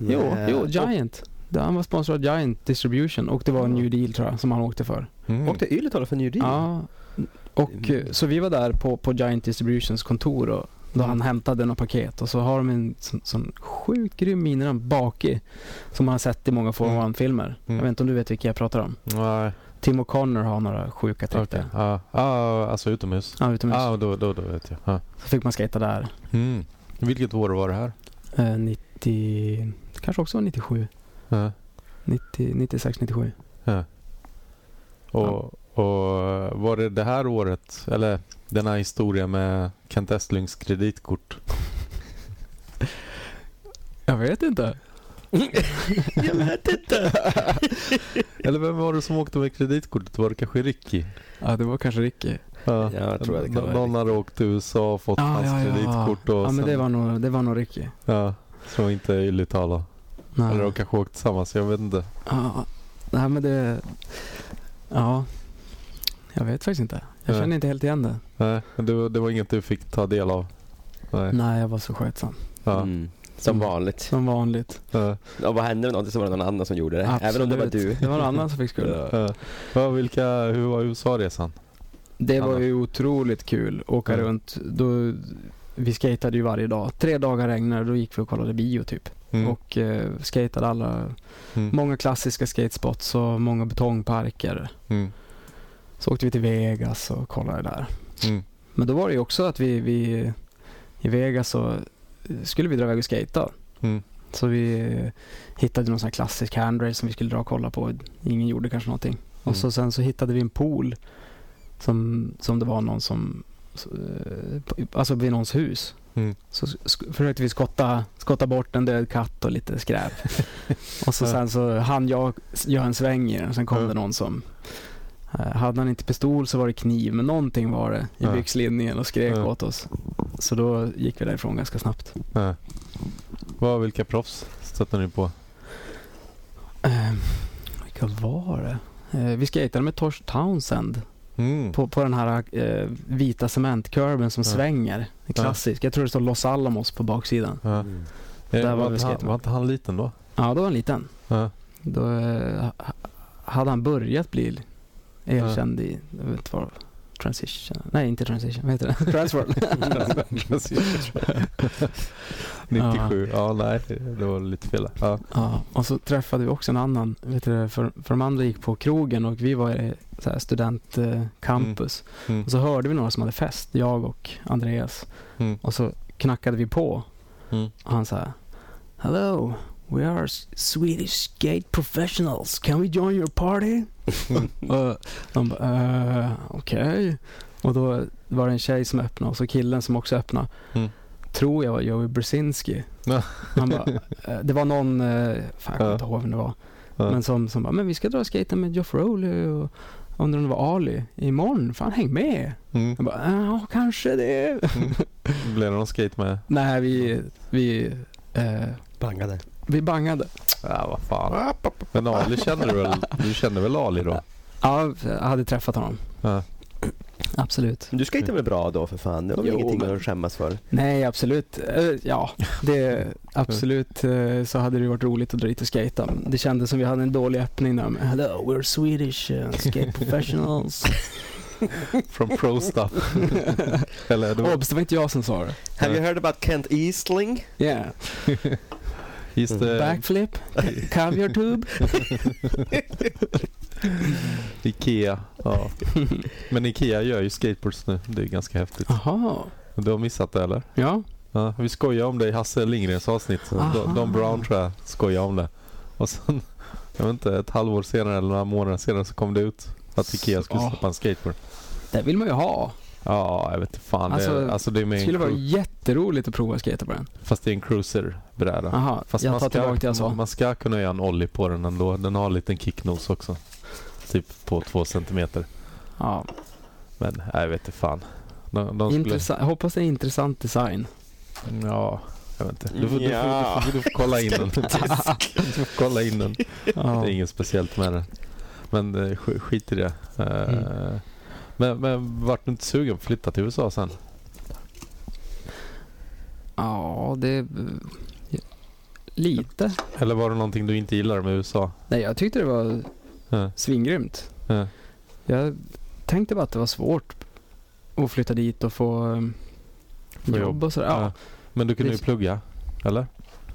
S3: Mm.
S1: Jo,
S3: Nej.
S1: jo Giant. Där Han var sponsrad av Giant Distribution och det var
S3: Ja.
S1: New Deal tror jag som han åkte för.
S2: Mm.
S3: Och- Åkte Yletala för New Deal?
S1: Ja. Och, eh, så vi var där på, på Giant Distributions kontor och då
S2: Mm.
S1: han hämtade något paket och så har de en sån, sån sjukt grym miniramp baki som man har sett i många Formel
S2: Mm.
S1: 1-filmer. Jag
S2: Mm.
S1: vet inte om du vet vilka jag pratar om?
S2: Nej,
S1: Tim O'Connor har några sjuka
S2: okej.
S1: trick där.
S2: Ja, ja, alltså utomhus.
S1: Ja, utomhus.
S2: Ja, då, då, då vet jag. Ja.
S1: Så fick man skata där.
S2: Mm. Vilket år var det här?
S1: Eh, 90, kanske också 97,
S2: Ja.
S1: 90, 96, 97.
S2: Och, och var det det här året, eller den här historien med Kent Estlunds kreditkort?
S1: Jag vet inte.
S3: Jag vet inte.
S2: Eller vem var det som åkte med kreditkortet? Var det kanske Ricky?
S1: Ja, det var kanske Ricky.
S2: Ja,
S3: Ja, jag tror att det kan
S2: Nå-
S3: vara
S2: Någon hade åkt till USA och fått
S1: Ja,
S2: hans
S1: ja, ja.
S2: kreditkort. Och
S1: Ja, men
S2: sen,
S1: det var nog, det var nog Ricky.
S2: ja, så inte Ylitala.
S1: Nej.
S2: Eller de kanske åkt tillsammans, jag vet inte.
S1: Ja, nej men det... Ja. Jag vet faktiskt inte. Jag
S2: Nej.
S1: känner inte helt igen det.
S2: Nej, men det, var- det var inget du fick ta del av? Nej.
S1: Nej, jag var så skötsam.
S2: Ja.
S3: Mm. Som
S1: Mm.
S3: vanligt.
S1: Som vanligt.
S2: Ja.
S3: Och vad hände med någonting så var det någon annan som gjorde det. Även om det var du.
S1: Absolut. Det var någon annan som fick skulden.
S3: Ja.
S2: Ja. Ja, vilka, hur var USA-resan?
S1: Det var
S2: Anna.
S1: ju otroligt kul att åka
S2: Ja.
S1: runt. Då, vi skatade ju varje dag. Tre dagar regnade då gick vi och kollade bio typ.
S2: Mm.
S1: Och eh, skatade alla,
S2: Mm.
S1: många klassiska skatespots och många betongparker.
S2: Mm.
S1: Så åkte vi till Vegas och kollade där.
S2: Mm.
S1: Men då var det ju också att vi, vi i Vegas så skulle vi dra iväg och skata.
S2: Mm.
S1: Så vi hittade någon sån här klassisk handrail som vi skulle dra och kolla på. Ingen gjorde kanske någonting. Och
S2: Mm.
S1: så sen så hittade vi en pool som, som det var någon som, så, eh, på- alltså vid någons hus.
S2: Mm.
S1: Så sk- försökte vi skotta, skotta bort en död katt och lite skräp. och så
S2: Ja.
S1: sen så han jag s- göra en sväng i den. Sen kom
S2: Ja.
S1: det någon som eh, hade han inte pistol så var det kniv, men någonting var det i
S2: Ja.
S1: byxlinjen och skrek
S2: Ja.
S1: åt oss. Så då gick vi därifrån ganska snabbt.
S2: Ja. Vad, vilka proffs stötte ni på?
S1: Eh, vilka var det? Eh, vi skejtade med Tosh Townsend
S2: Mm.
S1: på, på den här eh, vita cementkurben som
S2: Ja.
S1: svänger. En klassisk. Jag tror det står Los Alamos på baksidan.
S2: Ja.
S3: Mm.
S2: Eh,
S1: Där var
S2: var,
S1: vi
S2: inte han,
S1: skaterna.
S2: var inte han liten då?
S1: Ja, då var han liten.
S2: Ja.
S1: Då eh, ha- hade han börjat bli erkänd i, jag vet inte vad, transition. Nej, inte transition. Vad heter det? Transworld.
S2: 97, ja nej det var lite fel. Ja.
S1: ja, och så träffade vi också en annan. Vet du, det, för, för de andra gick på krogen och vi var i så här studentcampus.
S2: Mm.
S1: Och så hörde vi några som hade fest, jag och Andreas.
S2: Mm.
S1: Och så knackade vi på.
S2: Mm.
S1: Och han sa Hello, we are S- Swedish skate professionals. Can we join your party? och de bara, "Eh, okej. Och då var det en tjej som öppnade och så killen som också öppnade.
S2: Mm.
S1: Tror jag var Joey Brzezinski.
S2: Ja.
S1: Han bara, "Eh, det var någon, eh, fan jag kommer
S2: Ja.
S1: inte ihåg vem det var.
S2: Ja.
S1: Men som, som bara, men vi ska dra och skata med Geoff Rowley och undrar om det var Ali imorgon. Fan häng med.
S2: Mm.
S1: Jag bara, ja kanske det.
S2: Blev det någon skate med?
S1: Nej, vi, vi, eh,
S3: Bangade.
S1: vi bangade.
S2: Ja vad fan. Men Ali känner du väl? Du känner väl Ali då?
S1: Ja, jag hade träffat honom.
S2: Ja.
S1: Absolut.
S3: Du skejtade väl bra då för fan? Det var väl
S1: Jo,
S3: ingenting
S1: men-
S3: att skämmas för?
S1: Nej, absolut. Eh, Ja, det, absolut eh, så hade det varit roligt att dra dit och skata. Det kändes som vi hade en dålig öppning där med Hello, we're Swedish eh, skate professionals.
S2: From pro stuff. Eller det var
S1: Obs, det var inte jag som sa det.
S3: Have you heard about Kent Eastling?
S1: Yeah.
S2: just det,
S1: Backflip, ca- caviar tube.
S2: Ikea. Ja. Men Ikea gör ju skateboards nu. Det är ganska häftigt.
S1: Jaha.
S2: Du har missat det eller?
S1: Ja.
S2: Ja, vi skojade om det i Hasse Lindgrens avsnitt.
S1: Aha.
S2: Don, Don Brown tror jag skojade om det. Och sen, jag vet inte, ett halvår senare eller några månader senare så kom det ut att Ikea skulle
S1: Ja.
S2: släppa en skateboard.
S1: Det vill man ju ha.
S2: Ja, jag vet inte fan. det, är-
S1: Alltså,
S2: alltså det är
S1: Det
S2: med en
S1: skulle vara
S2: cru-
S1: jätteroligt att prova att skata på den.
S2: fast det är en cruiserbräda.
S1: Jaha,
S2: Fast
S1: jag
S2: man
S1: tar
S2: ska-
S1: tillbaka det jag sa.
S2: Man ska kunna göra en ollie på den ändå. Den har en liten kicknos också. Typ på två centimeter.
S1: Ja,
S2: Men nej, jag vet inte fan. De, de skulle,
S1: intressant. Jag hoppas det är intressant design.
S2: ja, jag vet inte. Du får, du får,
S3: Ja.
S2: du får, du får kolla in den. du får kolla in den.
S1: Ja.
S2: Det är inget speciellt med den. Men eh, sk- skit i det. Eh,
S1: Mm.
S2: Men, men vart du inte sugen på att flytta till USA sen?
S1: ja, det... Lite.
S2: Eller var det någonting du inte gillade med USA?
S1: Nej, jag tyckte det var
S2: Eh,
S1: svingrymt.
S2: eh.
S1: Jag tänkte bara att det var svårt att flytta dit och få, ehm,
S2: Få jobb.
S1: jobb och sådär.
S2: Eh,
S1: Ja.
S2: Men du kunde ju
S1: Visst.
S2: plugga, eller?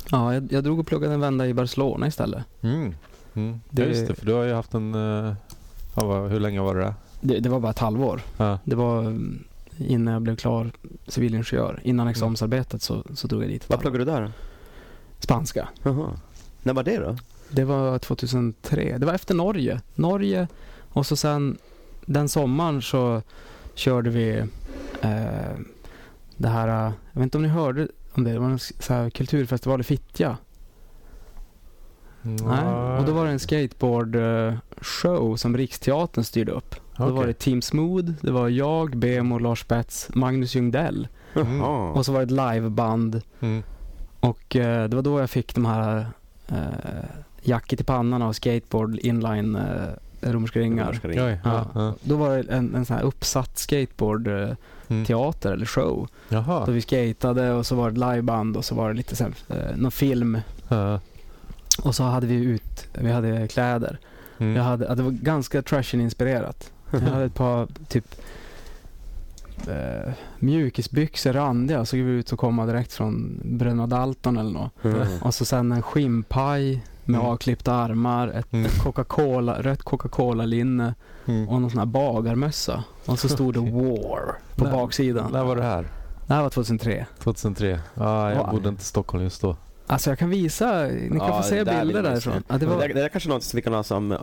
S1: Ja, jag, jag drog och pluggade en vända i Barcelona istället.
S2: Mm. Mm.
S1: Det-
S2: Ja, just det, för du har ju haft en... eh, Fan vad, hur länge var det där?
S1: Det, det var bara ett halvår.
S2: Ja.
S1: Det var mm, innan jag blev klar civilingenjör. Innan examensarbetet så, så drog jag dit. ett
S3: Vad
S1: halvår.
S3: pluggar du där?
S1: Spanska.
S3: Jaha. När var det då?
S1: Det var 2003. Det var efter Norge. Norge och så sen den sommaren så körde vi eh, det här, eh, jag vet inte om ni hörde om det, det var en s- så här kulturfestival i Fittja. Nej. Och då var det en skateboard eh, show som Riksteatern styrde upp. Då var det Team Smooth, det var jag, Bemo, Lars Spetz, Magnus Ljungdell
S3: Jaha.
S1: och så var det ett liveband
S2: Mm.
S1: och eh, det var då jag fick de här eh, jacket i pannan och skateboard inline eh, romerska ringar.
S3: Romerska ringar.
S2: Oj, ja. ja.
S1: Då var det en, en sån här uppsatt skateboardteater
S2: Mm.
S1: eller show.
S2: Jaha.
S1: Så vi skatade och så var det ett liveband och så var det lite så här, eh, någon film
S2: Ja.
S1: och så hade vi ut, vi hade kläder.
S2: Mm.
S1: Jag hade, ja, det var ganska trashen-inspirerat. Jag hade ett par typ eh, mjukisbyxor, randiga, såg ut som komma direkt från Bröderna Dalton eller något.
S3: Mm.
S1: Och så sen en skimpaj med
S2: Mm.
S1: avklippta armar, ett
S2: Mm.
S1: Coca-Cola, rött Coca-Cola-linne
S2: Mm.
S1: och någon sån här bagarmössa. Och så stod det War på
S2: När-
S1: baksidan.
S2: När var det här?
S1: Det här var 2003.
S2: 2003? Ah, jag
S1: Ja.
S2: bodde inte i Stockholm just då.
S1: Alltså jag kan visa, ni kan
S3: Ja,
S1: få se
S3: det där vill
S1: bilder
S3: vi se.
S1: därifrån. Ja, det
S3: Det,
S1: var,
S3: där, det där kanske är något som vi kan ha som eh,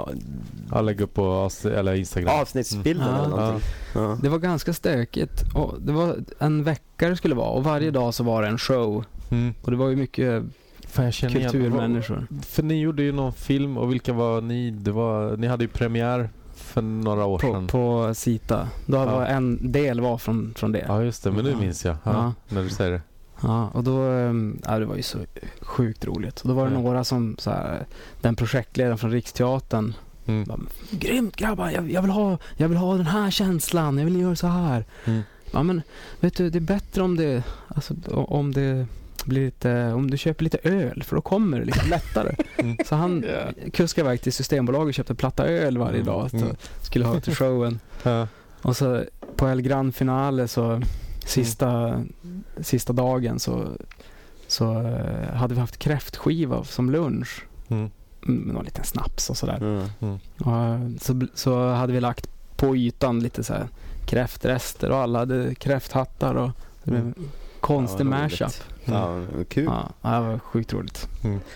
S2: Jag lägger upp på Ast- eller Instagram.
S3: avsnittsbilden
S1: Mm.
S3: eller
S1: Ja.
S3: någonting. Ja.
S1: Det var ganska stökigt. Och det var en vecka det skulle vara och varje dag så var det en show.
S2: Mm.
S1: Och det var ju mycket
S2: Fan, jag känner igen-
S1: kulturmänniskor.
S2: För ni gjorde ju någon film och vilka var ni? Det var, ni hade ju premiär för några år
S1: På,
S2: sedan.
S1: på Sita. Då
S2: Ja.
S1: var en del var från, från det. Ja.
S2: Ja just det, men nu
S1: Ja.
S2: minns jag. Ja,
S1: Ja.
S2: När du säger det.
S1: och då, ehm, ja, det var ju så sjukt roligt. Och då var det
S2: Ja.
S1: några som, så här, den projektledaren från Riksteatern.
S2: Mm.
S1: Bara, Grymt grabbar, jag, jag, vill ha, jag vill ha den här känslan, jag vill göra så här.
S2: Mm.
S1: Ja men, vet du, det är bättre om det, alltså, om det blir lite, om du köper lite öl för då kommer det liksom lättare.
S2: Mm.
S1: Så han kuskade iväg till Systembolaget och köpte platta öl varje dag. Så
S2: Mm.
S1: Skulle ha till showen.
S2: Ja.
S1: Och så på El Gran Finale så
S3: Mm.
S1: sista, sista dagen så, så eh, hade vi haft kräftskiva som lunch.
S2: Mm.
S1: Mm, Med någon liten snaps och sådär.
S3: Mm.
S1: Och, eh, så, bl- så hade vi lagt på ytan lite så här kräftrester och alla hade kräfthattar och det blev en konstig
S3: Mm. Ja, vad roligt.
S1: mashup.
S3: Ja, kul.
S1: Ja, ja, det var sjukt roligt.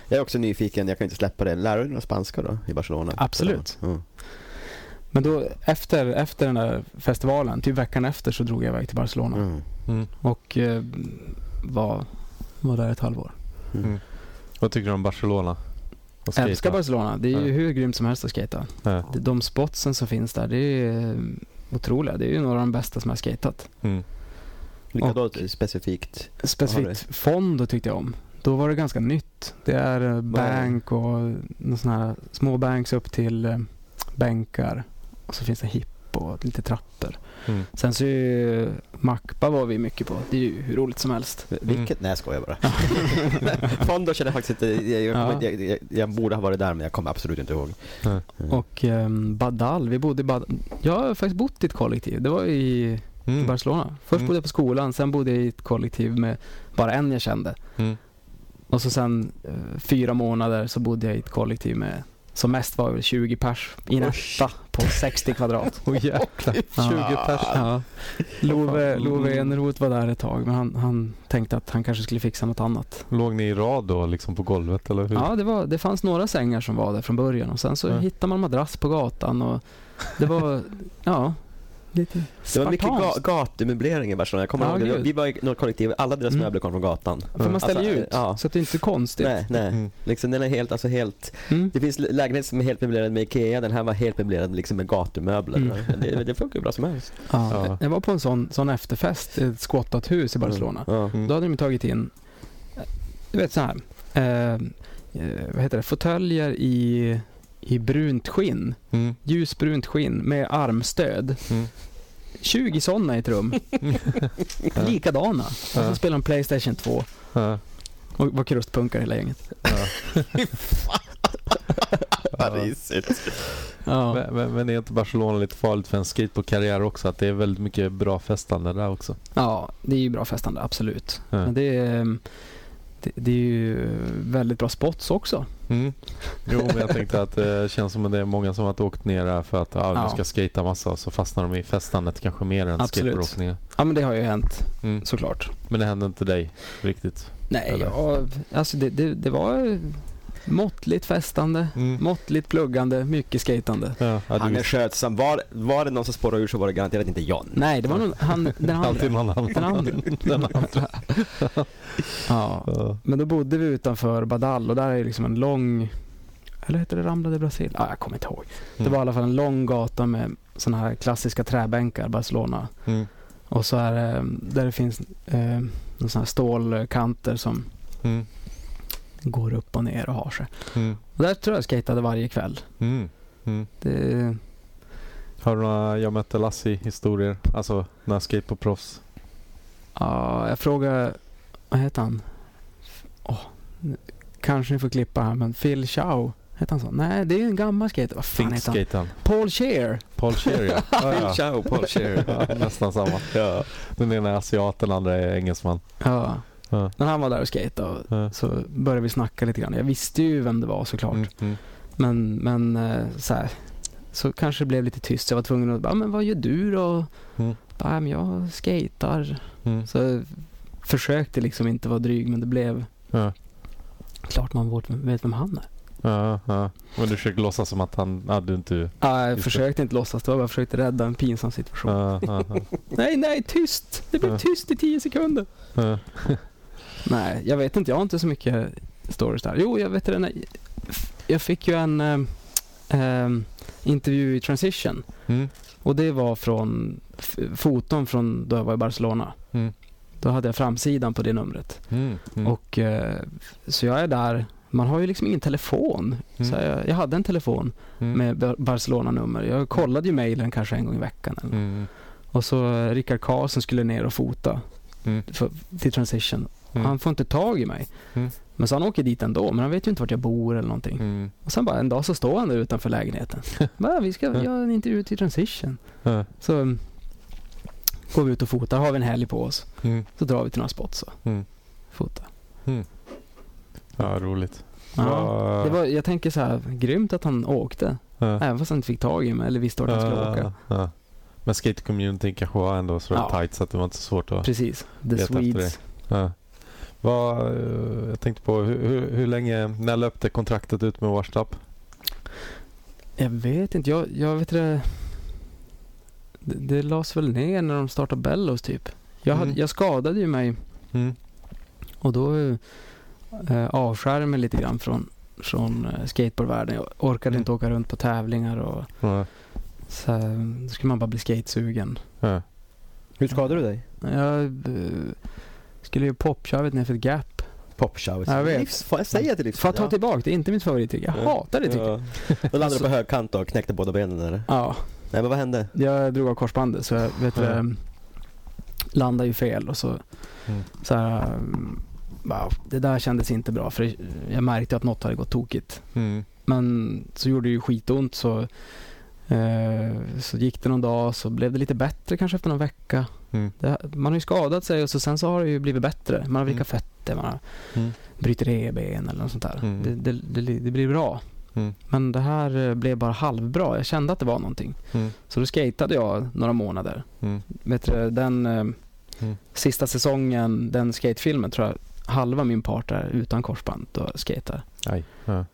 S3: Jag är också nyfiken, jag kan inte släppa det. Lär du dig någon spanska då i Barcelona?
S1: Absolut.
S3: Mm.
S1: Men då efter, efter den där festivalen, typ veckan efter så drog jag iväg till Barcelona.
S3: Mm.
S2: Mm.
S1: Och eh, var, var där ett halvår.
S2: Mm. Vad tycker du om Barcelona? Och skate,
S1: Älskar
S2: va?
S1: Barcelona. Det är ju
S2: Ja.
S1: hur grymt som helst att skata.
S2: Ja.
S1: De- De spotsen som finns där, det är eh, otroliga. Det är ju några av de bästa som jag har skatat.
S2: Mm.
S3: Vilka då specifikt?
S1: Specifikt Fondo tyckte jag om. Då var det ganska nytt. Det är eh, bank och eh, någon sån här små banks upp till eh, bänkar. Och så finns det hipp och lite trappor.
S2: Mm.
S1: Sen så är ju eh, Macba var vi mycket på. Det är ju hur roligt som helst.
S3: Vilket? Nej jag skojar bara. Fondo känner jag faktiskt inte, jag, jag, kommer
S1: Ja.
S3: inte- jag, jag, jag borde ha varit där men jag kommer absolut inte ihåg.
S2: Ja.
S3: Mm.
S1: Och ehm, Badal, vi bodde i Badal. Jag har faktiskt bott i ett kollektiv. Det var i i
S2: Mm.
S1: Barcelona. Först
S2: Mm.
S1: bodde jag på skolan, sen bodde jag i ett kollektiv med bara en jag kände.
S2: Mm.
S1: Och så sen eh, fyra månader så bodde jag i ett kollektiv med, som mest var det 20 pers i en etta på 60 kvadrat.
S2: Åh jäklar, 20 pers.
S1: Ja. Love, Love
S3: Mm.
S1: Eneroth var där ett tag men han, han tänkte att han kanske skulle fixa något annat.
S2: Låg ni i rad då liksom på golvet eller
S3: Mm.
S2: hur?
S1: Ja, det, var, det fanns några sängar som var där från början och sen så
S2: Ja.
S1: hittade man madrass på gatan och det var, ja, Lite
S3: Det var mycket ga-
S1: spartanskt.
S3: gatumöblering i Barcelona. Jag kommer
S1: Ja,
S3: ihåg det.
S1: gud.
S3: Vi var i något kollektiv, alla deras
S1: Mm.
S3: möbler kom från gatan.
S1: För man ställer ju
S3: Alltså,
S1: ut, Typ.
S3: ja.
S1: så att det är inte är konstigt.
S3: Nej, nej.
S2: Mm.
S3: Liksom, den är helt, alltså helt,
S1: Mm.
S3: det finns lägenheter som är helt möblerade med IKEA, den här var helt möblerad liksom med gatumöbler.
S1: Mm.
S3: Det, det funkar ju bra som helst.
S1: Ja.
S2: Ja.
S1: Jag var på en sån, sån efterfest i ett skottat hus i Barcelona.
S3: Ja.
S2: Mm.
S1: Då hade de tagit in, eh, du vet så här, eh, eh, vad heter det, fåtöljer i, i brunt skinn.
S2: Mm.
S1: Ljusbrunt skinn med armstöd.
S2: Mm.
S1: 20 sådana i ett rum. Likadana. Och så
S2: Ja.
S1: spelar de Playstation 2
S2: Ja.
S1: och var krustpunkar hela gänget.
S3: Risigt.
S1: Ja.
S2: Men, men, men är inte Barcelona lite farligt för en skateboardkarriär också? Att det är väldigt mycket bra festande där också?
S1: ja, det är ju bra festande, absolut.
S2: Ja.
S1: Men det är, det, det är ju väldigt bra spots också.
S2: Mm. Jo, men jag tänkte att eh, det känns som att det är många som har åkt ner här för att ah,
S1: Ja.
S2: de ska skata massa och så fastnar de i festandet kanske mer än
S1: Absolut.
S2: skateboardåkningen.
S1: Ja, men det har ju hänt
S2: Mm.
S1: såklart.
S2: Men det hände inte dig riktigt?
S1: Nej,
S2: Eller?
S1: ja, alltså det, det, det var måttligt festande, måttligt pluggande, mycket skatande.
S2: Ja, ja, du
S3: Han är
S2: visste.
S3: skötsam. Var, var det någon som spårade ur så var det garanterat inte John.
S1: Nej, det var nog han, den
S2: Alltid
S1: andra.
S2: någon annan.
S1: Den andra.
S2: Den andra.
S1: Ja.
S2: Ja.
S1: Men då bodde vi utanför Badal och där är ju liksom en lång, eller heter det Ramlade Brasil? Ah, jag kommer inte ihåg. Det var i alla fall en lång gata med sådana här klassiska träbänkar, Barcelona.
S2: Mm.
S1: Och så är det, där det finns eh, några sådana här stålkanter som
S2: Mm.
S1: går upp och ner och har sig.
S2: Mm.
S1: Och där tror jag jag skatade varje kväll.
S2: Mm. Mm.
S1: Det,
S2: Har du några jag mötte Lassie-historier? Alltså några skateboardproffs?
S1: Ja, jag frågar, vad heter han? Åh, nu- kanske ni får klippa här, men Phil Chow, heter han så? Nej, det är ju en gammal skater. Vad fan heter han?
S2: Fink-skataren.
S1: Paul Shear.
S2: Paul Shear ja. ja. ja.
S3: Ciao Paul Shearer.
S2: ja. Nästan samma.
S3: ja.
S2: Den ena är asiat, den andra är engelsman.
S1: Ja.
S2: Ja.
S1: När han var där och skejtade och
S2: Ja.
S1: så började vi snacka lite grann. Jag visste ju vem det var såklart.
S2: Mm. Mm.
S1: Men, men eh, så, här, så kanske det blev lite tyst. Jag var tvungen att, ja men vad gör du då?
S2: Mm.
S1: Bara, "Ja, men jag skejtar.
S2: Mm.
S1: Så jag försökte liksom inte vara dryg, men det blev
S2: Ja.
S1: klart man vårt- vet vem han är.
S2: Ja, ja. Men du försöker låtsas som att han hade inte...
S1: Ja, jag
S2: Just det.
S1: försökte inte låtsas. Det var bara jag försökte rädda en pinsam situation.
S2: Ja, ja, ja.
S1: Nej, nej, tyst! Det blev
S2: Ja.
S1: tyst i tio sekunder.
S2: Ja.
S1: Nej, jag vet inte. Jag har inte så mycket stories där. Jo, jag vet det. nej. Jag fick ju en ehm, ehm, intervju i Transition.
S2: Mm.
S1: Och det var från f- foton från då jag var i Barcelona.
S2: Mm.
S1: Då hade jag framsidan på det numret.
S2: Mm. Mm.
S1: Och, eh, så jag är där. Man har ju liksom ingen telefon.
S2: Mm.
S1: Så jag, jag hade en telefon
S2: Mm.
S1: med Bar- Barcelona-nummer. Jag kollade ju mejlen kanske en gång i veckan. Eller
S2: Mm.
S1: Och så eh, Rickard Karlsson skulle ner och fota
S2: Mm.
S1: för, till Transition.
S2: Mm.
S1: Han får inte tag i mig.
S2: Mm.
S1: Men så han åker dit ändå, men han vet ju inte vart jag bor eller någonting.
S2: Mm.
S1: Och sen bara en dag så står han där utanför lägenheten. bara, vi ska
S2: Ja.
S1: göra en intervju till Transition.
S2: Ja.
S1: Så mm, går vi ut och fotar, har vi en helg på oss.
S2: Mm.
S1: Så drar vi till några spots och
S2: Mm.
S1: fotar.
S2: Ja, roligt.
S1: Ja.
S2: Ja.
S1: Det var, jag tänker så här, grymt att han åkte.
S2: Ja.
S1: Även fast han inte fick tag i mig eller visste vart han skulle åka.
S2: Ja, ja. Men skatecommunityn kanske var ändå så
S1: Ja.
S2: tight så att det var inte så svårt att...
S1: Precis, The
S2: Vet efter
S1: Swedes.
S2: Ja. Vad, eh, jag tänkte på, hur, hur, hur länge, när löpte kontraktet ut med Washtap?
S1: Jag vet inte. Jag, jag vet det. Det, det lades väl ner när de startade Bellows typ. Jag, hade,
S2: Mm.
S1: jag skadade ju mig
S2: Mm.
S1: och då eh, avskär jag mig lite grann från, från eh, skateboardvärlden. Jag orkade
S2: Mm.
S1: inte åka runt på tävlingar och
S2: Ja.
S1: så här, då skulle man bara bli skatesugen.
S2: Ja.
S3: Hur skadade du dig?
S1: Jag eh, skulle ju popkövet ner för ett gap.
S3: Popshow.
S1: Jag vet.
S3: Livsfarligt. Säg att det
S1: För
S3: är
S1: att
S3: livsfarligt.
S1: ta tillbaka, det är inte mitt favorittrick. Jag hatar det tycker jag.
S3: Ja. Då landade du på högkant och knäckte båda benen eller?
S1: Ja,
S3: Nej men vad hände?
S1: jag drog av korsbandet så jag vet du,
S2: Mm.
S1: landade ju fel och så
S2: Mm.
S1: så här, um, bara, det där kändes inte bra för det- jag märkte att något hade gått tokigt.
S2: Mm.
S1: Men så gjorde det ju skitont så, eh, så gick det någon dag så blev det lite bättre kanske efter någon vecka.
S2: Mm.
S1: Det, man har ju skadat sig och så, sen så har det ju blivit bättre. Man har vrickat
S2: Mm.
S1: fötter, man har
S2: Mm.
S1: brutit revben eller något sånt där.
S2: Mm.
S1: Det, det, det, det blir bra.
S2: Mm.
S1: Men det här eh, blev bara halvbra. Jag kände att det var någonting.
S2: Mm.
S1: Så då skatade jag några månader
S2: Mm.
S1: vet du, den eh,
S2: Mm.
S1: sista säsongen, den skatefilmen tror jag, halva min part är utan korsband och skater.
S2: Aj. Ja.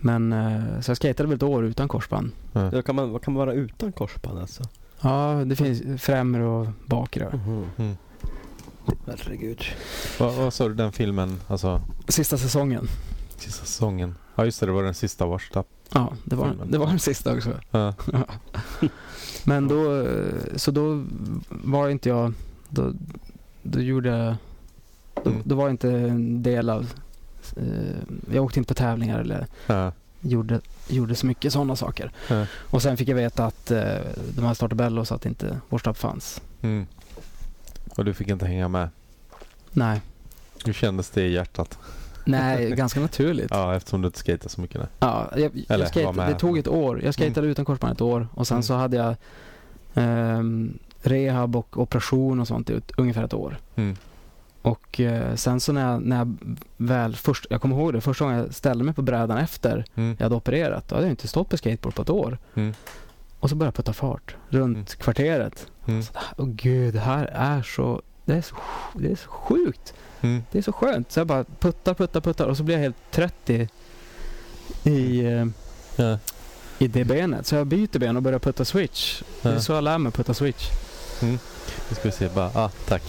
S1: Men eh, så jag skatade väl ett år utan korsband.
S2: Ja.
S3: Då kan man, vad kan man vara utan korsband alltså?
S1: Ja, det finns främre och bakre.
S3: Mhm.
S2: Mm.
S3: Herregud.
S2: Vad vad sa du den filmen, alltså
S1: Sista säsongen.
S2: sista säsongen? Ja just det, det var den sista Washed Up.
S1: Ja, det var, det var den sista också.
S2: Ja.
S1: Men då, eh, så då var inte jag, då, då gjorde jag, då,
S2: Mm.
S1: då var jag inte en del av, eh, jag åkte inte på tävlingar eller
S2: Ja.
S1: gjorde, gjorde så mycket sådana saker.
S2: Ja.
S1: Och sen fick jag veta att eh, de här startabellos, att inte Årstab fanns.
S2: Mm. Och du fick inte hänga med.
S1: Nej,
S2: Hur kändes det i hjärtat?
S1: nej ganska naturligt. Ja.
S2: Ja, eftersom du inte skejtar så mycket. Nej.
S1: jag,
S2: Eller,
S1: jag skate,
S2: var med.
S1: det tog ett år. Jag skejtade utan korsband ett år och sen
S2: Mm.
S1: så hade jag ehm, rehab och operation och sånt i ut- ungefär ett år.
S2: Mm.
S1: Och eh, sen så när jag, när jag väl först, jag kommer ihåg det, första gången jag ställde mig på brädan efter
S2: Mm.
S1: jag hade opererat, då hade jag inte stått på skateboard på ett år.
S2: Mm.
S1: Och så började jag putta fart runt
S2: Mm.
S1: kvarteret.
S2: Mm.
S1: Åh gud, det här är så, det är så, det är så sjukt.
S2: Mm.
S1: Det är så skönt. Så jag bara puttar, puttar, puttar och så blir jag helt 30 i, eh,
S2: Ja.
S1: i det benet. Så jag byter ben och börjar putta switch. Det är
S2: Ja.
S1: så jag lär mig putta switch.
S2: Nu ska vi se, bara, ah, tack.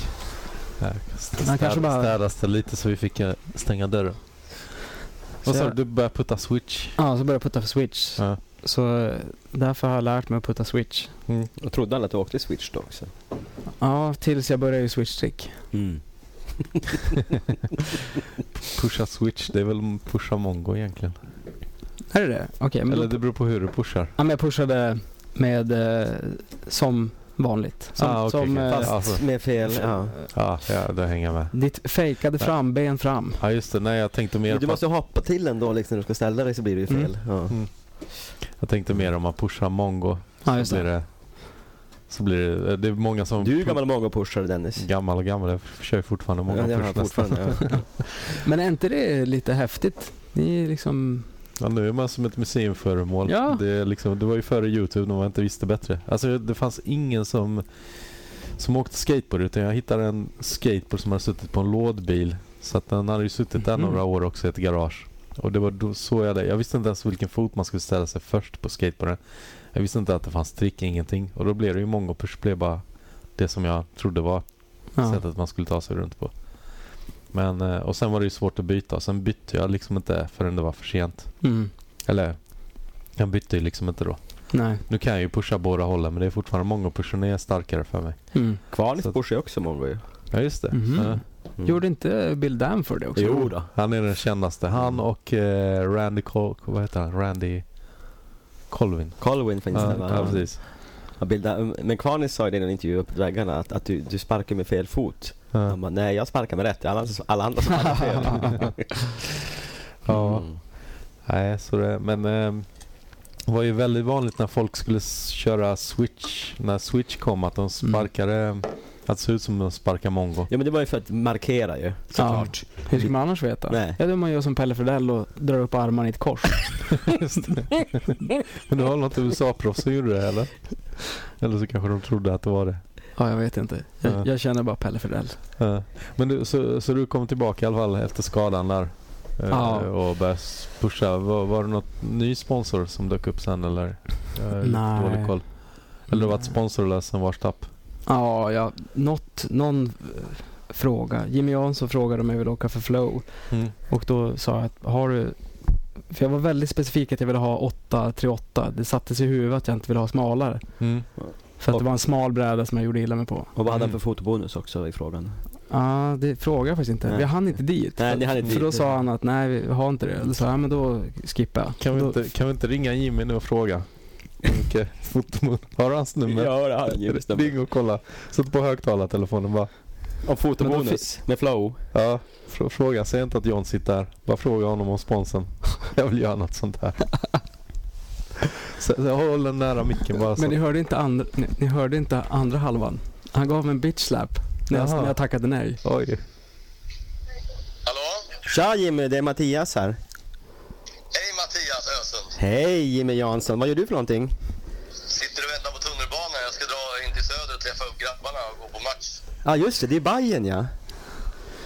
S2: Här,
S1: Han
S2: Städ,
S1: kanske bara-
S2: Städas det lite så vi fick eh, stänga dörren. Vad
S1: Så
S2: sa
S1: jag-
S2: du? Du började putta switch?
S1: Ja, så börjar jag putta för switch.
S2: Ja.
S1: Så eh, därför har jag lärt mig att putta switch.
S5: Och trodde alla att du åkte switch då också?
S1: Ja, tills jag började i switchstick.
S3: Mm.
S2: Pusha switch, det är väl pusha mongo egentligen?
S1: Är det det? Okej, men,
S2: Eller
S1: då,
S2: det beror på hur du pushar.
S1: ja, men jag pushade med eh, som vanligt. Som,
S2: Ah, okej,
S1: som,
S2: okej.
S1: eh,
S2: Fast- Alltså.
S3: Med fel, ja.
S2: Ja, ja då hänger jag med.
S1: Ditt fejkade framben fram.
S2: Ja just det, nej jag tänkte mer
S3: Du
S2: på,
S3: måste hoppa till ändå liksom, när du ska ställa dig så blir det ju fel.
S5: Mm.
S3: Ja.
S2: jag tänkte mer om man pushar mongo.
S1: Ja, just
S2: Så blir
S1: det.
S2: det, så blir det, det är många som...
S3: Du är ju gammal mongopushare Dennis.
S2: Gammal och gammal, jag kör ju fortfarande
S3: Ja,
S2: många
S3: det
S2: push
S3: har jag
S2: nästan.
S3: fortfarande. Ja.
S1: Men är inte det lite häftigt? Ni är liksom...
S2: Ja, nu är man som ett museumföremål.
S1: Ja.
S2: Det, är liksom, det var ju före Youtube när man inte visste bättre. Alltså det fanns ingen som, som åkte skateboard utan jag hittade en skateboard som hade suttit på en lådbil. Så att den hade ju suttit där
S1: Mhm.
S2: några år också i ett garage. Och det var då så jag det. Jag visste inte ens vilken fot man skulle ställa sig först på skateboarden. Jag visste inte att det fanns trick, ingenting. Och då blev det ju många push blev bara det som jag trodde var
S1: Ja.
S2: sättet man skulle ta sig runt på. Men, eh, och sen var det ju svårt att byta. Sen bytte jag liksom inte förrän det var för sent.
S1: Mm.
S2: Eller, jag bytte ju liksom inte då.
S1: Nej.
S2: Nu kan jag ju pusha båda hållen men det är fortfarande många pushen är starkare för mig.
S1: Mm.
S5: Kvarnis
S2: Så att-
S5: pushar ju också mongo ju.
S2: Ja just det.
S1: Mhm.
S2: Ja.
S1: Gjorde inte Bill Danford det också?
S3: Mm. Jo då.
S2: Han är den kändaste.
S1: Mm.
S2: Han och eh, Randy Col- vad heter han? Randy Colvin.
S3: Colwyn finns
S2: Ja,
S3: det
S2: ja,
S3: va?
S2: precis.
S3: Ja, bilda, um, men Kvarnis sa ju det i någon intervju uppe i väggarna att, att du, du sparkar med fel fot.
S2: Ja.
S3: Han bara, nej jag sparkar med rätt, alla, andra- alla andra sparkar fel.
S2: Ja.
S3: Mm.
S2: Nej, så det, men eh, det var ju väldigt vanligt när folk skulle s- köra switch, när switch kom att de sparkade, att det såg ut som de sparkar mongo.
S3: Ja men det var ju för att markera ju, såklart.
S1: Hur skulle man annars veta?
S3: Nej.
S1: Ja, det man gör som Pelle Fredell och drar upp armarna i ett kors.
S2: Just det. men det var väl något USA-proffs som gjorde det eller? Eller så kanske de trodde att det var det.
S1: Ja, jag vet inte. Jag,
S2: Ja.
S1: jag känner bara Pelle Fredell.
S2: Ja. Men du, så, så du kom tillbaka i alla fall efter skadan där? eh,
S1: Ja.
S2: Och började s- pusha. Var, var det något ny sponsor som dök upp sen eller? Jag har lite
S1: Nej.
S2: Dålig koll. Eller du har varit sponsorlös sen vars tapp?
S1: Ja, ja. Något, någon eh, fråga. Jimmy Jansson frågade om jag ville åka för flow.
S2: Mm.
S1: Och då sa jag att har du... För jag var väldigt specifik att jag ville ha 838. Det sattes i huvudet att jag inte ville ha smalare.
S2: Mm.
S1: För att det var en smal bräda som jag gjorde illa mig på.
S3: Och vad hade han
S2: Mm.
S3: för fotobonus också i frågan?
S1: Ja, det frågade jag faktiskt inte.
S3: Nej.
S1: Vi hann inte dit.
S3: Nej, ni hade inte
S1: för då
S3: dit.
S1: sa han att nej, vi har inte det. Eller så ja men då skippar jag.
S2: Kan, vi
S1: då,
S2: inte, kan vi inte ringa Jimmy nu och fråga? Vilket fotomun. Har du hans nummer?
S3: Ja det hade han ju.
S2: Ring och kolla. Sätt på högtalartelefonen bara.
S3: Och fotobonus med flow.
S2: Ja, fr- fråga. Säg inte att John sitter här. Bara fråga honom om sponsen. Jag vill göra något sånt här. Så, så håll den nära micken bara så.
S1: Men ni hörde, inte andra, ni, ni hörde inte andra halvan. Han gav mig en bitch slap när jag,
S2: Jaha.
S1: när jag tackade nej.
S2: Oj.
S6: Hallå?
S3: Tja Jimmy, det är Mattias här.
S6: Hej Mattias Ösund.
S3: Hej Jimmy Jansson, vad gör du för någonting?
S6: Sitter och väntar på tunnelbanan. Jag ska dra in till Söder och träffa upp grabbarna och gå på match.
S3: Ja ah, just det, det är Bayern ja.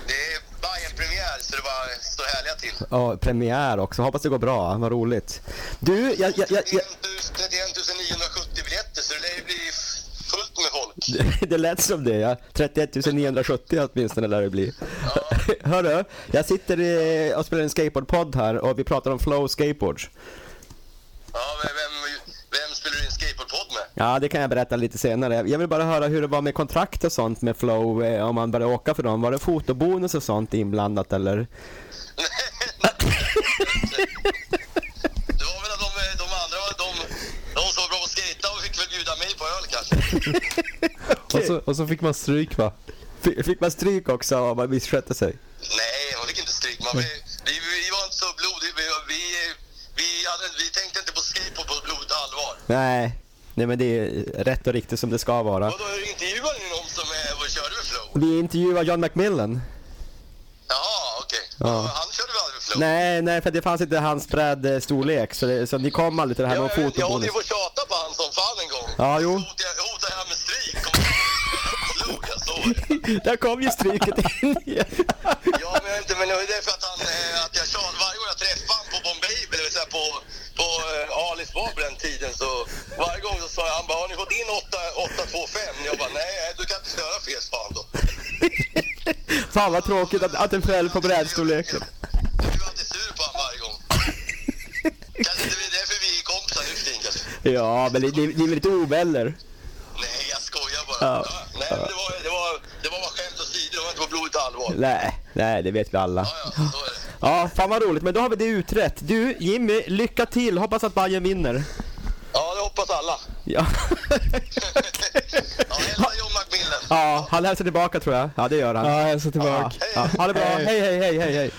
S6: Det är bayern premiär så det bara står härliga till.
S3: Ja, premiär också. Hoppas det går bra, vad roligt. Du, jag, jag, jag, jag,
S6: 31 970 biljetter så det lär ju bli f-
S3: Det lät som det ja. 31 970 åtminstone lär det bli. Hörru, jag sitter eh, och spelar en skateboardpodd här och vi pratar om flow skateboards.
S7: Ja, men vem, vem spelar du in skateboardpodd med?
S3: Ja, det kan jag berätta lite senare. Jag vill bara höra hur det var med kontrakt och sånt med flow, eh, om man började åka för dem. Var det fotobonus och sånt inblandat eller?
S7: Det var väl att de, de andra, de, de som var bra på att skejta och fick väl bjuda mig på öl kanske.
S2: Och, så, och så fick man stryk va?
S3: Fick, fick man stryk också om man misskötte sig?
S7: Nej, man fick inte stryk. Man, vi, vi, vi var inte så blodiga. Vi, vi, vi, hade, vi tänkte inte på skateboard på blodigt allvar.
S3: Nej. Nej men det är rätt och riktigt som det ska vara.
S7: Vadå, intervjuade ni någon som eh, var- körde med flow?
S3: Vi intervjuade John McMillan.
S7: Jaha, okej.
S3: Ja.
S7: Han körde väl aldrig med flow?
S3: Nej, nej för det fanns inte hans brädstorlek så, det- så ni kom aldrig till det här med
S7: jag, jag, jag
S3: fotobonus.
S7: håller ju på att tjata på han som fan en gång.
S3: Ja, jo.
S7: Hotade jag hotade han med stryk. Kom och slog, jag såg det.
S3: Där kom ju stryket in igen.
S7: Ja, men jag vet inte, men det var ju därför att han, eh, att jag tjat, varje gång jag träffade han på Bombay, eller det vill säga på, på eh, Alis bar på den tiden, så varje gång så sa jag, han bara, har ni fått in 8 825? Jag bara, nej, du kan inte köra fel, sa han då.
S3: Fan vad tråkigt att, att den föll på brädstorleken.
S7: Jag blev alltid sur på honom varje gång. Kanske inte det är därför vi är kompisar nu för tiden kanske.
S3: Ja, men ni, ni, ni är lite oväller.
S7: Nej, jag skojar bara.
S3: Ja.
S7: Ja, nej, men det var, det var, det var bara skämt åsido, det var inte på blodigt allvar.
S3: Nej, nej det vet vi alla.
S7: Ja, ja, så är det.
S3: Ja, fan vad roligt. Men då har vi det utrett. Du, Jimmy, lycka till. Hoppas att Bayern vinner.
S7: Ja, det hoppas alla.
S3: Ja,
S7: Ja, hälsa John McMillan.
S3: ja han hälsar tillbaka tror jag. Ja, det gör han.
S1: Ja, jag ser tillbaka.
S3: Ja, ha det bra. Hej, hej, hej, hej, hej.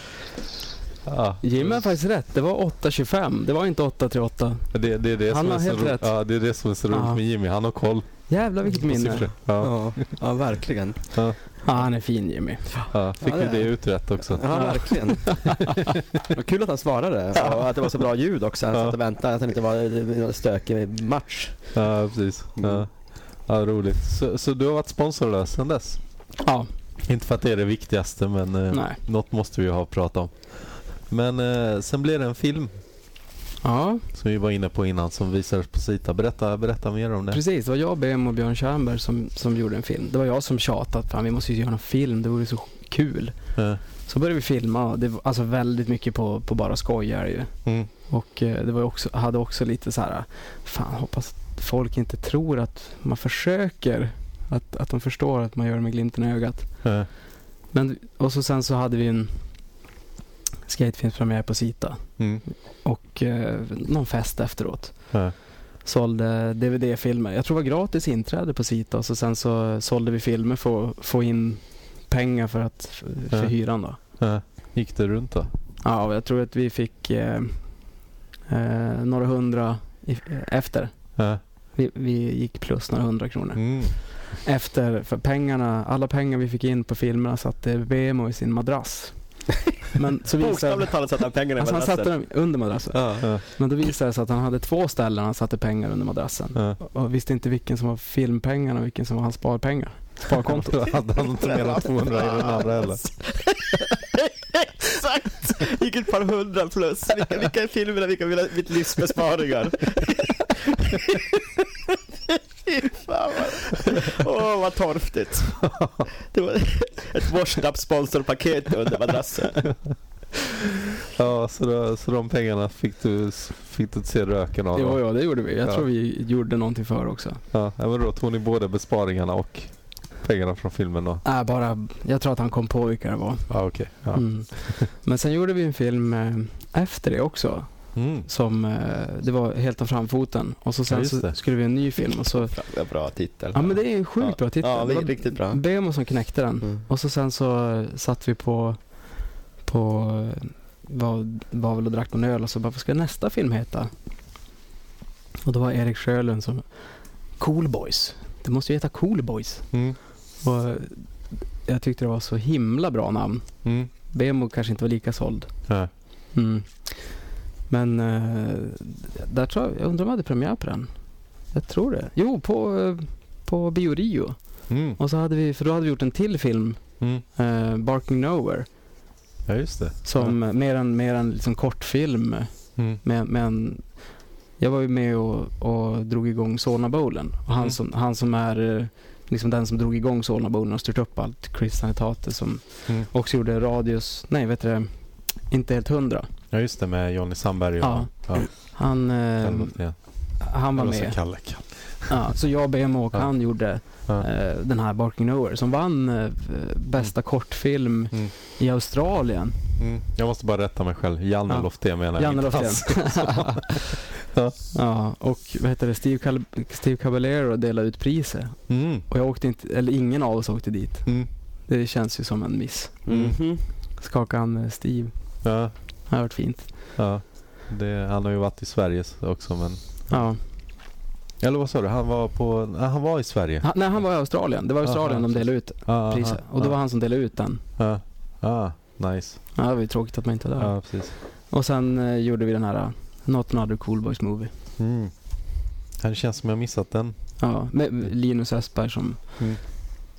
S2: Ja,
S1: Jim har faktiskt rätt. Det var 8.25. Det var inte 8.38.
S2: det, det, är det
S1: Han
S2: som
S1: har
S2: är så
S1: helt
S2: ro-
S1: rätt.
S2: Ja, det är det som är så roligt
S1: Ja.
S2: med Jimmy. Han har koll
S1: Jävlar vilket
S2: på siffror.
S1: minne.
S2: Ja,
S3: ja verkligen.
S1: Ja, han är fin Jimmy.
S2: ja. Fick
S3: Ja,
S2: vi
S3: det är-
S2: det utrett också.
S3: Ja, verkligen. Vad kul att han svarade och att det var så bra ljud också. Han
S2: Ja.
S3: satt och väntade att det inte var en stökig match.
S2: Ja, precis.
S1: Mm.
S2: Ja. Ja, roligt. Så, så du har varit sponsor då, sedan dess?
S1: Ja,
S2: Inte för att det är det viktigaste men eh,
S1: nej.
S2: något måste vi ju ha att prata om. Men eh, sen blev det en film
S1: Ja,
S2: som vi var inne på innan som visades på Sita. Berätta, berätta mer om det.
S1: precis. Det var jag, BM och Björn Tjernberg som, som gjorde en film. Det var jag som tjatat fram, vi måste ju göra en film, det vore så kul.
S2: Eh,
S1: Så började vi filma och det var alltså väldigt mycket på, på bara skoj är det ju.
S2: Mm.
S1: Och eh, det var ju också, hade också lite så här, fan hoppas att folk inte tror att man försöker, att, att de förstår att man gör det med glimten i ögat.
S2: Eh,
S1: Men, och så sen så hade vi en skatefilmspremiär på Sita
S2: Mm. eh,
S1: och eh, någon fest efteråt.
S2: Ja.
S1: Sålde DVD-filmer. Jag tror det var gratis inträde på Sita och så sen så sålde vi filmer för att få in pengar för, att, för, för
S2: Ja.
S1: hyran då.
S2: Eh, Gick det runt då?
S1: Ja, och jag tror att vi fick eh, eh, några hundra i, efter.
S2: Eh,
S1: Vi, vi gick plus några hundra kronor.
S2: Mm.
S1: Efter, för pengarna, alla pengar vi fick in på filmerna satte BMO i sin madrass. Men så visade,
S3: Bokstavligt talat satte han pengarna i
S1: alltså han satte
S3: madrassen.
S1: dem under madrassen.
S2: eh,
S3: Ja.
S1: Men då visade det sig att han hade två ställen han satte pengar under madrassen.
S2: Eh.
S1: Och visste inte vilken som var filmpengarna och vilken som var hans sparpengar. Sparkonto.
S2: Hade han inte mer än 200 i den andra heller?
S3: Exakt! Gick ett par hundra plus. Vilka, vilka är filmerna, vilka är mina, mitt livs besparingar? Fy fan vad- Åh, vad torftigt. Det var ett washed-up-sponsorpaket under madrassen.
S2: Ja, så, då, så de pengarna fick du, fick du inte se röken av?
S1: Jo,
S2: då?
S1: ja, det gjorde vi. Jag
S2: Ja.
S1: tror vi gjorde någonting för också.
S2: Ja, ja, men då tog ni både besparingarna och pengarna från filmen då?
S1: Äh, bara, jag tror att han kom på vilka det var.
S2: Ja, okej. Ja.
S1: Mm. Men sen gjorde vi en film eh, efter det också.
S2: Mm.
S1: Som, eh, det var helt av framfoten. Och så sen
S2: just
S1: så
S2: det.
S1: skulle vi en ny film. Och så,
S3: Bra, bra titel.
S1: ja men det är en sjukt bra titel. Mm.
S3: Ja,
S1: det var
S3: riktigt bra.
S1: Bemo som knäckte den.
S3: Mm.
S1: Och så sen så eh, satt vi på, på eh, var, var väl och drack någon öl och så bara, vad ska nästa film heta? Och då var Erik Sjölund som, Cool Boys. Det måste ju heta Cool Boys.
S2: Mm.
S1: Och eh, jag tyckte det var så himla bra namn.
S2: Mm.
S1: Bemo kanske inte var lika såld.
S2: Ja.
S1: Mm. Men eh, där tror jag, jag undrar om jag hade premiär på den. Jag tror det. Jo, på, eh, på Bio Rio.
S2: Mm.
S1: Och så hade vi, för då hade vi gjort en till film,
S2: Mm.
S1: eh, Barking Nowhere.
S2: ja, just det.
S1: Som mer en, mer en liksom kortfilm.
S2: Mm.
S1: Med, med en, jag var ju med och, och drog igång Solna Bowlen. Och han,
S2: Mm.
S1: som, han som är eh, liksom den som drog igång Solnaborna och styrt upp allt. Chris Hanetate som
S2: Mm.
S1: också gjorde Radius, nej vet du det, Inte helt hundra.
S2: Ja just det med Johnny Sandberg och...
S1: Ja.
S2: ja.
S1: Han, eh,
S2: Ehm, ja.
S1: han var
S2: Eller så
S1: med.
S2: Kalle, Kalle.
S1: Ja, så jag, BMO och
S2: Ja.
S1: han gjorde
S2: Ja.
S1: eh, den här Barking Nowhere som vann eh, f- bästa kortfilm
S2: Mm.
S1: i Australien.
S2: Mm. Jag måste bara rätta mig själv. Janne
S1: Ja.
S2: Loftén menar jag. Alltså.
S1: Janne
S2: inte
S1: Loftén.
S2: hans.
S1: ja. och vad heter det? Steve, Cal- Steve Caballero delade ut priset
S2: Mm.
S1: och jag åkte inte, eller ingen av oss åkte dit.
S2: Mm.
S1: Det känns ju som en miss.
S2: Mm.
S3: Mm-hmm.
S1: Skaka hand med Steve,
S2: Ja.
S1: det har varit fint.
S2: Ja. Det, han har ju varit i Sverige också men...
S1: Ja.
S2: Eller vad sa du? Han var på... nej, Han var i Sverige? Ah,
S1: Han, nej, han var i Australien. Det var i
S2: Aha,
S1: Australien de delade ut
S2: Ja,
S1: priset
S2: ja,
S1: och det
S2: ja.
S1: var han som delade ut den.
S2: Ja. Ja. Ah. Nice.
S1: Ja, det var ju tråkigt att man inte var där.
S2: Ja, precis.
S1: Och sen eh, gjorde vi den här eh, Not Another Cool Boys Movie.
S2: Mm. Det känns som jag missat den.
S1: Ja, med Linus Östberg som
S2: Mm.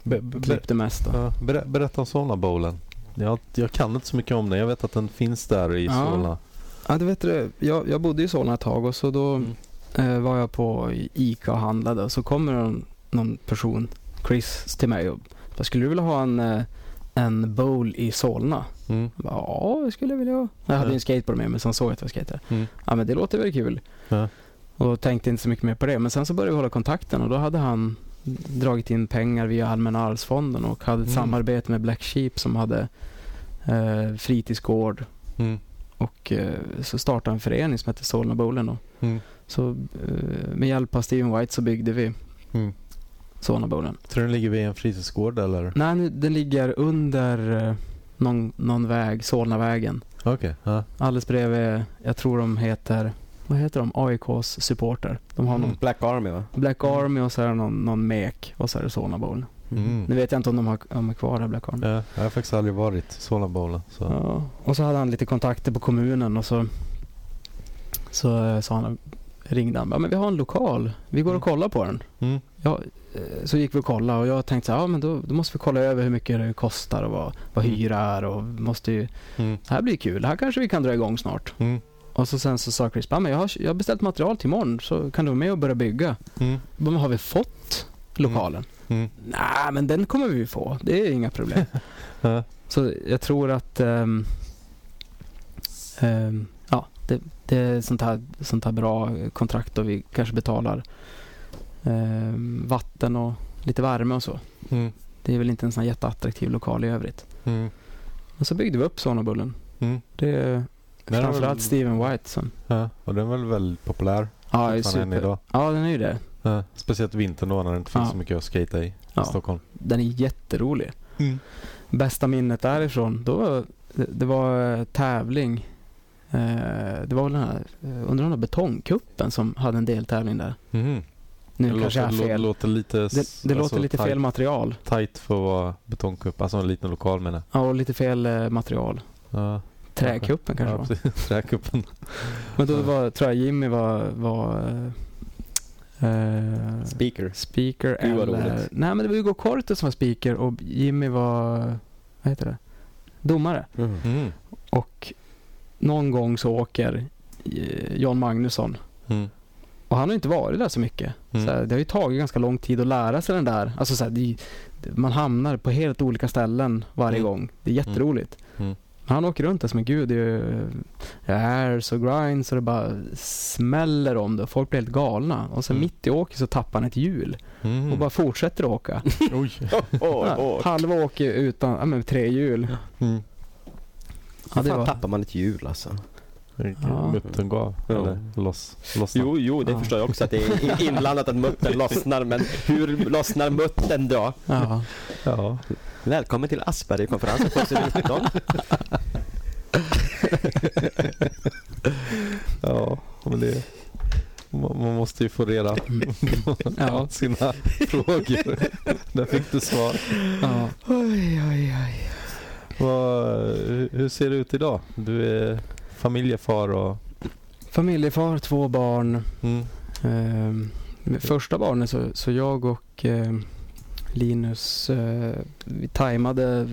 S2: Be- be-
S1: klippte mest. Då.
S2: Ja, ber- berätta om Solna bowlen. Jag, jag kan inte så mycket om den. Jag vet att den finns där i
S1: Ja.
S2: Solna.
S1: Ja, du vet du, jag, jag bodde i Solna ett tag och så då
S2: Mm.
S1: eh, var jag på ICA och handlade och så kommer någon, någon person, Chris, till mig och bara, skulle du vilja ha en, eh, en bowl i Solna?
S2: Mm.
S1: Jag bara, ja, det skulle jag vilja ha. Jag hade
S2: Ja.
S1: ju en skateboard med mig som såg att jag skejtade.
S2: Mm.
S1: Ja, men det låter väl kul.
S2: Ja.
S1: Och tänkte inte så mycket mer på det. Men sen så började vi hålla kontakten och då hade han dragit in pengar via Allmänna arvsfonden och hade ett
S2: Mm.
S1: samarbete med Black Sheep som hade eh, fritidsgård
S2: Mm.
S1: och eh, så startade en förening som hette Solna Bowlen då.
S2: Mm.
S1: Så eh, med hjälp av Steven White så byggde vi
S2: Mm.
S1: Solna Bowlen.
S2: Tror du den ligger vid en fritidsgård eller?
S1: Nej, nu- den ligger under eh, någon, någon väg, Solnavägen.
S2: Okej. Ja.
S1: Alldeles bredvid, jag tror de heter, vad heter de? AIKs supporter. De har någon
S2: Mm.
S5: Black Army va?
S1: Black Army och så är det någon, någon mek och så är det Solna Bowl. Nu
S2: Mm.
S1: vet jag inte om de har, om de är kvar där Black Army.
S2: Ja, jag har faktiskt aldrig varit i Solna bowlen. Så.
S1: Ja. Och så hade han lite kontakter på kommunen och så, så eh, sa han, ringde han. Ja, men vi har en lokal, vi går och kollar på den.
S2: Mm.
S1: Ja, eh, så gick vi och kollade och jag tänkte så här, ja, men då, då måste vi kolla över hur mycket det kostar och vad, vad
S2: Mm.
S1: hyra är och vi måste ju,
S2: Mm.
S1: det här blir kul, det här kanske vi kan dra igång snart.
S2: Mm.
S1: Och så sen så sa Chris, "Ja, men jag har, jag har beställt material till imorgon så kan du vara med och börja bygga.
S2: Mm.
S1: Jag bara, Men har vi fått lokalen?
S2: Mm.
S1: Nej, men den kommer vi ju få. Det är inga problem.
S2: Ja.
S1: så jag tror att ehm, ehm, ja, det, det är sånt här, sånt här bra kontrakt och vi kanske betalar ehm, vatten och lite värme och så.
S2: Mm.
S1: Det är väl inte en sån här jätteattraktiv lokal i övrigt.
S2: Mm.
S1: Men så byggde vi upp Sonobullen.
S2: Mm.
S1: Det är
S2: Den är
S1: framförallt
S2: väl-
S1: Steven White som...
S2: Ja. Och den är väl väldigt populär
S1: Ja, är
S2: fortfarande än
S1: super.
S2: idag.
S1: Ja, den är ju det.
S2: Ja. Speciellt vintern då när det inte finns
S1: Ja.
S2: så mycket att skata i
S1: Ja.
S2: i Stockholm.
S1: Den är jätterolig.
S2: Mm.
S1: Bästa minnet därifrån, då, det, det var eh, tävling. Eh, det var väl den här, eh, undrar om det var Betongkuppen som hade en deltävling där.
S2: Mhm.
S1: Nu
S2: Det
S1: kanske
S2: låter, alltså,
S1: jag har
S2: lå-
S1: fel.
S2: låter lite...
S1: Det, det låter lite fel material.
S2: Tight för att vara betongkupp. Alltså en liten lokal menar
S1: Ja, och lite fel eh, material.
S2: jag. Ja.
S1: Träkuppen kanske var.
S2: precis. Träkuppen.
S1: Men då var, tror jag Jimmy var, var eh, eh,
S5: Speaker.
S1: speaker
S5: Gud, vad
S1: eller...
S5: roligt.
S1: Nej men det var Hugo Korte som var speaker och Jimmy var, vad heter det, domare.
S2: Mm.
S1: Och någon gång så åker eh, Jan Magnusson
S2: Mm.
S1: och han har ju inte varit där så mycket.
S2: Mm.
S1: Så här, det har ju tagit ganska lång tid att lära sig den där. Alltså så här, det, är ju- det- man hamnar på helt olika ställen varje
S2: Mm.
S1: gång. Det är jätteroligt.
S2: Mm.
S1: Men han åker runt där som en gud. Det är ju eh, airs och grinds och det bara smäller om det. Folk blir helt galna. Och sen
S2: Mm.
S1: mitt i åket så tappar han ett hjul
S2: Mm.
S1: och bara fortsätter att åka.
S2: Oj.
S5: Åh,
S1: Ja,
S5: åh.
S1: halva åker utan, ja men tre hjul.
S2: Mm.
S1: Ja,
S5: Hur
S1: det
S5: fan
S1: var,
S5: tappar man ett hjul alltså?
S1: Ja.
S2: Ja. Muttern gav.
S5: Ja.
S2: Eller loss. loss.
S5: Jo, jo, det
S1: Ja.
S5: förstår jag också att det är in- inblandat att muttern lossnar, men hur lossnar muttern då?
S1: ja.
S2: Ja.
S5: Välkommen till Aspergerkonferensen 2019.
S2: ja. Men det... Man man måste ju få reda på
S1: Ja.
S2: sina frågor. Där fick du svar.
S1: ja.
S2: Vad, hur- hur ser det ut idag? Du är familjefar och...
S1: Familjefar, två barn.
S2: Mm.
S1: Ehm, med första barnet så, så jag och ehm, Linus, eh, vi tajmade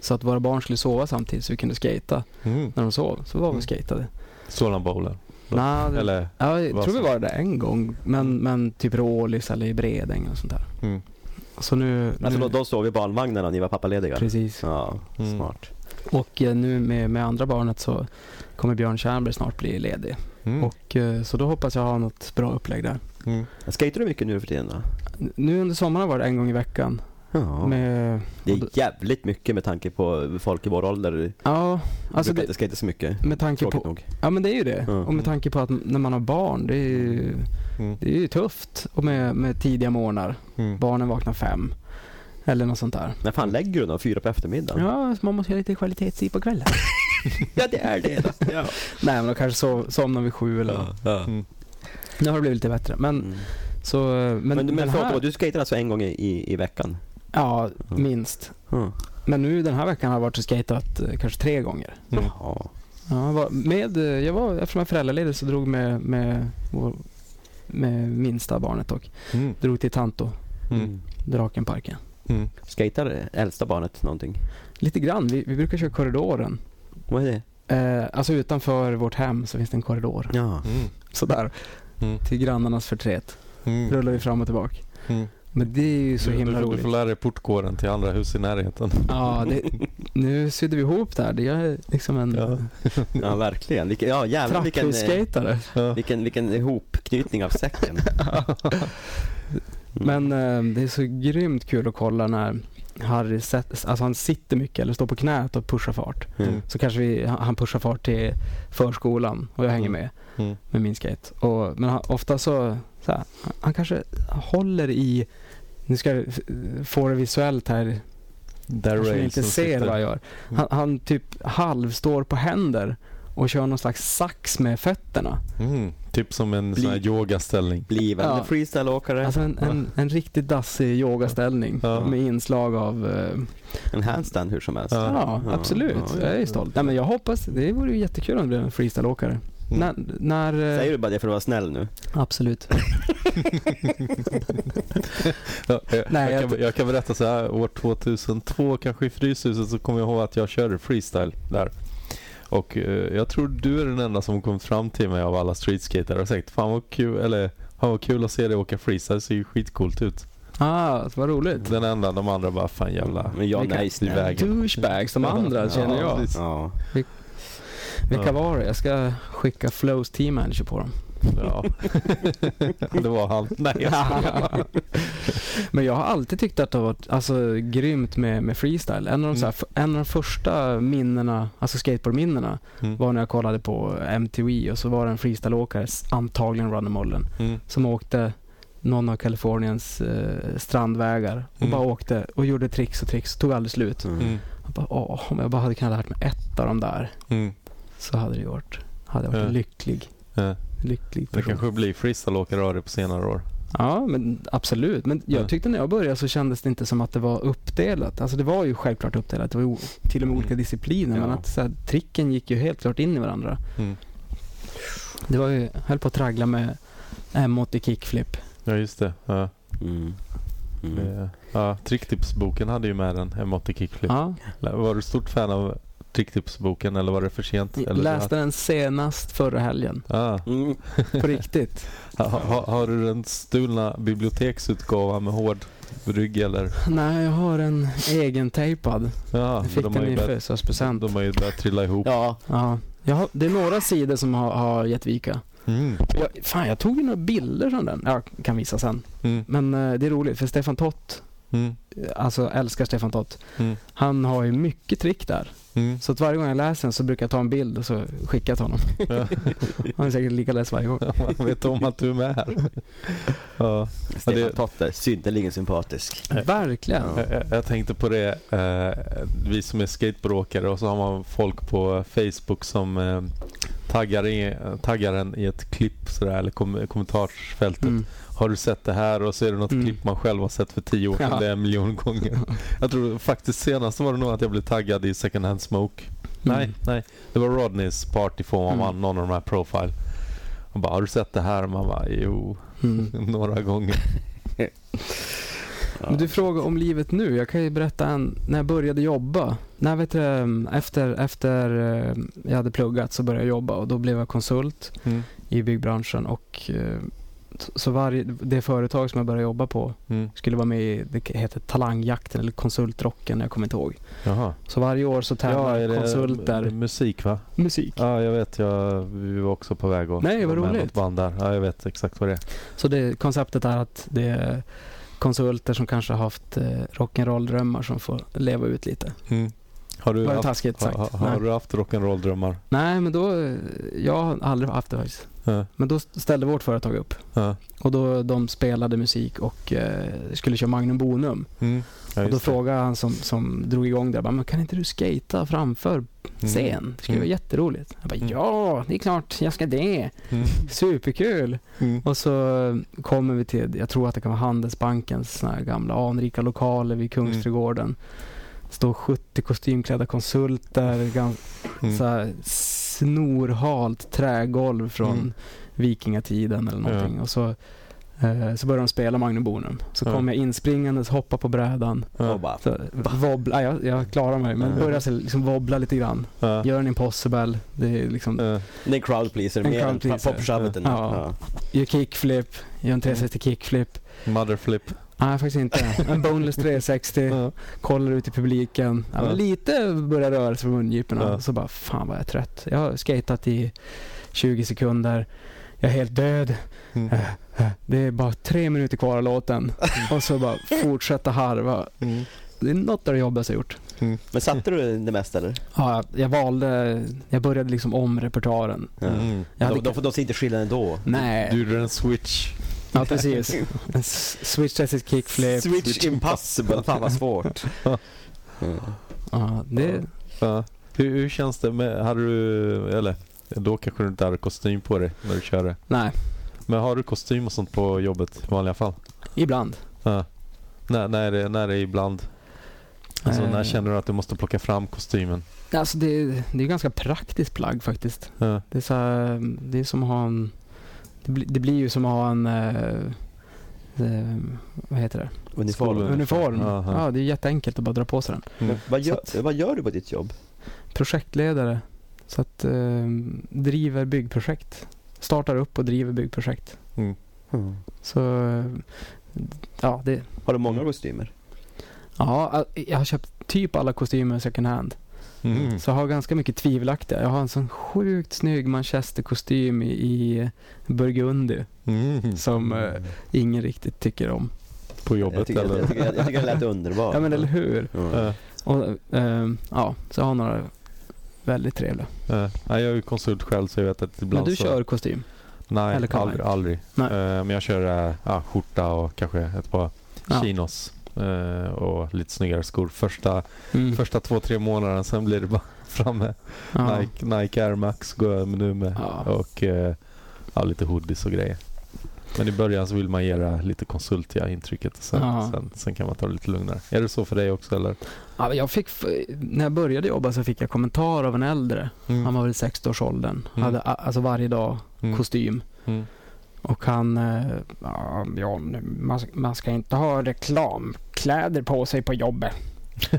S1: så att våra barn skulle sova samtidigt så vi kunde skata
S2: Mm.
S1: när de sov. Så var vi
S2: Mm.
S1: och skatade.
S2: Solnabowlen.
S1: Nej, det-
S2: Eller?
S1: Ja, jag
S2: vad
S1: tror vi
S2: så?
S1: var där en gång, men, men typ Rålis eller i Bredäng och sånt där.
S2: Mm.
S1: Så nu,
S5: Alltså då,
S1: nu
S5: då sov vi i barnvagnen när ni var pappalediga?
S1: precis.
S5: Ja,
S2: Mm.
S5: smart.
S1: Och eh, nu med, med andra barnet så kommer Björn Tjernberg snart bli ledig.
S2: Mm.
S1: Och, eh, så då hoppas jag ha något bra upplägg där.
S2: Mm.
S5: Skejtar du mycket nu för tiden då?
S1: N- Nu under sommaren var det en gång i veckan.
S5: Ja.
S1: Med,
S5: Det är jävligt mycket med tanke på folk i vår ålder.
S1: ja,
S5: Alltså
S1: alltså
S5: brukar
S1: det,
S5: inte skejta så mycket.
S1: med tanke
S5: Tråkigt
S1: på,
S5: nog.
S1: ja men det är ju det.
S5: Mm.
S1: Och med tanke på att m- när man har barn, det är ju,
S2: Mm.
S1: det är ju tufft. Och med, med tidiga morgnar.
S2: Mm.
S1: Barnen vaknar fem. Eller något sånt där.
S5: När fan lägger du då? Fyra på eftermiddagen?
S1: Ja, så man måste göra lite kvalitetstid på kvällen.
S5: Ja, det är det. då. Ja.
S1: Nej, men då kanske sov, somnar vid sju eller
S2: Mm.
S1: Nu har det blivit lite bättre. Men,
S5: Mm.
S1: så, eh, men,
S5: Men, men,
S1: den
S5: men förlåt, du skejtar alltså en gång i, i, i veckan?
S1: Ja,
S5: Ja.
S1: minst.
S5: Ja.
S1: Men nu den här veckan har jag varit och skejtat eh, kanske tre gånger.
S2: Mm.
S5: Ja.
S1: Ja, jag var med, eh, jag var, eftersom jag är föräldraledig så drog med, med, vår- med minsta barnet och
S2: Mm.
S1: drog till Tanto,
S2: Mm.
S1: Drakenparken.
S2: Mm.
S5: Skejtar äldsta barnet någonting?
S1: Lite grann, vi, vi brukar köra korridoren.
S5: Vad är det?
S1: Eh, alltså utanför vårt hem så finns det en korridor.
S5: Ja.
S2: Mm.
S1: Sådär,
S2: Mm.
S1: till grannarnas förtret.
S2: Mm.
S1: Rullar vi fram och tillbaka.
S2: Mm.
S1: Men det är ju så
S2: du,
S1: himla
S2: du, får-
S1: roligt.
S2: Du får lära dig portkoden till andra hus i närheten.
S1: Ja, det, nu sydde vi ihop det här. Det är liksom en
S2: Ja.
S5: Ja, verkligen. Vilken, ja, jävlar vilken, eh,
S1: trapphusskejtare.
S5: vilken, vilken ihopknytning av säcken.
S1: Men eh, det är så grymt kul att kolla när Harry sätt, alltså han sitter mycket eller står på knät och pushar fart.
S5: Mm.
S1: Så kanske vi, han han pushar fart till förskolan och jag hänger med
S2: Mm.
S1: med min skate. Och, men han, ofta så, så här, han- han kanske håller i, nu ska jag eh, få det visuellt här,
S2: Där
S1: kanske ni
S2: railsen
S1: inte ser
S2: sitter. Mm.
S1: vad jag gör. Han, han typ halvstår på händer och kör någon slags sax med fötterna.
S2: Mm. Typ som en sån här yogaställning.
S5: Blivande
S1: Ja.
S5: freestyleåkare.
S1: Alltså en, en, en riktigt dassig yogaställning
S2: Ja.
S1: med inslag av eh,
S5: en handstand hur som helst.
S2: Ja.
S1: Ja,
S5: Ja,
S1: absolut.
S5: ja,
S1: jag är stolt. Nej, men jag hoppas, det vore ju jättekul om du blev en freestyleåkare.
S2: Mm.
S1: När, när, eh,
S5: Säger du bara det för att vara snäll nu?
S1: Absolut.
S2: Ja, eh,
S1: Nej,
S2: jag,
S1: jag-
S2: kan, jag kan berätta så här, år 2002 kanske i Fryshuset så kommer jag ihåg att jag körde freestyle där. Och eh, jag tror du är den enda som kommit fram till mig av alla streetskatare och sagt Fan vad kul, eller, Fan vad kul att se dig åka freestyle, det ser ju skitcoolt ut.
S1: Ah, vad roligt.
S2: Den enda, de andra bara Fan jävla
S5: Men jag
S1: Vilka-
S5: nej,
S2: i
S5: snäll.
S2: vägen.
S1: Douchebags de andra
S2: Ja,
S1: känner jag.
S2: precis.
S5: Ja.
S1: Vilka var det? Jag ska skicka Flows team manager på dem.
S2: Ja. det var han. Nej, jag skojar bara.
S1: men jag har alltid tyckt att det har varit alltså, grymt med, med freestyle. En av, de, så
S2: Mm.
S1: här, f- en av de första minnena, alltså skateboardminnena
S2: Mm.
S1: var när jag kollade på MTV och så var det en freestyleåkare, s- antagligen Runner Mollen,
S2: Mm.
S1: som åkte någon av Kaliforniens eh, strandvägar och
S2: Mm.
S1: bara åkte och gjorde tricks och tricks. Tog aldrig slut.
S5: Mm.
S2: Mm.
S1: Jag bara, åh, om jag bara hade kunnat lärt mig ett av de där
S2: Mm.
S1: så hade det gjort. Hade jag varit
S2: Ja.
S1: en lycklig,
S2: Ja.
S1: lycklig
S2: Det
S1: person.
S2: kanske blir freestyleåkare av det på senare år.
S1: Ja, men absolut. Men jag
S2: Ja.
S1: tyckte när jag började så kändes det inte som att det var uppdelat. Alltså det var ju självklart uppdelat. Det var ju o- till och med
S2: Mm.
S1: olika discipliner. Men
S5: Ja.
S1: att så här, tricken gick ju helt klart in i varandra.
S2: Mm.
S1: Det var ju, jag höll på att traggla med M80 kickflip.
S2: Ja, just det. Ja.
S5: Mm. Mm.
S2: Mm. Ja, Tricktipsboken hade ju med den, M80 Kickflip.
S1: Ja.
S2: Var du stort fan av Tricktipsboken eller var det för sent? Eller
S1: Läste den senast förra helgen.
S2: Ja.
S5: Mm.
S1: På riktigt.
S2: Ha, ha, har du den stulna biblioteksutgåvan med hård rygg eller?
S1: Nej, jag har en egentejpad.
S2: Ja,
S1: Jag
S2: men
S1: fick
S2: de har,
S1: den
S2: ju
S1: i
S2: börjat,
S1: födelsedagspresent.
S2: de har ju börjat trilla ihop.
S5: Ja,
S1: Ja. Jag har, det är några sidor som har, har gett vika.
S2: Mm.
S1: Jag, fan, jag tog ju några bilder från den. Jag kan visa sen.
S2: Mm.
S1: Men eh, det är roligt för Stefan Tott,
S2: Mm.
S1: eh, alltså älskar Stefan Tott.
S2: Mm.
S1: Han har ju mycket trick där.
S2: Mm.
S1: Så att varje gång jag läser den så brukar jag ta en bild och så skicka till honom.
S2: Ja.
S1: Han är säkert lika läst varje gång.
S2: Man vet om att du är med här. Ja.
S5: Stefan
S2: det-
S5: Totte, synnerligen sympatisk.
S1: Verkligen.
S5: Ja.
S2: Jag, jag- jag tänkte på det, eh, vi som är skateboardåkare och så har man folk på Facebook som eh, taggar, i, taggar en i ett klipp sådär, eller kom, kommentarsfältet.
S1: Mm.
S2: Har du sett det här? Och så är det något
S1: Mm.
S2: klipp man själv har sett för tio år sedan.
S1: Ja.
S2: Det är en miljon gånger. Jag tror faktiskt senast var det nog att jag blev taggad i second hand smoke. Nej,
S1: Mm.
S2: nej. Det var Rodneys party får man
S1: Mm.
S2: någon av de här profile. Och bara, har du sett det här? Man bara, jo,
S1: Mm.
S2: några gånger.
S5: Ja.
S1: Men du frågar om livet nu. Jag kan ju berätta en, när jag började jobba. När jag vet, du, eh, efter, efter eh, jag hade pluggat så började jag jobba och då blev jag konsult
S2: Mm.
S1: i byggbranschen och eh, Så- Så varje, det företag som jag började jobba på
S2: Mm.
S1: skulle vara med i, det heter Talangjakten eller Konsultrocken, jag kommer inte ihåg.
S2: Jaha.
S1: Så varje år så tävlar konsulter.
S2: musik va?
S1: musik.
S2: Ja, jag vet. Jag, vi var också på väg att
S1: Nej, vad
S2: vara med i
S1: roligt.
S2: något band där. Ja, jag vet exakt vad det är.
S1: Så det, konceptet är att det är konsulter som kanske har haft eh, rock'n'roll-drömmar som får leva ut lite.
S2: Mm. Har du
S1: Var det
S2: haft,
S1: taskigt
S2: ha,
S1: sagt?
S2: ha,
S1: Nej.
S2: har du haft rock'n'roll-drömmar?
S1: Nej, men då, eh, jag har aldrig haft det faktiskt.
S2: Ja,
S1: Men då ställde vårt företag upp
S2: ja.
S1: och då de spelade musik och eh, skulle köra Magnum Bonum.
S2: Mm. Ja,
S1: och
S2: just
S1: då
S2: det.
S1: frågade han som, som drog igång det, bara, men kan inte du skata framför
S2: Mm.
S1: scen? Det skulle
S2: Mm.
S1: vara jätteroligt. Jag bara,
S2: Mm.
S1: ja, det är klart jag ska det.
S2: Mm.
S1: Superkul.
S2: Mm.
S1: Och så kommer vi till, jag tror att det kan vara Handelsbankens såna här gamla anrika lokaler vid
S2: Mm.
S1: Kungsträdgården. Står 70 kostymklädda konsulter, gam,
S2: Mm.
S1: så här snorhalt trägolv från
S2: Mm.
S1: vikingatiden eller någonting. Och så, eh, så börjar de spela Magnum Bonum. Så
S2: Ja.
S1: kommer jag inspringandes, hoppar på brädan.
S2: Ja.
S5: bara,
S1: Så, wobbla, jag, jag klarar mig, men
S2: Ja.
S1: börjar så liksom wobbla lite grann.
S2: Ja.
S1: Gör en impossible, det är liksom,
S2: Ja.
S5: det är en crowd pleaser
S1: En
S5: mer
S1: crowd
S5: än
S1: pleaser.
S5: popshubben.
S1: Ja. gör kickflip, gör en 360 kickflip.
S2: Motherflip.
S1: Nej, faktiskt inte. En boneless 360,
S2: Ja.
S1: kollar ut i publiken. Ja, men
S2: Ja.
S1: Lite börjar röra sig på mungiporna.
S2: Ja.
S1: Så bara, fan vad jag är trött. Jag har skatat i 20 sekunder. Jag är helt död. Eh,
S2: Mm.
S1: Det är bara tre minuter kvar av låten. Och så bara fortsätta harva.
S2: Mm.
S1: Det är något av det jobbigaste jag gjort.
S5: Men satte du det mesta eller?
S1: Ja, jag- jag valde, jag började liksom om repertoaren.
S2: Mm.
S1: Jag hade
S5: De, de, de ser inte skillnaden då.
S1: Nej,
S2: Du gjorde en switch.
S1: ja precis. En s- Switch Tessis kickflip.
S5: Switch impossible, fan vad svårt.
S1: Ja, det,
S2: Ja. Hur, hur känns det med, hade du, eller då kanske du inte hade kostym på dig när du körde.
S1: nej,
S2: Men har du kostym och sånt på jobbet i vanliga fall?
S1: ibland.
S2: Ja. När, när, är det, när är det ibland? Alltså,
S1: Eh.
S2: när känner du att du måste plocka fram kostymen?
S1: Alltså det, det är ganska praktiskt plagg faktiskt.
S2: Ja.
S1: Det är, så här, mm, det är som att ha en... Det, bli, det blir ju som att ha en... Eh, eh, vad heter det?
S2: Uniform.
S1: Uniform.
S2: Aha.
S1: Ja, det är jätteenkelt att bara dra på sig den.
S5: Men Vad
S1: Så att-
S5: gör, vad gör du på ditt jobb?
S1: Projektledare. Så att eh, driver byggprojekt. Startar upp och driver byggprojekt. Så eh, ja, det,
S5: Har du många kostymer?
S1: ja, jag har köpt typ alla kostymer second hand.
S2: Mm.
S1: Så jag har ganska mycket tvivelaktiga. Jag har en sån sjukt snygg manchesterkostym i, i burgundy
S2: Mm.
S1: som eh, ingen riktigt tycker om.
S2: På
S5: Jag
S2: jobbet
S5: tycker, jag,
S2: eller?
S5: jag, tycker, jag, jag tycker det lät underbart.
S1: Ja men eller hur?
S5: Ja.
S2: Ja.
S1: Och, eh, ja, så jag har några väldigt trevliga.
S2: Ja. Eh. Nej, jag är ju konsult själv så jag vet att ibland
S1: Men du
S2: så...
S1: kör kostym?
S2: Nej,
S1: eller kavaj?
S2: aldrig. aldrig.
S1: Nej.
S2: Eh, men jag kör äh, ja, skjorta och kanske ett par
S1: Ja.
S2: chinos. eh, och lite snyggare skor. Första,
S1: Mm.
S2: första två, tre månaderna sen blir det bara framme.
S1: Ja.
S2: Nike, Nike Air Max går jag nu med.
S1: Ja.
S2: Och eh, ja, lite hoodies och grejer. Men i början så vill man ge det lite konsultiga intrycket. Sen,
S1: Ja.
S2: sen, sen kan man ta det lite lugnare. Är det så för dig också eller?
S1: Ja, men jag fick, f- när jag började jobba så fick jag kommentar av en äldre. Han var väl 60-årsåldern.
S2: Mm.
S1: Hade a- alltså varje dag
S2: Mm.
S1: kostym.
S2: Mm.
S1: Och han, eh, ja, ja, nu- man, man ska inte ha reklamkläder på sig på jobbet.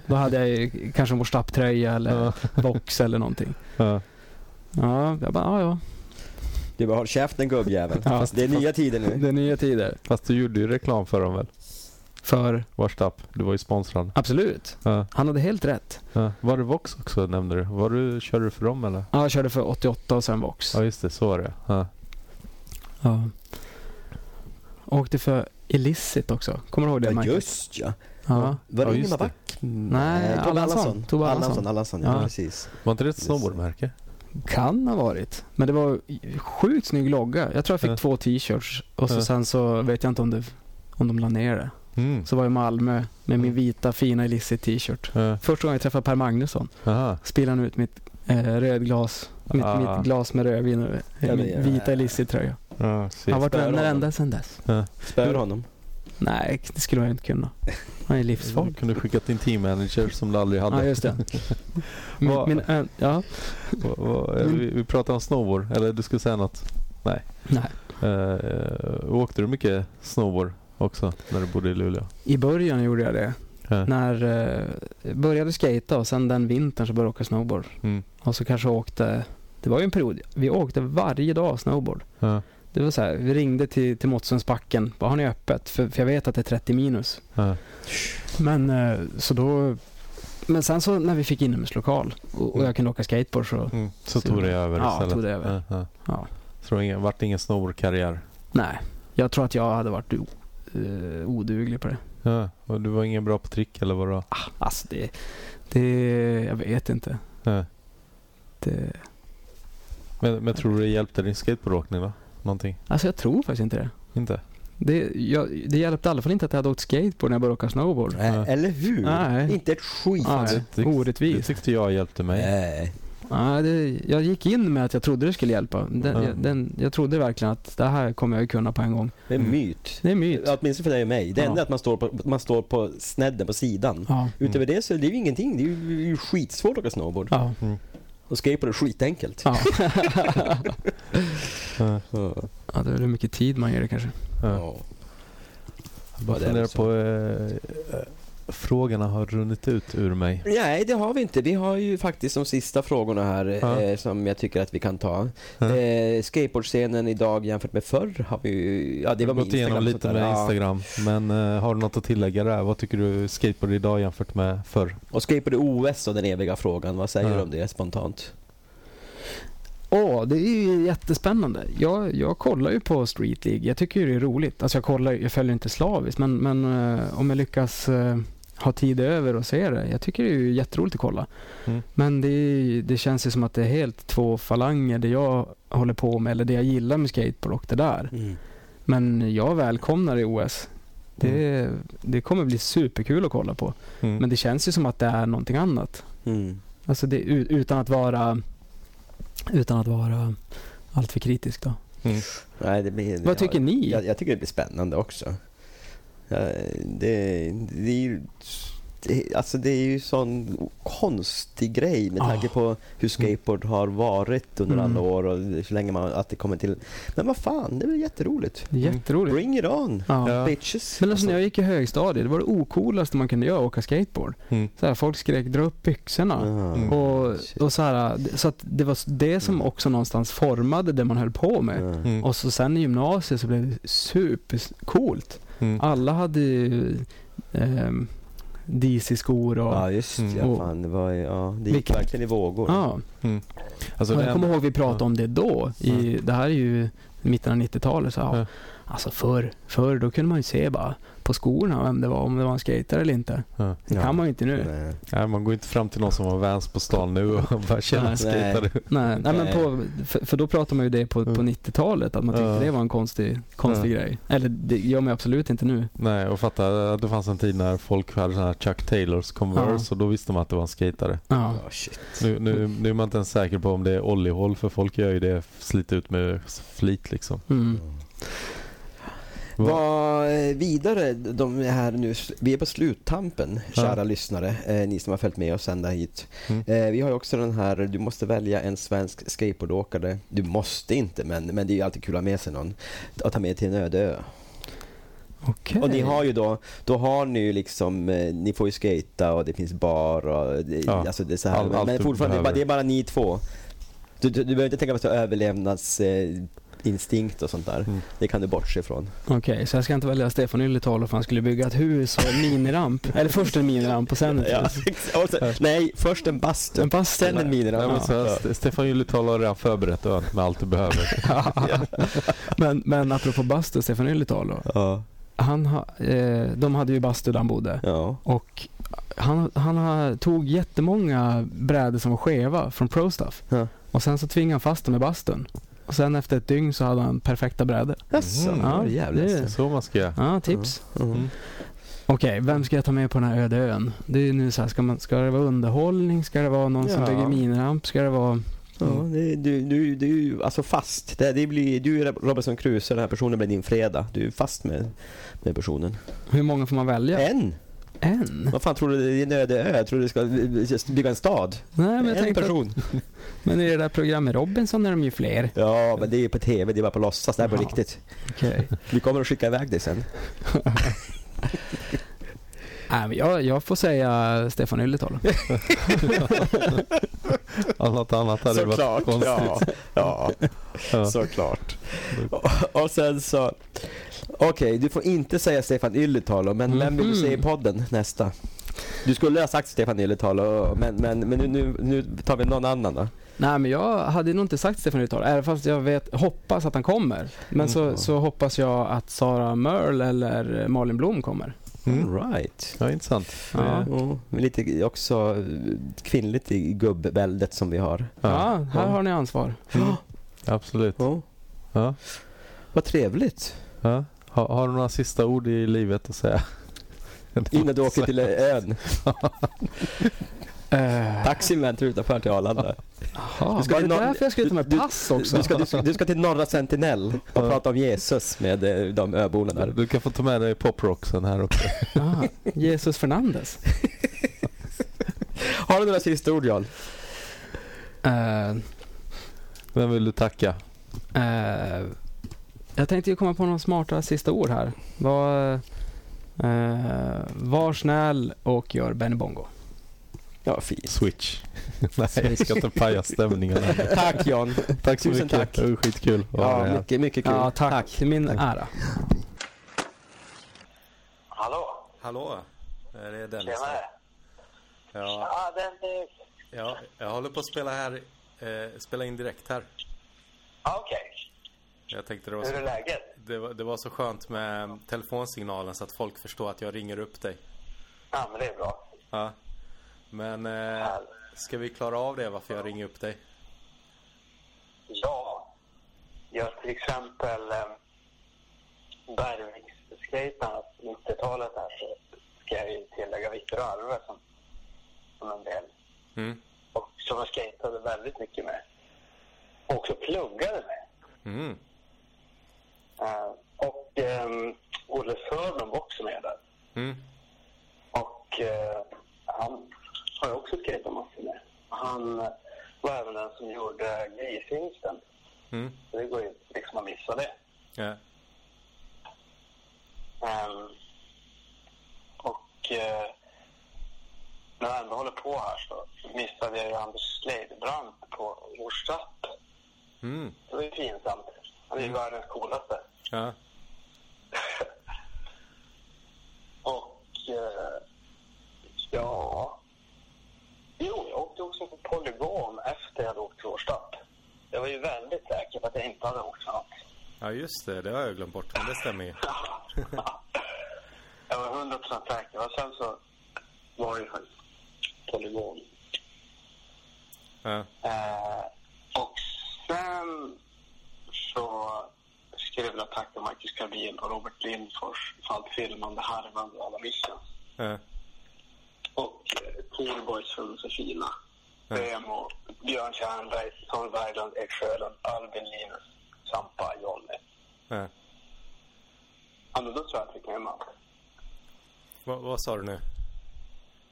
S1: Då hade jag ju kanske en stapptröja eller
S2: Ja.
S1: box eller någonting.
S2: Ja.
S1: Ja, jag bara, ja, ja.
S5: Du bara, håll käften gubbjävel.
S1: Ja.
S5: det är nya tider nu.
S1: Det är nya tider.
S2: Fast du gjorde ju reklam för dem väl?
S1: För,
S2: Warstapp, du var ju sponsrad.
S1: absolut.
S2: Ja.
S1: Han hade helt rätt.
S2: Ja. Var det Vox också nämnde du? Var du? Körde du för dem eller?
S1: Ja, jag körde för 88 och sen Vox.
S2: Ja just det, så var det. Ja.
S1: Ja. Åkte för Illicit också. Kommer du ihåg det
S5: Ja,
S1: Michael?
S5: just ja. Var
S1: Ja.
S2: Ja,
S5: det
S2: just
S5: Ingemar
S2: det.
S5: Back?
S3: Mm.
S1: Nej,
S5: Eh, Tobbe
S1: Allansson. Tobbe
S5: Allansson,
S1: Allansson.
S5: Allansson, ja,
S1: Ja.
S5: precis.
S2: Var inte det ett snowboardmärke?
S1: Kan ha varit. Men det var sjukt snygg logga. Jag tror jag fick
S2: Ja.
S1: två t-shirts och så
S2: Ja.
S1: sen så vet jag inte om, det, om de la ner det.
S2: Mm.
S1: Så var jag i Malmö med min vita fina Illicit t-shirt.
S2: Ja.
S1: Första gången jag träffade Per Magnusson
S2: Aha.
S1: spillde han ut mitt eh, rödglas, mitt,
S2: Ah.
S1: mitt glas med rödvin och
S5: Ja, det
S1: min
S5: är-
S1: vita Illicit-tröja.
S2: Ja,
S1: Han har
S2: shit.
S1: varit
S5: Spöra
S1: vänner
S5: honom.
S1: ända sedan dess.
S5: Spör honom.
S1: Nej, det skulle jag inte kunna. Han är livsfarlig.
S2: Du kunde skicka din teammanager som du aldrig hade.
S1: Ja, just det. min,
S2: Vad-
S1: min, eh, ja,
S2: Vad- vad- eh, vi, vi pratar om snowboard, eller du skulle säga något? Nej.
S1: nej.
S2: Eh, åkte du mycket snowboard också när du bodde i Luleå?
S1: I början gjorde jag det.
S2: Ja.
S1: När eh, jag började skata och sen den vintern så började jag åka snowboard.
S2: Mm.
S1: Och så kanske jag åkte, det var ju en period, vi åkte varje dag snowboard.
S2: Ja.
S1: Det var så här, vi ringde till, till Måttsundsbacken. Bara, har ni öppet? För, för jag vet att det är 30 minus.
S2: Ja.
S1: Men eh, så då... Men sen så när vi fick inomhuslokal och, och jag kunde åka skateboard så...
S2: Mm. Så tog det över
S1: Ja,
S2: istället.
S1: tog det över.
S2: Ja, ja.
S1: Ja.
S2: Så det var ingen, vart ingen snorkarriär.
S1: Nej. Jag tror att jag hade varit o, eh, oduglig på det.
S2: Ja. Eh, Och du var ingen bra på trick eller vadå?
S1: Ah, alltså det... det jag vet inte.
S2: Ja.
S1: Det,
S2: Eh. Men, men tror du det hjälpte din skateboardåkning då? Någonting?
S1: alltså jag tror faktiskt inte det.
S2: Inte?
S1: Det, jag, det hjälpte i alla fall inte att jag hade åkt skateboard när jag började åka snowboard.
S2: Ja.
S3: Eller hur?
S1: Nej.
S3: Inte ett skit.
S1: Nej,
S2: det- Det
S1: orättvist.
S2: tyckte jag hjälpte mig.
S3: Nej.
S1: Ja, det, jag gick in med att jag trodde det skulle hjälpa. Den,
S2: Ja.
S1: jag, den, jag trodde verkligen att det här kommer jag ju kunna på en gång.
S3: Det är en myt.
S1: Det är en myt.
S3: Ja, Åtminstone för dig och mig. Det
S1: Ja.
S3: enda är att man står, på, man står på snedden, på sidan.
S1: Ja.
S3: Utöver det så är det ju ingenting. Det är ju det är ju skitsvårt att åka snowboard.
S1: Ja.
S3: Och skateboard är skitenkelt.
S1: Ja.
S2: Ja.
S3: Ja.
S1: ja, det är hur mycket tid man ger det kanske.
S2: Ja.
S3: Ja.
S2: Jag
S3: Vad
S2: bara
S3: är liksom- det
S2: funderar
S3: så?
S2: på... Eh, eh, frågorna har runnit ut ur mig.
S3: Nej, det har vi inte. Vi har ju faktiskt de sista frågorna här
S2: Ja.
S3: eh, som jag tycker att vi kan ta.
S2: Ja.
S3: Eh, skateboardscenen idag jämfört med förr har vi ju... Ja, det var
S2: Jag har
S3: min
S2: gått igenom
S3: Instagram. och
S2: lite
S3: sånt där.
S2: med Instagram. Men eh, har du något att tillägga där? Vad tycker du skateboard idag jämfört med förr?
S3: Ja. Och skateboard i OS och den eviga frågan. Vad säger
S2: Ja.
S3: du om det spontant?
S1: Åh, det är ju jättespännande. Jag, jag kollar ju på Street League. Jag tycker ju det är roligt. Alltså jag kollar ju- jag följer inte slaviskt men, men eh, om jag lyckas eh, ha tid över och se det. Jag tycker det är ju jätteroligt att kolla.
S2: Mm.
S1: Men det, är ju- det känns ju som att det är helt två falanger. Det jag håller på med eller det jag gillar med skateboard och det där. Men jag välkomnar det i OS. Det, det kommer bli superkul att kolla på.
S2: Mm.
S1: Men det känns ju som att det är någonting annat.
S3: Mm.
S1: Alltså det, u- utan att vara utan att vara allt för kritisk då.
S2: Mm.
S3: Nej, det blir,
S1: Vad tycker ni?
S3: Jag, jag tycker det blir spännande också. Ja, det, det är ju... Det, alltså det är ju sån konstig grej med tanke
S1: Ah.
S3: på hur skateboard har varit under
S1: Mm.
S3: alla år och hur länge man att det kommer till. Men vad fan, det blir jätteroligt.
S1: Det är jätteroligt.
S3: Bring it on,
S1: Ja.
S2: Ja.
S3: bitches.
S1: Men alltså när jag gick i högstadiet, det var det ocoolaste man kunde göra, åka skateboard.
S2: Mm.
S1: Så här, folk skrek dra upp byxorna.
S3: Ja.
S2: Mm.
S1: Och,
S3: Shit.
S1: och så, här, så att det var det som också någonstans formade det man höll på med.
S3: Ja.
S2: Mm.
S1: Och så sen i gymnasiet så blev det supercoolt.
S2: Mm.
S1: Alla hade ju ehm, DC-skor och...
S3: Ja just det,
S2: Mm.
S3: ja, fan, det, var, ju- ja, det gick
S1: Vilket-
S3: verkligen i vågor.
S1: Ja.
S2: Alltså,
S1: Ja,
S2: det
S1: jag
S2: enda-
S1: kommer ihåg vi pratade om det då. I, Det här är ju mitten av 90-talet. Så, ja.
S2: Ja.
S1: Alltså förr, förr, då kunde man ju se bara på skorna vem det var, om det var en skater eller inte.
S2: Ja.
S1: Det
S3: Ja.
S1: kan man ju inte nu.
S3: Nej.
S2: Nej, man går inte fram till någon som har Vans på stan nu och bara
S1: Nej.
S2: “tjena, skejtar du?”
S1: Nej, nej, men
S3: Nej.
S1: på, för, för då pratade man ju det på, på
S2: Mm.
S1: 90-talet, att man tyckte
S2: Ja.
S1: det var en konstig, konstig grej. Eller det gör man ju absolut inte nu.
S2: Nej, och fatta att det fanns en tid när folk hade såna här Chuck Taylors Converse och då visste man att det var en skejtare.
S1: Ja.
S3: Ja, shit.
S2: Nu, nu, nu är man inte ens säker på om det är oljehål för folk gör ju det slit ut med flit liksom.
S1: Mm.
S3: Vad eh, vidare, de är här nu, vi är på sluttampen kära lyssnare, eh, ni som har följt med oss ända hit.
S2: Mm.
S3: Eh, vi har ju också den här, du måste välja en svensk skateboardåkare. Du måste inte men, men det är ju alltid kul att ha med sig någon. Att ta med till en öde ö.
S1: Okej.
S3: Och ni har ju då, då har ni ju liksom, eh, ni får ju skata och det finns bar och det,
S2: Ja.
S3: alltså det är så här.
S2: All-
S3: men-
S2: allt
S3: men
S2: du
S3: fortfarande, det är bara-
S2: behöver.
S3: det är bara ni två. Du, du, du behöver inte tänka på så här överlevnadsinstinkt eh, instinkt och sånt där.
S2: Mm.
S3: Det kan du bortse ifrån.
S1: Okej, så jag ska inte välja Stefan Ylitalo för han skulle bygga ett hus och en miniramp. eller först en miniramp och sen ett
S3: Ja,
S1: hus.
S3: och sen, nej, först en bastu.
S1: En bastu.
S3: Sen en
S2: Nej,
S3: miniramp.
S2: men så här,
S3: Ja.
S2: Ste- Stefan Julital har redan förberett ön med allt du behöver.
S1: Men, men apropå bastu, Stefan Ylitalo.
S3: Ja.
S1: Han ha, eh, de hade ju bastu där han bodde.
S3: Ja.
S1: Och han, han har- tog jättemånga brädor som var skeva från Pro Stuff.
S3: Ja.
S1: Och sen så tvingade han fast dem i bastun. Och sen efter ett dygn så hade han perfekta brädor.
S3: Jaså,
S2: Mm.
S3: det var
S1: Ja,
S3: jävligt.
S1: det är-
S2: Så man ska göra.
S1: Ja, tips.
S3: Mm.
S1: Okej, vem ska jag ta med på den här öde ön? Det är ju nu så här, ska, man, ska det vara underhållning? Ska det vara någon som
S3: Ja.
S1: bygger miniramp? Ska det vara...
S3: Ja, det, du, du, du är ju alltså fast. Det, det blir, du är Robinson Crusoe, den här personen blir din fredag. Du är fast med, med personen.
S1: Hur många får man välja?
S3: En!
S1: En?
S3: Vad fan tror du, det är en öde ö? Tror du du ska eh, just bygga en stad?
S1: Nej, men jag
S3: en
S1: tänkte att,
S3: person.
S1: Men i det där programmet Robinson är de ju fler.
S3: Ja, men det är ju på tv, det är bara på låtsas, det här är på
S1: Jaha.
S3: riktigt.
S1: Okej.
S3: Vi kommer att skicka iväg dig sen.
S1: Nej, men jag, jag får säga Stefan Ylital.
S2: Allt annat hade varit
S3: Såklart,
S2: konstigt.
S3: ja. ja.
S2: Ja.
S3: Såklart. Och, och sen så... Okej, du får inte säga Stefan Ylätalo, men vem vill du säga i podden nästa? Du skulle ha sagt Stefan Ylätalo, men, men, men nu, nu, nu tar vi någon annan då.
S1: Nej, men jag hade nog inte sagt Stefan Ylital, även fast jag vet, hoppas att han kommer. Men så, så hoppas jag att Sara Merl eller Malin Blom kommer.
S2: Mm.
S3: All right.
S2: Ja, intressant.
S1: Ja,
S3: Ja, men Mm. lite också eh, kvinnligt i gubbväldet som vi har.
S1: ja här har ni ansvar.
S2: Absolut.
S3: Mm. Ja.
S2: Ja.
S3: Vad trevligt.
S2: Ja. Har, har du några sista ord i livet att säga?
S3: Innan du åker till ön.
S1: Eh,
S3: Taxin väntar utanför till Arlanda.
S1: Jaha,
S3: ska
S1: var det
S3: till Nor-
S1: därför jag skulle ta med
S3: du-
S1: pass också?
S3: Du ska, du, ska, du ska till Norra Sentinell och
S2: Ja.
S3: prata om Jesus med eh, de öborna där.
S2: Du kan få ta med dig poprocksen här också.
S1: Ah, Jesus Fernandes.
S3: Har du några sista ord Jarl?
S1: Eh,
S2: Vem vill du tacka?
S1: eh, jag tänkte ju komma på några smarta sista ord här. Var, eh, var snäll och gör Benny Bongo.
S3: Ja, fint.
S2: Switch. Nej, jag ska inte paja stämningen. här.
S3: Tack John.
S2: Tack så
S3: Tusen
S2: mycket.
S3: tack.
S2: Det var skitkul att vara
S3: Ja,
S2: här.
S3: mycket, mycket kul.
S1: Ja, tack. Det är min ära.
S6: Hallå?
S2: Hallå, det är Dennis
S6: Tjenare.
S2: Ja,
S6: Ja, den... eh,
S2: ja, jag håller på att spela, här, eh, spela in direkt här.
S6: ja, Okej.
S2: Jag tänkte det var,
S6: Hur är
S2: så,
S6: läget?
S2: det, var, det var så skönt med telefonsignalen så att folk förstår att jag ringer upp dig.
S6: Ja, men det är bra.
S2: Ja. Men eh, ska vi klara av det varför jag ringer upp dig?
S6: Ja. Jag till exempel eh, Bergviksskejtarna på 90-talet här så ska jag ju tillägga Viktor Arve som, som en del.
S2: Mm.
S6: Och som jag skejtade väldigt mycket med. Och också pluggade med.
S2: Mm.
S6: Eh, och eh, Olle Sörlund var också med där.
S2: Mm.
S6: Och eh, han har jag också skejtat massor med. Han eh, var även den som gjorde grishingsten.
S2: Mm.
S6: Så det går ju liksom att missa det.
S2: Ja.
S6: Ehm, och eh, när jag ändå håller på här så missade jag ju Anders Sleidbrant på Orsatt.
S2: Mm.
S6: Det var ju pinsamt. Han är ju världens coolaste.
S2: Ja.
S6: Och eh, ja... Jo, jag åkte också på Polygon efter jag hade åkt till Årstapp. Jag var ju väldigt säker på att jag inte hade åkt för något.
S2: ja, just det. Det har jag glömt bort. Men det stämmer ju.
S6: Jag var 100 procent säker. Och sen så var det ju faktiskt Polygon.
S2: Ja.
S6: Eh, och sen så skulle jag vilja tacka Marcus Karbin och Robert Lindfors för allt filmande, harvande och alla missions.
S2: Ja.
S6: Och eh, Cool Boys från Josefina. Remo, Björn Tjernberg, Tom Berglund, Erik Sjölund, Albin Linus, Sampa, Jonny.
S2: Ja.
S6: Ja, men då tror jag att jag fick med mig allt.
S2: Vad- vad sa du nu?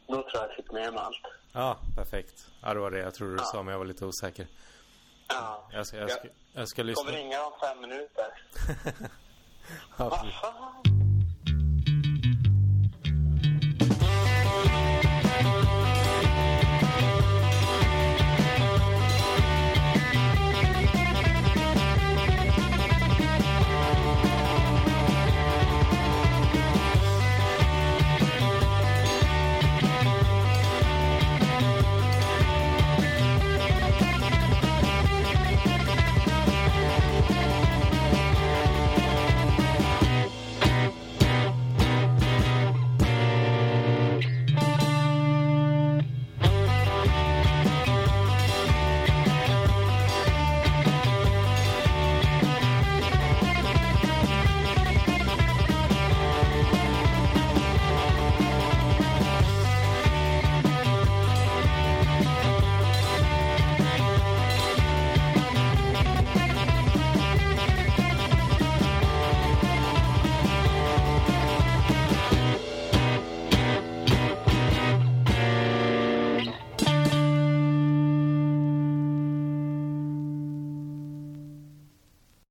S6: Då tror jag att jag fick med mig allt.
S2: Ja, perfekt. Ja, det var det jag trodde du sa, men jag var lite osäker.
S6: Ja.
S2: Jag ska, jag ska, jag ska
S6: Jag
S2: lyssna.
S6: kommer ringa om fem minuter.
S2: Ja,
S6: Vad
S2: precis.
S6: fan?